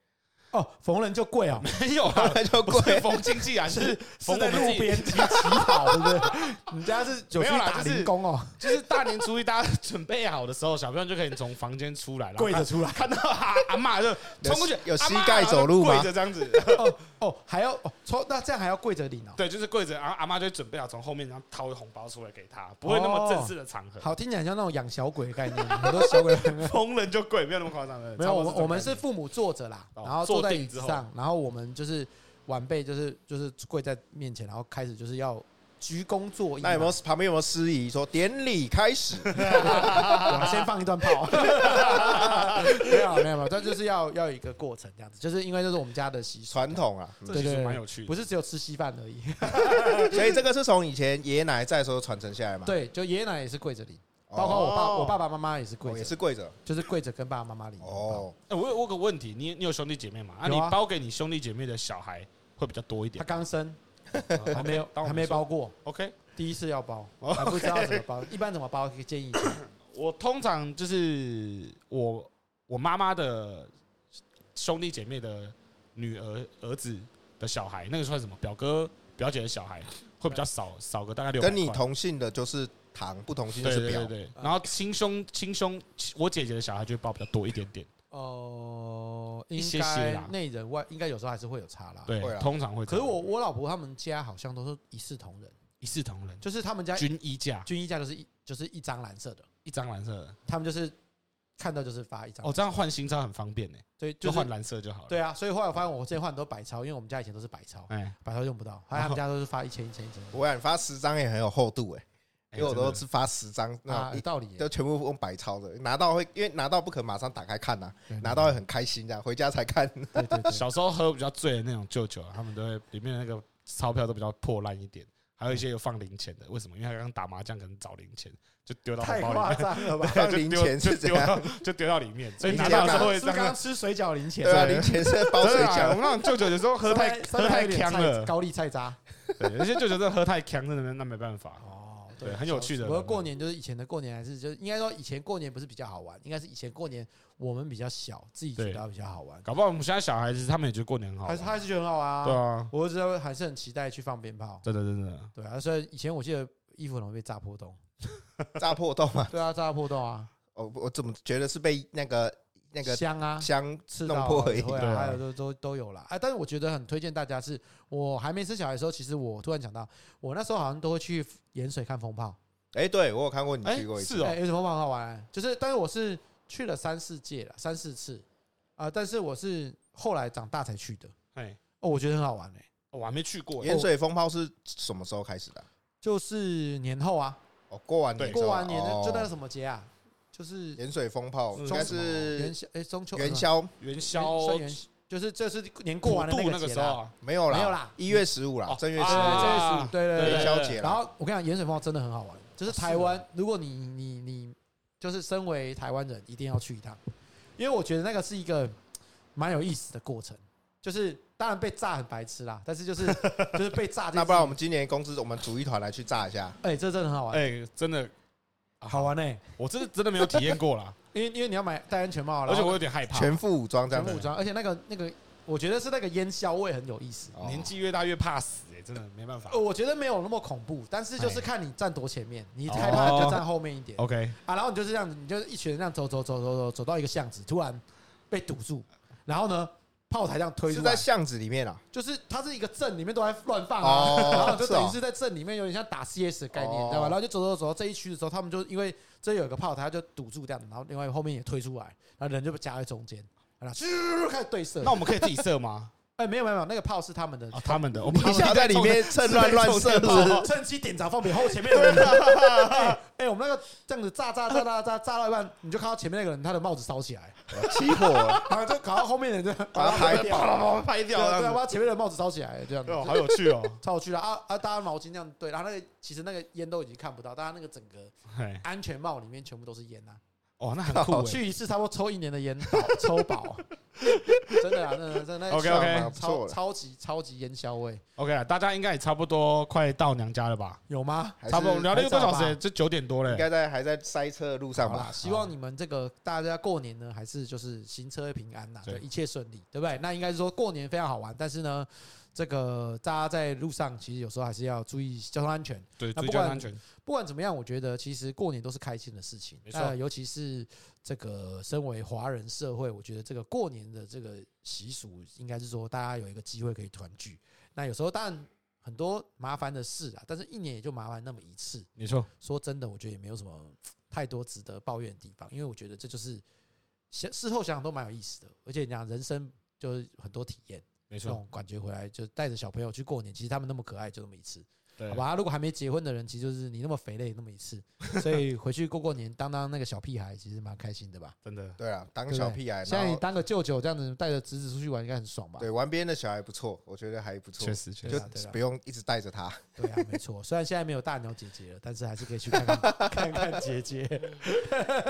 Speaker 1: 哦，逢人就 (laughs) 跪哦，
Speaker 3: 没有
Speaker 2: (laughs)
Speaker 3: 啊，
Speaker 2: 就
Speaker 3: (laughs) 不是
Speaker 2: 跪，
Speaker 3: 逢亲戚
Speaker 1: (laughs)
Speaker 3: 啊，是逢
Speaker 1: 是
Speaker 3: 我
Speaker 1: 在
Speaker 3: 们自
Speaker 1: 路 (laughs)
Speaker 3: 己，
Speaker 1: 边乞乞讨，对不对？你家是啊有
Speaker 3: 没
Speaker 1: 去
Speaker 3: 有啦
Speaker 1: 打
Speaker 3: 就是
Speaker 1: 零工哦，
Speaker 3: 就是大年初一大家准备好的时候，小朋友就可以从房间出来，然后
Speaker 1: 跪着出来。
Speaker 3: 看到阿阿妈就冲过去，
Speaker 2: 有有
Speaker 3: 阿嬷
Speaker 2: 膝盖走路吗
Speaker 3: 然后就跪着这样子，
Speaker 1: 哦哦，还要哦，抽那这样还要跪着领哦。
Speaker 3: 对，就是跪着，然后阿妈就会准备好从后面然后掏红包出来给他，不会那么正
Speaker 1: 哦
Speaker 3: 式的场合，
Speaker 1: 好，听起来很像那种养小鬼的概念，很多小鬼。
Speaker 3: 逢人就跪，没有那么夸张的。
Speaker 1: (laughs) 没 (laughs) 有，我
Speaker 3: 差
Speaker 1: 们
Speaker 3: 不多这种
Speaker 1: 我们
Speaker 3: 概
Speaker 1: 是
Speaker 3: 念
Speaker 1: 父母坐着啦，
Speaker 3: 哦
Speaker 1: 然后坐在椅子
Speaker 3: 坐定之
Speaker 1: 上，然后我们就是晚辈，就是就是跪在面前，然后开始就是要鞠躬作揖嘛。
Speaker 2: 那有没有旁边有没有司仪说典礼开始？
Speaker 1: 我先放一段炮。 (laughs) 没有没有没有，但就是要要有一个过程这样子，就是因为这是我们家的习俗，
Speaker 2: 传统啊，
Speaker 3: 这
Speaker 1: 对
Speaker 3: 其
Speaker 1: 对
Speaker 3: 实
Speaker 1: 对
Speaker 3: 蛮有趣的
Speaker 1: 不。是只有吃稀饭而已。
Speaker 2: 所以这个是从以前爷爷奶奶在的时候传承下来嘛。
Speaker 1: 对，就爷爷奶奶也是跪着领，
Speaker 2: 哦，
Speaker 1: 包括我爸
Speaker 3: 哦
Speaker 1: 我爸爸妈妈也是跪
Speaker 2: 哦也
Speaker 1: 着，
Speaker 2: 是跪着
Speaker 1: 就是跪着跟爸爸妈妈领。哦，
Speaker 2: 哦。
Speaker 3: 哎、我有我有个问题，你你有兄弟姐妹吗？啊，
Speaker 1: 有
Speaker 3: 你
Speaker 1: 啊
Speaker 3: 包给你兄弟姐妹的小孩会比较多一
Speaker 1: 他
Speaker 3: 点。
Speaker 1: 刚生， (laughs) 还没有
Speaker 3: (laughs) 当我们
Speaker 1: 还没包过，
Speaker 3: OK，
Speaker 1: 第一次要包，还不知道怎么包，一般怎么包可以建议一下。
Speaker 3: 我通常就是我我妈妈的兄弟姐妹的女儿儿子的小孩，那个算什么表哥表姐的小孩，会比较少少个大概六百
Speaker 2: 跟你
Speaker 3: 块
Speaker 2: 同姓的就是堂，不同姓就
Speaker 3: 对
Speaker 2: 是
Speaker 3: 对对
Speaker 2: 表。
Speaker 3: 对，啊然后亲兄亲兄我姐姐的小孩就会包比较多一点点，
Speaker 1: 哦，
Speaker 3: 一
Speaker 1: 应
Speaker 3: 些些
Speaker 1: 该
Speaker 3: 啦
Speaker 1: 内人外应该有时候还是会有差啦。
Speaker 3: 对
Speaker 2: 会啊，
Speaker 3: 通常会这
Speaker 1: 可是
Speaker 3: 样。
Speaker 1: 我我老婆他们家好像都是一视同仁，
Speaker 3: 一视同仁，
Speaker 1: 就是他们家
Speaker 3: 均一价，
Speaker 1: 军衣架就是一就是一张蓝色的，
Speaker 3: 一张蓝色的。
Speaker 1: 他们就是看到就是发一张，
Speaker 3: 哦，这样换新钞很方便呢，
Speaker 1: 所以
Speaker 3: 就
Speaker 1: 就是
Speaker 3: 换蓝色就好了。，
Speaker 1: 对啊，所以后来我发现我之前换很多白钞，因为我们家以前都是白钞，
Speaker 3: 哎，
Speaker 1: 白钞用不到，后来他们家都是发一千一千一
Speaker 3: 哦
Speaker 1: 千，
Speaker 2: 我想发十张也很有厚度哎，
Speaker 3: 哎
Speaker 2: 因为我都
Speaker 3: 真
Speaker 2: 是发十张，
Speaker 1: 啊，
Speaker 2: 那
Speaker 1: 有
Speaker 2: 一
Speaker 1: 道理耶，
Speaker 2: 都全部用白抄的，拿到会因为拿到不可能马上打开看呐，
Speaker 1: 对
Speaker 2: 拿到会很开心这样，回家才看。
Speaker 1: 对对
Speaker 3: 的
Speaker 1: 对，
Speaker 3: 小时候喝比较醉的那种舅舅啊，他们都会里面的那个钞票都比较破烂一点，还有一些有放零钱的。为什么？因为他刚刚打麻将，可能找零钱就丢到
Speaker 1: 太
Speaker 3: 红包
Speaker 1: 夸
Speaker 3: 里
Speaker 1: 张了
Speaker 2: (laughs)
Speaker 1: 吧？
Speaker 2: 放
Speaker 3: (laughs) 面，
Speaker 2: 零钱
Speaker 3: 就是
Speaker 2: 怎
Speaker 3: 丢就丢
Speaker 2: 样？
Speaker 3: 到就丢到里面，所以
Speaker 1: 零
Speaker 3: 拿
Speaker 1: 钱
Speaker 3: 到的时
Speaker 1: 刚
Speaker 3: 候
Speaker 1: 刚
Speaker 3: 会
Speaker 1: 是
Speaker 3: 这
Speaker 1: 不是刚
Speaker 3: 样
Speaker 1: 刚。吃水饺零钱，
Speaker 2: 对啊，
Speaker 1: 是
Speaker 2: 零
Speaker 1: 不是
Speaker 2: 钱是包水
Speaker 3: 真的啊
Speaker 2: 饺
Speaker 3: (laughs) 我们，那种舅舅有时候喝太
Speaker 1: 上
Speaker 3: 啊喝
Speaker 1: 面还
Speaker 3: 太
Speaker 1: 有点
Speaker 3: 呛
Speaker 1: 菜
Speaker 3: 了，
Speaker 1: 高丽菜渣
Speaker 3: 对，有些舅舅真的喝太呛，真的那没办法。
Speaker 1: 哦，
Speaker 3: 对很有趣的
Speaker 1: 不过过年就是以前的过年还是就是应该说以前过年不是比较好玩，应该是以前过年我们比较小，自己觉得比较好玩，
Speaker 3: 搞不好我们现在小孩子他们也觉得过年很好
Speaker 1: 还
Speaker 3: 玩，
Speaker 1: 是他还是觉得很好玩啊。
Speaker 3: 对啊，
Speaker 1: 我知道还是很期待去放鞭炮。
Speaker 3: 真的真的。
Speaker 1: 对啊，所以以前我记得衣服很容易被炸破洞。
Speaker 2: 炸破洞啊！
Speaker 1: 对啊，炸破洞啊，
Speaker 2: 我我怎么觉得是被那个那个
Speaker 1: 香啊，
Speaker 2: 香
Speaker 1: 刺到
Speaker 2: 弄
Speaker 1: 啊
Speaker 2: 破而
Speaker 1: 也
Speaker 2: 已？
Speaker 1: 会
Speaker 3: 对
Speaker 1: 啊，
Speaker 3: 啊
Speaker 1: 还有都都都有啦。哎，但是我觉得很推荐大家是，我还没生小孩的时候，其实我突然想到，我那时候好像都会去盐水看风炮。
Speaker 2: 哎，对我有看过你
Speaker 3: 哎
Speaker 2: 去过一次
Speaker 3: 是，哦
Speaker 1: 哎，盐水风炮很好玩欸，就是但是我是去了三四届了，三四次啊，但是我是后来长大才去的。
Speaker 3: 哎，
Speaker 1: 哦，我觉得很好玩哎，
Speaker 3: 哦我还没去过耶，
Speaker 2: 盐水风炮是什么时候开始的啊？
Speaker 1: 就是年后啊，
Speaker 2: 哦，过完年之
Speaker 3: 对
Speaker 2: 后
Speaker 1: 过完年的嗯就那个
Speaker 2: 哦
Speaker 1: 什么节啊，就是
Speaker 2: 盐水风炮，
Speaker 3: 中
Speaker 2: 应该
Speaker 1: 元
Speaker 2: 是
Speaker 1: 宵哎中秋
Speaker 2: 元宵
Speaker 3: 元宵
Speaker 1: 元算元就是这是年过完的
Speaker 3: 普渡
Speaker 1: 那个
Speaker 3: 个
Speaker 1: 节
Speaker 3: 时候
Speaker 1: 啦，
Speaker 3: 啊，
Speaker 2: 没有啦，
Speaker 1: 没有啦
Speaker 2: 一月十五啦
Speaker 3: 哦，
Speaker 2: 正月十
Speaker 1: 对
Speaker 2: 五
Speaker 1: 这
Speaker 3: 啊
Speaker 1: 个是对对对
Speaker 2: 元
Speaker 1: 对
Speaker 2: 宵节
Speaker 1: 然
Speaker 2: 啦。
Speaker 1: 后我跟你讲，盐水风炮真的很好玩，就是
Speaker 3: 哦是
Speaker 1: 台湾
Speaker 3: 哦，
Speaker 1: 如果你你你就是身为台湾人，一定要去一趟，因为我觉得那个是一个蛮有意思的过程。就是当然被炸很白痴啦，但是就是就是被炸这件事。
Speaker 2: (laughs) 那不然我们今年公司我们组一团来去炸一下，
Speaker 1: 哎，这真的很好玩，
Speaker 3: 哎，真的
Speaker 1: 好，玩呢，
Speaker 3: 我真的真的没有体验过啦，
Speaker 1: 因为因为你要买戴安全帽，啊
Speaker 3: 而且
Speaker 1: 然后
Speaker 3: 我有点害怕，
Speaker 2: 全副武装这
Speaker 1: 全
Speaker 2: 样
Speaker 1: 副武
Speaker 2: 子。
Speaker 1: 装，而且那个那个我觉得是那个烟硝味很有意思。
Speaker 2: 哦
Speaker 3: 年纪越大越怕死，哎，真的没办法
Speaker 1: 呃。我觉得没有那么恐怖，但是就是
Speaker 3: 哎
Speaker 1: 看你站多前面，
Speaker 2: 哦
Speaker 1: 你害怕就站后面一点
Speaker 3: OK，
Speaker 1: 啊。然后你就是这样子，你就是一群人这样走走走走走走到一个巷子，突然被堵住，然后呢炮台这样推
Speaker 2: 是
Speaker 1: 出
Speaker 2: 在
Speaker 1: 来，
Speaker 2: 巷子里面啊，
Speaker 1: 就是它是一个镇里面都在乱放啊，然后
Speaker 2: 哦，
Speaker 1: 就是等于
Speaker 2: 哦，
Speaker 1: 是在镇里面有点像打 CS 的概念，
Speaker 2: 哦
Speaker 1: 你知道吧？然后就走走走到这一区的时候，他们就因为这有一个炮台，他就堵住这样，然后另外后面也推出来，然后人就被夹在中间，然后咻开始对射
Speaker 3: 那。我们可以自己射吗？
Speaker 1: 哎，没有没有没有，那个炮是他们的
Speaker 2: 哦
Speaker 3: 啊，他们的，我
Speaker 2: 你
Speaker 3: 们
Speaker 2: 想在里面趁乱乱射，是不是？
Speaker 1: 趁机点着放别后前面的人。哎、哎我们那个这样子炸炸炸炸炸炸到一半，你就看到前面那个人他的帽子烧起来，
Speaker 2: 起火
Speaker 1: (laughs)
Speaker 2: 了，
Speaker 1: 然后就搞到后面的人就
Speaker 2: 把它拍
Speaker 1: 掉，
Speaker 2: 掉，
Speaker 3: 把拍
Speaker 1: 对
Speaker 3: 掉
Speaker 1: 啊，对
Speaker 3: 这
Speaker 1: 啊
Speaker 3: 样
Speaker 1: 把前面的帽子烧起来，这样
Speaker 3: 子，
Speaker 1: 子
Speaker 3: 哦，好有趣哦。
Speaker 1: 超有趣的啊啊！大家毛巾这样对，然后那个其实那个烟都已经看不到，大家那个整个
Speaker 3: 嘿，
Speaker 1: 安全帽里面全部都是烟啊。
Speaker 3: 哦，那很酷哎。
Speaker 1: 去一次差不多抽一年的烟饱，抽饱，真的啊，真的真的。那
Speaker 3: OK，OK
Speaker 2: 蛮不错
Speaker 1: 超
Speaker 2: 了，
Speaker 1: 超级超级烟硝味，
Speaker 3: OK 啊了，大家应该也差不多快到娘家了吧？
Speaker 1: 有吗？
Speaker 2: 还是
Speaker 3: 差不多我们聊了一个多小时
Speaker 1: 还早
Speaker 3: 欸，
Speaker 1: 吧
Speaker 3: 这九点多
Speaker 2: 应
Speaker 3: 嘞。
Speaker 2: 该在还在塞车的路上
Speaker 1: 好啦
Speaker 2: 吧？哦
Speaker 1: 希望你们这个大家过年呢，还是就是行车平安呐、
Speaker 3: 对
Speaker 1: 就一切顺利，对不对？那应该是说过年非常好玩，但是呢，这个大家在路上其实有时候还是要注意交通安全。
Speaker 3: 对，
Speaker 1: 那
Speaker 3: 注意
Speaker 1: 不
Speaker 3: 交通
Speaker 1: 管
Speaker 3: 安全。
Speaker 1: 不管怎么样，我觉得其实过年都是开心的事情。
Speaker 3: 没错
Speaker 1: 那尤其是这个身为华人社会，我觉得这个过年的这个习俗，应该是说大家有一个机会可以团聚。那有时候当然很多麻烦的事啊，但是一年也就麻烦那么一次。
Speaker 3: 没错，
Speaker 1: 说真的，我觉得也没有什么太多值得抱怨的地方，因为我觉得这就是想事后想想都蛮有意思的，而且你讲人生就是很多体验，
Speaker 3: 没
Speaker 1: 这
Speaker 2: 啊
Speaker 3: 错，
Speaker 1: 种感觉回来就带着小朋友去过年，其实他们那么可爱，就那么一次。
Speaker 3: 对
Speaker 1: 好，吧，啊如果还没结婚的人，其实就是你那么肥累那么一次，所以回去过过年，当当那个小屁孩，其实蛮开心的吧？
Speaker 3: 真的。
Speaker 2: 对啊，当
Speaker 1: 对不对
Speaker 2: 小屁孩，
Speaker 1: 现在
Speaker 2: 然
Speaker 1: 你
Speaker 2: 后
Speaker 1: 当个舅舅这样子，带着侄子出去玩，应该很爽吧？
Speaker 2: 对玩别人的小孩不错，我觉得还不错
Speaker 3: 确，实，确实
Speaker 1: 对
Speaker 2: 就
Speaker 1: 啊对啊
Speaker 2: 不用一直带着他。
Speaker 1: 对啊，没错。虽然现在没有大鸟姐姐了，但是还是可以去看看 (laughs) 看看姐姐。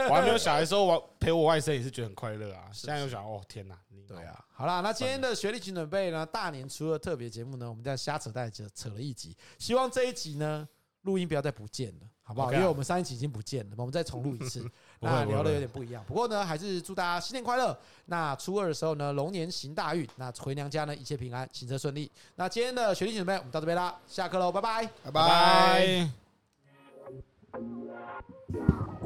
Speaker 3: 我还没有小孩的时候，我陪我外甥也是觉得很快乐啊。现在有小孩，哦天哪！你
Speaker 1: 对，啊，好啦，那今天的学历群准备呢，大年初二特别节目呢，我们这样瞎扯淡扯扯了一集，希望这一集呢录音不要再不见了，好不好
Speaker 3: OK 啊
Speaker 1: 因为我们上一集已经不见了，我们再重录一
Speaker 3: (laughs)
Speaker 1: 次，
Speaker 3: 不会
Speaker 1: 那
Speaker 3: 不会
Speaker 1: 聊
Speaker 3: 不
Speaker 1: 的
Speaker 3: 会
Speaker 1: 有点不一样。不过呢，还是祝大家新年快乐。那初二的时候呢，龙年行大运，那回娘家呢一切平安，行车顺利。那今天的学历群准备我们到这边啦，下课喽，拜拜。
Speaker 2: 拜
Speaker 3: 拜。拜。